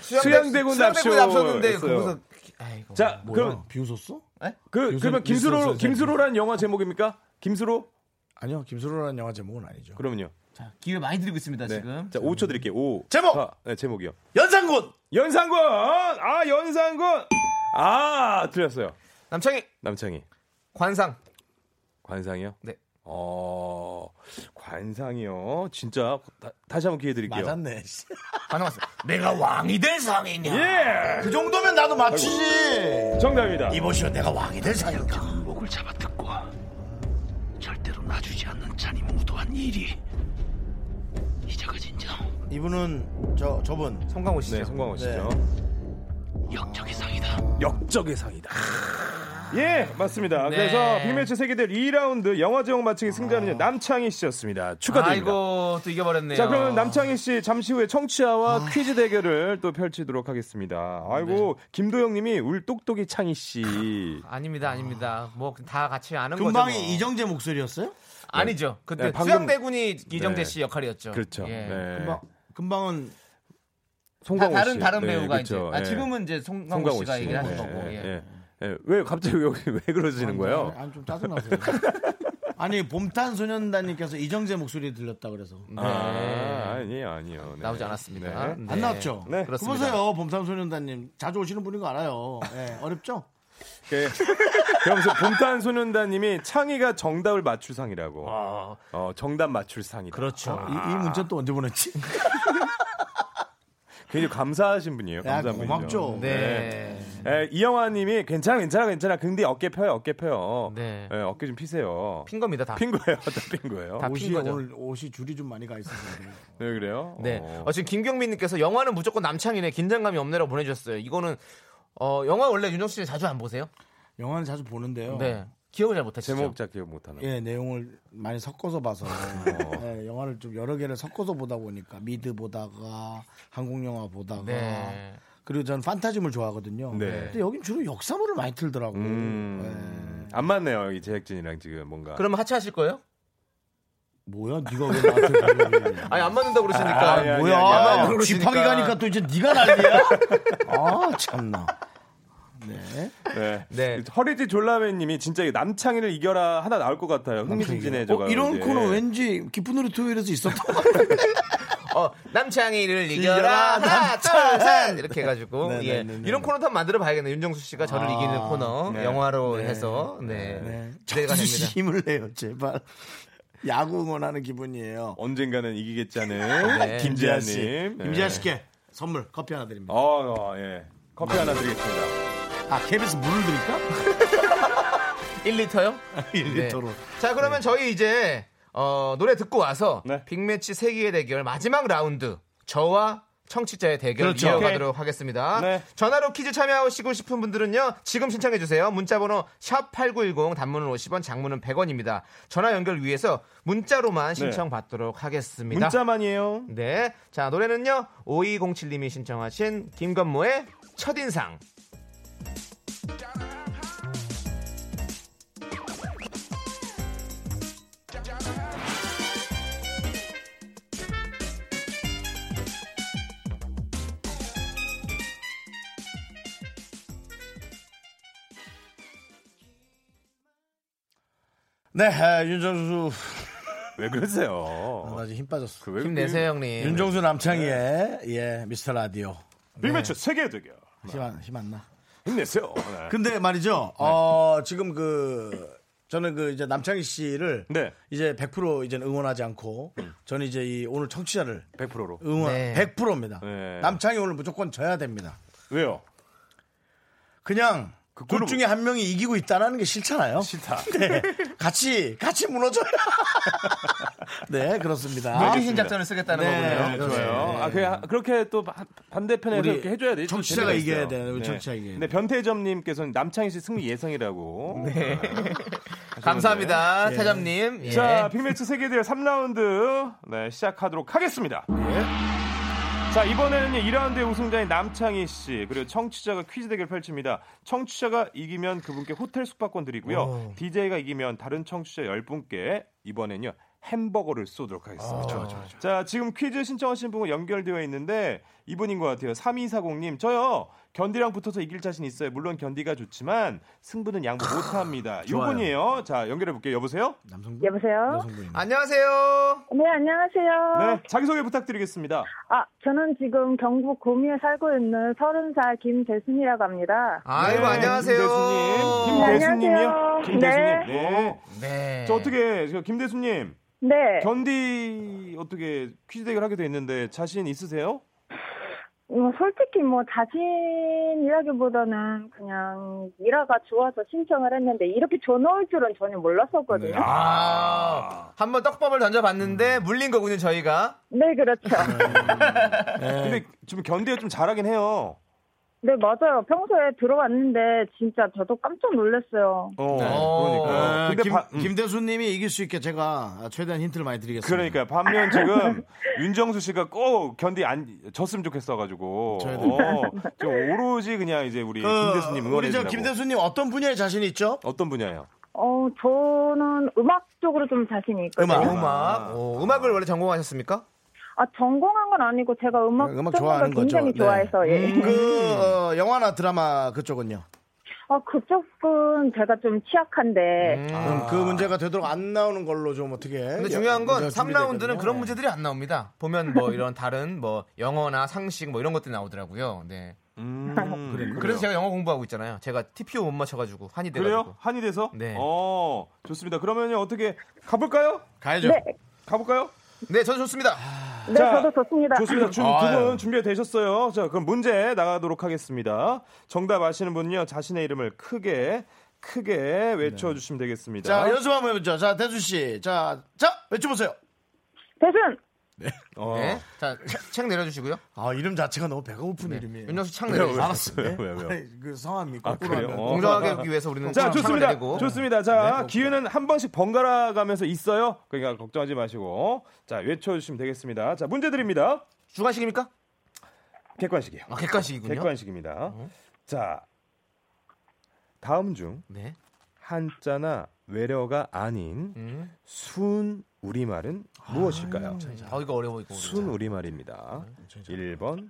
S9: 수양대군 납쇼
S2: 납쇼였는데
S9: 했어요.
S2: 거기서 아이고. 네?
S9: 자, 그럼
S1: 뭐야? 비웃었어?
S9: 그
S1: 요즘
S9: 그러면
S1: 뉴스
S9: 김수로
S1: 선생님.
S9: 김수로란 영화 제목입니까? 김수로?
S1: 아니요, 김수로라는 영화 제목은 아니죠.
S9: 그럼요.
S2: 자, 기회 많이 드리고 있습니다
S9: 네.
S2: 지금.
S9: 자, 5초 드릴게요. 5.
S1: 제목!
S9: 네, 제목이요.
S1: 연상군!
S9: 연상군! 아, 연상군! 아, 틀렸어요.
S2: 남창희
S9: 남창희.
S2: 관상.
S9: 관상이요?
S2: 네.
S9: 어. 관상이요. 진짜 다, 시 한번 기회 드릴게요.
S1: 맞았네. 아,
S2: 관상 왔어. 내가 왕이 될 상이냐?
S9: 예!
S1: 그 정도면 나도 맞추지.
S9: 정답입니다.
S1: 이보시오, 내가 왕이 될 사이였다.
S5: 목을 잡아뜯고 절대로 놔주지 않는 잔이 무도한 일이 이자가 진정
S1: 이분은 저 저분
S2: 송강호 씨죠.
S9: 네, 송광호 씨죠.
S5: 역적의 상이다
S9: 역적의 상이다. 예, 맞습니다.
S2: 네.
S9: 그래서 빅매치 세계대회 2라운드 영화 제목 맞히기 승자는요. 남창희 씨였습니다. 축하드립니다.
S2: 아. 아이고 또 이겨버렸네요.
S9: 자, 그러면 남창희 씨 잠시 후에 청취자와
S2: 아.
S9: 퀴즈 대결을 또 펼치도록 하겠습니다.
S2: 네.
S9: 아이고, 김도영 님이 울 똑똑이 창희 씨.
S2: 아닙니다, 아닙니다. 뭐 다 같이 아는 거죠. 뭐.
S1: 금방이 이정재 목소리였어요?
S2: 아니죠. 그때
S9: 네, 방금-
S2: 수양대군이 이정재
S9: 네.
S2: 씨 역할이었죠.
S9: 그렇죠.
S2: 예.
S9: 네.
S1: 금방 금방은
S9: 송강호
S2: 다, 다른
S9: 씨.
S2: 다른
S9: 네,
S2: 배우가
S9: 그렇죠.
S2: 이제 아,
S9: 예.
S2: 지금은 이제 송강호,
S9: 송강호
S2: 씨가
S9: 씨.
S2: 얘기를 하는
S9: 예,
S2: 거고. 예.
S9: 예, 예. 왜 갑자기 여기 왜 그러시는 거예요?
S1: 아니 좀 짜증나서. 아니 봄탄소년단님께서 이정재 목소리 들렸다 그래서
S9: 아, 아니에요, 아니요. 네.
S2: 네. 나오지 않았습니다.
S9: 네.
S2: 네.
S1: 안 나왔죠.
S9: 네,
S1: 그
S2: 그렇습니다.
S1: 보세요 봄탄소년단님 자주 오시는 분인 거 알아요. 예, 어렵죠?
S9: 예. 그러면서 봄탄소년단님이 창희가 정답을 맞출 상이라고. 어, 정답 맞출 상이다.
S1: 그렇죠. 이, 이 문자 또 언제 보냈지?
S9: 굉장히 감사하신 분이에요.
S1: 야
S9: 감사한 분이죠.
S1: 고맙죠.
S2: 네.
S9: 에, 이영화님이 괜찮아 괜찮아 괜찮아 근데 어깨 펴요 어깨 펴요
S2: 네.
S9: 에, 어깨 좀 피세요
S2: 핀 겁니다 다.
S9: 핀 거예요 다핀 거예요
S2: 다
S1: 옷이
S2: 핀 거죠.
S1: 오늘 옷이 줄이 좀 많이 가 있어서 그래요.
S9: 네 그래요
S2: 네.
S9: 어.
S2: 어, 지금 김경민님께서 영화는 무조건 남창이네 긴장감이 없네라고 보내주셨어요. 이거는 어, 영화 원래 윤정수 씨 자주 안 보세요?
S1: 영화는 자주 보는데요.
S2: 네. 기억을 잘 못하시죠?
S9: 제목 잡기 못하나
S1: 예, 내용을 많이 섞어서 봐서 예, 영화를 좀 여러 개를 섞어서 보다 보니까 미드 보다가 한국 영화 보다가
S2: 네.
S1: 그리고 전 판타지물 좋아하거든요.
S9: 네.
S1: 근데 여긴 주로 역사물을 많이 틀더라고. 예.
S9: 음, 안 맞네요 이 제작진이랑 지금 뭔가
S2: 그러면 하차하실 거예요?
S1: 뭐야 네가 왜 나한테 그러냐
S2: 아니 안 맞는다고 그러시니까.
S1: 아, 뭐야?
S2: 안 맞는다고
S1: 집하게
S2: 그러시니까.
S1: 가니까 또 이제 네가 난리야? 아 참나.
S9: 네.
S2: 네.
S9: 허리지 졸라맨님이 진짜 이 남창이를 이겨라 하나 나올 것 같아요. 흥미진진해져가.
S1: 어,
S2: 예.
S1: 이런 코너 왠지 기쁜 노래 토요일에서 있었던 것 같아요.
S2: 어, 남창이를
S1: 이겨라,
S2: 이겨라. 하나, 둘, 셋. 이렇게 해가지고.
S1: 네,
S2: 예.
S1: 네, 네, 네.
S2: 이런 코너 도 한번 만들어 봐야겠네. 윤정수 씨가 저를
S1: 아,
S2: 이기는 코너.
S9: 네.
S2: 영화로 해서. 네. 기대가
S1: 정수 씨
S2: 됩니다.
S1: 힘을 내요 제발. 야구 응원하는 기분이에요.
S9: 언젠가는 이기겠지않은
S2: 네.
S1: 임지아 씨,
S9: 김재한님. 예.
S1: 임지아 씨께 선물 커피 하나 드립니다.
S9: 어, 어, 예. 커피 하나 드리겠습니다.
S1: 아 KBS 물을 드릴까?
S2: 1리터요?
S1: 1리터로.
S2: 네. 자, 그러면 저희 이제, 어, 노래 듣고 와서.
S9: 네.
S2: 빅매치 세기의 대결 마지막 라운드. 저와 청취자의 대결
S1: 그렇죠.
S2: 이어가도록 하겠습니다.
S9: 네.
S2: 전화로 퀴즈 참여하시고 싶은 분들은요. 지금 신청해 주세요. 문자 번호 샵 8910 단문은 50원, 장문은 100원입니다. 전화 연결 위해서 문자로만 신청 받도록 하겠습니다.
S9: 문자만이에요.
S2: 네. 자, 노래는요. 5207님이 신청하신 김건모의 첫인상.
S1: 네, 아, 윤정수
S9: 왜 그러세요?
S1: 나 지금 힘 빠졌어. 예.
S9: 그 왜-
S2: 힘내세요, 형님.
S1: 윤정수 남창희의 예 미스터 라디오
S9: 빅매치 세계 대결.
S1: 힘안힘안 나.
S9: 힘내세요. 네.
S1: 아. 근데 말이죠. 어, 지금 그 저는 그 이제 남창희 씨를
S9: 네.
S1: 이제 100% 이제 응원하지 않고 저는 이제 이 오늘 청취자를
S9: 100%로.
S1: 응원
S2: 네.
S1: 100%입니다.
S9: 네.
S1: 남창희 오늘 무조건 져야 됩니다.
S9: 왜요?
S1: 그냥
S9: 그룹.
S1: 둘 중에 한 명이 이기고 있다라는 게 싫잖아요.
S9: 싫다.
S1: 네. 같이 같이 무너져요. 네, 그렇습니다.
S2: 아, 정신 작전을 쓰겠다는
S1: 네,
S2: 거군요.
S1: 그렇습니다.
S9: 아, 그, 그렇게 또 바- 반대편에서
S1: 우리
S9: 이렇게 해줘야 돼.
S1: 청취자가 이겨야 돼. 우리 청취자가 이겨야 네. 돼.
S9: 네, 변태점님께서는 남창희 씨 승리 예상이라고.
S2: 감사합니다, 태점님. 예.
S9: 자, 빅매치 세계대회 3라운드 네, 시작하도록 하겠습니다. 예. 자, 이번에는 2라운드의 우승자인 남창희 씨, 그리고 청취자가 퀴즈 대결 펼칩니다. 청취자가 이기면 그분께 호텔 숙박권 드리고요. DJ가 이기면 다른 청취자 10분께 이번엔요. 햄버거를 쏘도록 하겠습니다. 자, 지금 퀴즈 신청하신 분과 연결되어 있는데 이분인 것 같아요. 3240님, 저요. 견디랑 붙어서 이길 자신 있어요. 물론 견디가 좋지만 승부는 양보 못합니다. 이분이에요. 자, 연결해 볼게요. 여보세요?
S1: 남성분.
S11: 여보세요?
S1: 여성분입니다.
S2: 안녕하세요.
S11: 네, 안녕하세요.
S9: 네, 자기소개 부탁드리겠습니다.
S11: 아, 저는 지금 경북 고미에 살고 있는 서른 살 김재순이라고 합니다.
S2: 아이고,
S9: 네,
S2: 안녕하세요.
S11: 네,
S9: 김대수님. 김대수님이요?
S11: 안녕하세요.
S9: 김대수님. 네.
S2: 네.
S9: 저 어떻게, 저 김대수님,
S11: 네,
S9: 견디 어떻게 퀴즈 대결 하게 됐는데 자신 있으세요?
S11: 뭐 솔직히 뭐 자신이라기보다는 그냥 일화가 좋아서 신청을 했는데 이렇게 전화 올 줄은 전혀 몰랐었거든요. 네,
S2: 아, 한번 떡밥을 던져봤는데 물린 거군요, 저희가.
S9: 네.
S11: 그렇죠.
S9: 근데 지금 견디가 좀 잘하긴 해요.
S11: 네, 맞아요. 평소에 들어왔는데 진짜 저도 깜짝 놀랐어요.
S9: 어,
S2: 어.
S9: 그러니까. 근데
S1: 네. 김,
S9: 바- 음.
S1: 김대수님이 이길 수 있게 제가 최대한 힌트를 많이 드리겠습니다.
S9: 그러니까 반면 지금 윤정수 씨가 꼭 견디 안 졌으면 좋겠어가지고
S1: 저희도.
S9: 어, 지금 오로지 그냥 이제 우리
S1: 그,
S9: 김대수님
S1: 우리 저
S9: 응원해주라고
S1: 김대수님 어떤 분야에 자신 있죠?
S9: 어떤 분야예요?
S11: 어, 저는 음악 쪽으로 좀 자신이 있거든요.
S1: 음악.
S2: 음악. 오, 음악을 원래 전공하셨습니까?
S11: 아, 전공한 건 아니고 제가 음악,
S1: 네, 음악
S11: 듣는
S1: 좋아하는
S11: 걸 굉장히
S1: 거죠. 네.
S11: 좋아해서 예.
S1: 그 어, 영화나 드라마 그쪽은요.
S11: 아, 그쪽은 제가 좀
S9: 네.
S11: 취약한데
S1: 그럼 그 문제가 되도록 안 나오는 걸로 좀 어떻게?
S2: 음. 아. 근데 중요한 건
S1: 예. 문제가
S2: 3라운드는
S1: 준비되거든요. 네.
S2: 그런 문제들이 안 나옵니다. 보면 뭐 이런 다른 뭐 영어나 상식 뭐 이런 것들이 나오더라고요. 네.
S9: 음,
S2: 그래서 제가 영어 공부하고 있잖아요. 제가 TPO 못 맞춰가지고 한이 돼가지고.
S9: 그래요? 한이 돼서?
S2: 네.
S9: 어, 좋습니다. 그러면 어떻게 가볼까요?
S1: 네. 가야죠.
S9: 가볼까요?
S2: 네, 저도 좋습니다.
S11: 네,
S9: 자,
S11: 저도 좋습니다.
S9: 좋습니다.
S2: 네.
S1: 아유.
S9: 두분 준비가 되셨어요. 자, 그럼 문제 나가도록 하겠습니다. 정답 아시는 분은요, 자신의 이름을 크게,
S2: 네.
S9: 크게 외쳐주시면 되겠습니다.
S1: 자 연습 한번 해보죠. 자 대수 씨, 자, 자 외쳐보세요.
S11: 대순!
S9: 어.
S2: 네. 자, 책- 책 내려주시고요.
S1: 아 이름 자체가 너무 배가 고픈
S2: 네.
S1: 이름이에요.
S2: 윤정수 창 내려주세요.
S1: 알았어요.
S9: 왜요, 왜요?
S1: 그 성함이
S9: 아,
S1: 거꾸로
S9: 그래요?
S1: 하면
S9: 어.
S2: 공정하게 하기 위해서 우리는
S9: 자,
S2: 창을
S9: 좋습니다.
S2: 내리고. 네,
S9: 좋습니다. 자, 기회는 한 번씩 번갈아 가면서 있어요. 그러니까 걱정하지 마시고. 자, 외쳐주시면 되겠습니다. 자, 문제 드립니다.
S2: 주관식입니까?
S9: 객관식이에요.
S2: 아, 객관식이군요. 어?
S9: 객관식입니다. 자, 다음 중
S2: 네.
S9: 한자나 외려가 아닌
S2: 음.
S9: 순, 우리말은 무엇일까요?
S1: 음.
S2: 아, 이거 어려워 이거.
S9: 순 우리말입니다. 1번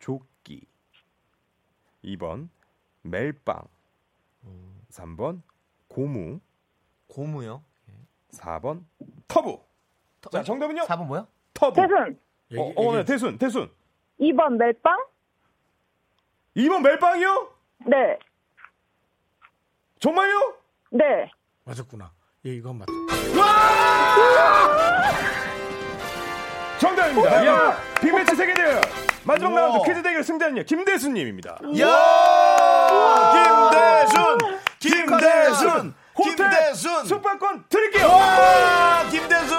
S9: 조끼 2번 멜빵 3번 고무
S2: 고무요.
S9: 4번 터부 자 정답은요?
S2: 4번 뭐야?
S9: 터부
S11: 태순
S9: 어, 어, 네, 태순 태순
S11: 2번 멜빵?
S9: 2번 멜빵이요?
S11: 네.
S9: 정말요?
S11: 네.
S1: 맞았구나. 예, 이건 맞다. 어,
S9: 정답입니다. 야, 빅매치 세계대회 마지막 라운드 퀴즈 대결 승자는요 김대수님입니다.
S1: 음. 야! 김대순! 김대순!
S9: 김대순! 호텔
S1: 김대순!
S9: 숙박권 드릴게요.
S1: 와! 김대순!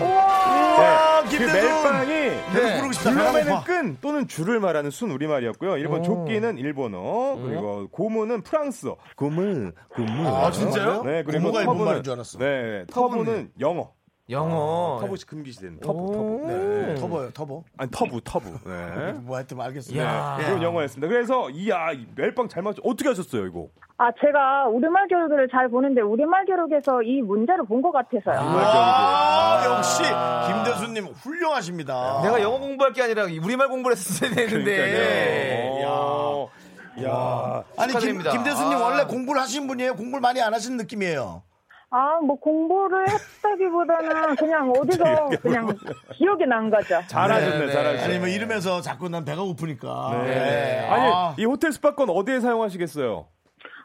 S1: 와!
S9: 그
S1: 김대순!
S9: 멜빵이
S1: 노래 부르고 싶다. 배가
S9: 둘러매는
S1: 고파.
S9: 끈 또는 줄을 말하는 순 우리말이었고요. 일본 조끼는 일본어, 그리고 고무는 프랑스어. 고무, 고무.
S1: 아, 진짜요?
S9: 네, 그리고
S1: 고무가 일본
S9: 터부는-
S1: 말인 줄 알았어.
S9: 네, 터부는 영어.
S2: 영어.
S9: 터부시 금기시대는 터부, 터부.
S1: 네, 네. 터보요, 터보.
S9: 아니, 터부, 터부. 네.
S1: 뭐 하여튼 알겠습니다. 예.
S2: 야.
S9: 그런 영화였습니다. 그래서 이야 이 멜빵 잘 맞죠? 어떻게 하셨어요 이거?
S11: 아, 제가 우리말 교육을 잘 보는데 우리말 교육에서 이 문제를 본 것 같아서요.
S9: 아,
S1: 와, 역시 김대순님 훌륭하십니다.
S2: 내가 영어 공부할 게 아니라 우리말 공부를 했어야
S9: 네.
S2: 되는데.
S9: 어, 야,
S1: 아니 김,
S2: 축하드립니다.
S1: 김대수님
S2: 아.
S1: 원래 공부를 하신 분이에요? 공부를 많이 안 하시는 느낌이에요.
S11: 아, 뭐 공부를 했다기보다는 그냥 어디서 그냥 기억이 난 거죠.
S9: 잘하셨네,
S2: 네.
S9: 잘하셨네.
S1: 아니 뭐 이러면서 자꾸 난 배가 고프니까.
S9: 네.
S1: 네.
S9: 아니
S1: 아,
S9: 이 호텔 스파권 어디에 사용하시겠어요?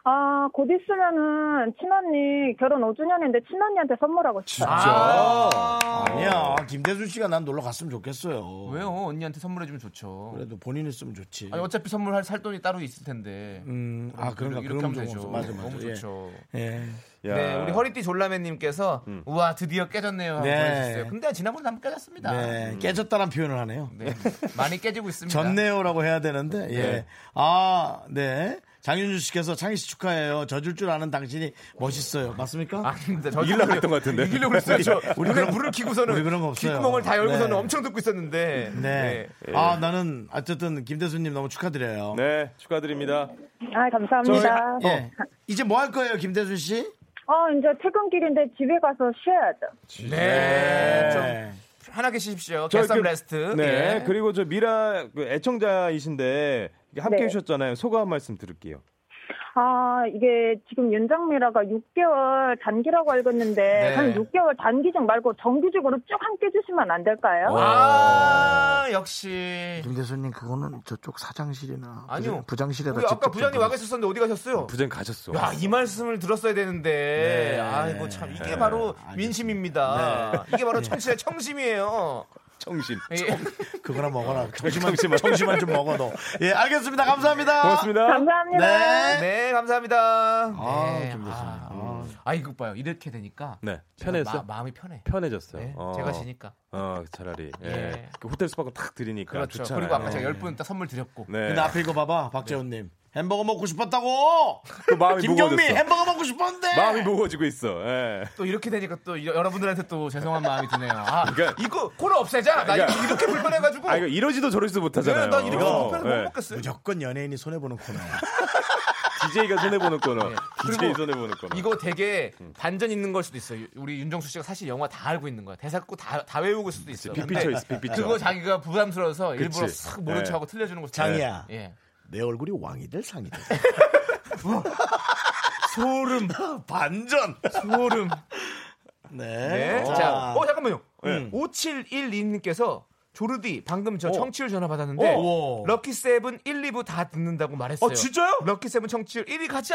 S11: 아, 곧 있으면은 친언니 결혼 5주년인데 친언니한테 선물하고 싶어요.
S1: 아니야 김대순 씨가 난 놀러 갔으면 좋겠어요.
S2: 왜요? 언니한테 선물해주면 좋죠.
S1: 그래도 본인이 쓰면 좋지.
S2: 아니 어차피 선물할 살 돈이 따로 있을 텐데.
S1: 음, 아 그런가
S2: 이렇게 하면
S1: 그런
S2: 되죠.
S1: 경우 맞아 맞아.
S2: 너무
S1: 예.
S2: 좋죠.
S1: 예.
S9: 야.
S2: 네, 우리 허리띠 졸라맨님께서 우와 드디어 깨졌네요 하고
S1: 음. 네.
S2: 보내주셨어요. 근데 지난번에 한번 깨졌습니다.
S1: 네, 깨졌다란 표현을 하네요.
S2: 네, 많이 깨지고 있습니다.
S1: 졌네요라고 해야 되는데 예. 아 네. 장윤주 씨께서 창희 씨 축하해요. 져줄 줄 아는 당신이 멋있어요. 맞습니까?
S2: 아닙니다. 저
S9: 이기려고 했던 것 같은데.
S2: 이기려고 했어요. 저
S1: 우리
S2: 우리 그
S1: 그런-
S2: 물을 키고서는
S1: 우리 그런 거 없어요.
S2: 귓구멍을 다 열고서는
S1: 네.
S2: 엄청 듣고 있었는데.
S1: 네.
S2: 예.
S1: 아 나는 어쨌든 김대수님 너무 축하드려요.
S9: 네, 축하드립니다.
S11: 아, 감사합니다.
S1: 예. 이제 뭐 할 거예요, 김대순 씨?
S11: 아, 이제 퇴근길인데 집에 가서 쉬어야죠.
S2: 네. 좀 편하게 쉬십시오.
S9: 저
S2: 개썸
S9: 그-
S2: 레스트.
S9: 네,
S2: 예.
S9: 그리고 저 미라 그 애청자이신데 함께
S11: 네.
S9: 해주셨잖아요. 소감 한 말씀 들을게요.
S11: 아, 이게 지금 연장미라가 6개월 단기라고 읽었는데,
S2: 네.
S11: 한 6개월 단기직 말고 정규직으로 쭉 함께 해주시면 안 될까요?
S2: 아,
S9: 어.
S2: 역시.
S1: 김대수님 그거는 저쪽 사장실이나
S2: 아니요.
S1: 부장실에다
S2: 우리 아까 부장님 와 계셨었는데 어디 가셨어요?
S9: 부장 가셨어. 네.
S2: 야, 이 말씀을 들었어야 되는데. 아이고, 참. 이게 바로 민심입니다. 이게 바로 청취자 청심이에요.
S9: 네. 청신.
S2: 예.
S1: 그거나 먹어라. 정신만 정신만 좀 먹어 너. 예, 알겠습니다. 감사합니다.
S9: 고맙습니다.
S11: 감사합니다.
S1: 네.
S2: 네, 감사합니다.
S1: 아,
S2: 네.
S1: 김대수님.
S2: 아, 아, 이거 봐요. 이렇게 되니까.
S9: 네,
S2: 제가
S9: 편해서
S2: 마, 음이 편해.
S9: 편해졌어요.
S2: 네,
S9: 어.
S2: 제가 지니까.
S9: 어, 차라리 예.
S2: 예.
S9: 그 호텔 스파권 탁 드리니까
S2: 그렇죠.
S9: 좋잖아요.
S2: 그리고 아까 제가 열 분딱 선물 드렸고.
S9: 네.
S1: 근데 앞에 이거 봐봐, 박재훈님. 햄버거 먹고 싶었다고.
S9: 또그 마음이
S1: 김경미
S9: 무거워졌어.
S1: 햄버거 먹고 싶었는데.
S9: 마음이 무거워지고 있어. 예.
S2: 또 이렇게 되니까 또 여- 여러분들한테 또 죄송한 마음이 드네요. 아,
S9: 그러니까-
S2: 이거 코너 없애자. 나 이거 이렇게 불편해가지고.
S9: 아, 이거 이러지도 저러지도 못하잖아요.
S2: 네, 나 이렇게
S9: 어,
S2: 불편해
S9: 예.
S2: 못 먹겠어요.
S1: 무조건 연예인이 손해 보는 코너야.
S9: DJ가 손해보는 거나
S2: 예.
S9: DJ 손해보는 거나
S2: 이거 되게
S9: 음.
S2: 반전 있는 걸 수도 있어요. 우리 윤정수 씨가 사실 영화 다 알고 있는 거야. 대사 꼭다 다 외우고 있을 수도 있어.
S9: 빅
S2: 근데
S9: 피처 있어, 빅 피처.
S2: 그거 자기가 부담스러워서 일부러
S9: 그치.
S2: 싹 모른
S9: 예.
S2: 척하고 틀려주는 거.
S1: 장이야.
S2: 예.
S1: 내 얼굴이 왕이 될 상이 될. 소름 반전.
S2: 소름.
S1: 네.
S2: 네. 자, 어 잠깐만요. 5712님께서 조르디 방금 저 청취율 전화 받았는데
S1: 오.
S2: 럭키 세븐 1, 2부 다 듣는다고 말했어요.
S9: 어, 진짜요?
S2: 럭키 세븐 청취율 1위 가자.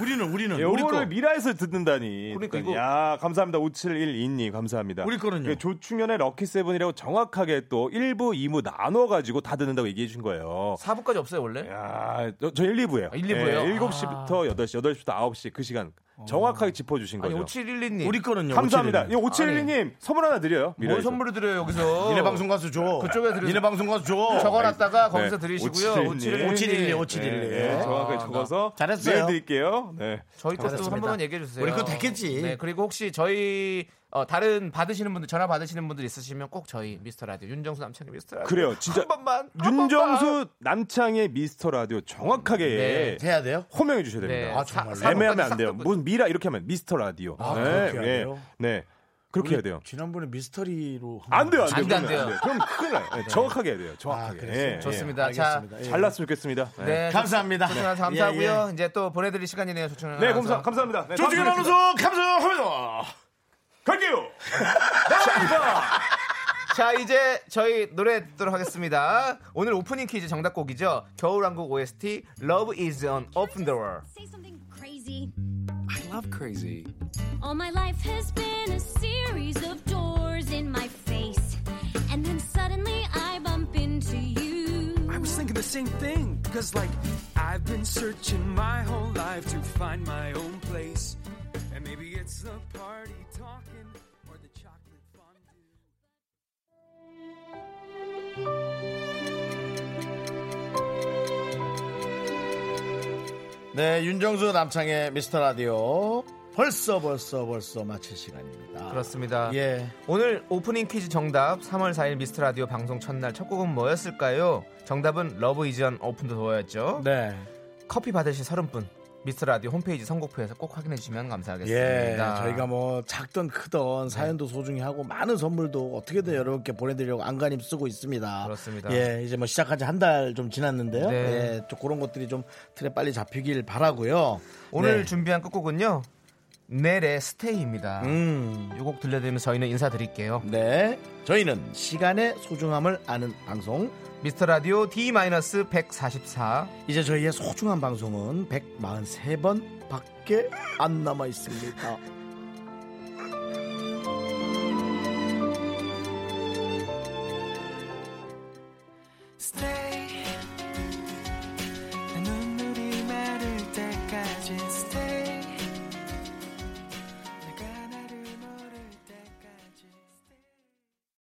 S1: 우리는 우리는 우리 거.
S9: 요거를 예, 미라에서 듣는다니.
S2: 그러니까
S9: 듣다니.
S2: 이거-
S9: 야, 감사합니다. 5712님, 감사합니다.
S1: 우리 거는요?
S9: 그 조충현의 럭키세븐이라고 정확하게 또 1부, 2부 나눠가지고 다 듣는다고 얘기해 준 거예요.
S2: 4부까지 없어요, 원래?
S9: 야, 저, 저 1, 2부예요
S2: 아, 1, 2부예요? 아. 어.
S9: 7시부터 8시, 8시부터 9시 그 시간 정확하게 짚어주신
S2: 아니
S9: 거죠.
S2: 5712님.
S1: 우리 그 거는요.
S9: 감사합니다.
S1: 오칠일은.
S9: 5712님 선물 하나 드려요.
S2: 뭘
S9: 미라에서.
S2: 선물을 드려요, 여기서?
S1: 니네 방송 가서 줘.
S2: 그쪽에 들으-
S1: 니네 방송 가서 줘.
S2: 적어놨다가
S9: 네.
S2: 거기서 드리시고요.
S9: 5712.
S1: 5712,
S2: 5712.
S9: 네,
S1: 5712.
S9: 네, 정확하게
S2: 아,
S9: 적어서
S1: 잘했어요.
S9: 내일 드릴게요. 네.
S2: 저희 것도
S1: 잘했습니다.
S2: 한 번만 얘기해 주세요.
S1: 우리 거 됐겠지.
S2: 네, 그리고 혹시 저희 어, 다른 받으시는 분들 전화 받으시는 분들 있으시면 꼭 저희 미스터 라디오 윤정수 남창희 미스터 라디오
S9: 그래요, 진짜.
S2: 한 번만 한 번만.
S9: 윤정수 남창의 미스터 라디오 정확하게
S2: 네.
S1: 해야 돼요?
S9: 호명해 주셔야 됩니다.
S2: 네,
S9: 아,
S2: 사-
S1: 정말로.
S2: 사람까지
S9: 애매하면
S2: 싹
S9: 안 돼요.
S2: 다
S9: 무슨 미라 이렇게 하면 미스터 라디오.
S1: 아, 그렇게 해야 돼요?
S9: 네. 그렇게 해야 돼요.
S1: 지난번에 미스터리로 한
S9: 안 돼요,
S2: 안
S9: 안
S2: 돼,
S9: 돼요.
S2: 안
S9: 그러면
S2: 돼요.
S9: 그럼 큰일 나요. 네, 정확하게 해야 돼요.
S1: 아,
S9: 정확하게.
S1: 그랬어요.
S9: 예,
S2: 좋습니다.
S1: 예,
S2: 자,
S1: 알겠습니다. 예.
S9: 잘 났으면 좋겠습니다. 네.
S2: 네,
S1: 감사합니다.
S2: 조충 아나운서
S1: 네.
S2: 감사하고요. 이제 또 보내드릴 시간이네요, 조충 아나운서.
S9: 네, 감사, 감사합니다. 네,
S1: 조중현
S9: 다음
S1: 아나운서
S9: 주에
S1: 감사합니다.
S9: 갈게요!
S2: 자, 이제 저희 노래 듣도록 하겠습니다. 오늘 오프닝 퀴즈 정답곡이죠. 겨울왕국 OST Love Is on Open the World.
S10: Say something crazy.
S5: I love crazy.
S10: All my life has been a series of doors in my face. And then suddenly I bump into you.
S5: I was thinking the same thing, because, like, I've been searching my whole life to find my own place. And maybe it's the party talking or the chocolate fondue.
S1: 네, 윤정수 남창의 미스터 라디오 벌써 벌써 벌써 마칠 시간입니다.
S2: 그렇습니다.
S1: 예.
S2: 오늘 오프닝 퀴즈 정답 3월 4일 미스트 라디오 방송 첫날 첫 곡은 뭐였을까요? 정답은 Love Is on Open the Door였죠.
S1: 네.
S2: 커피 받으실 30분 미스트 라디오 홈페이지 선곡표에서 꼭 확인해 주시면
S1: 예,
S2: 감사하겠습니다. 네.
S1: 저희가 뭐 작든 크든 사연도 소중히 하고 많은 선물도 어떻게든 여러분께 보내드리려고 안간힘 쓰고 있습니다.
S2: 그렇습니다.
S1: 예, 이제 뭐 시작한 지 한 달 좀 지났는데요.
S2: 네.
S1: 예, 좀 그런 것들이 좀 틀에 빨리 잡히길 바라고요.
S2: 오늘
S1: 네.
S2: 준비한 끝곡은요. 넬의 스테이입니다.
S1: 음,
S2: 이 곡 들려드리면서 저희는 인사드릴게요.
S1: 네, 저희는 시간의 소중함을 아는 방송.
S2: 미스터 라디오 D-144
S1: 이제 저희의 소중한 방송은 143번 밖에 안 남아 있습니다.
S5: Stay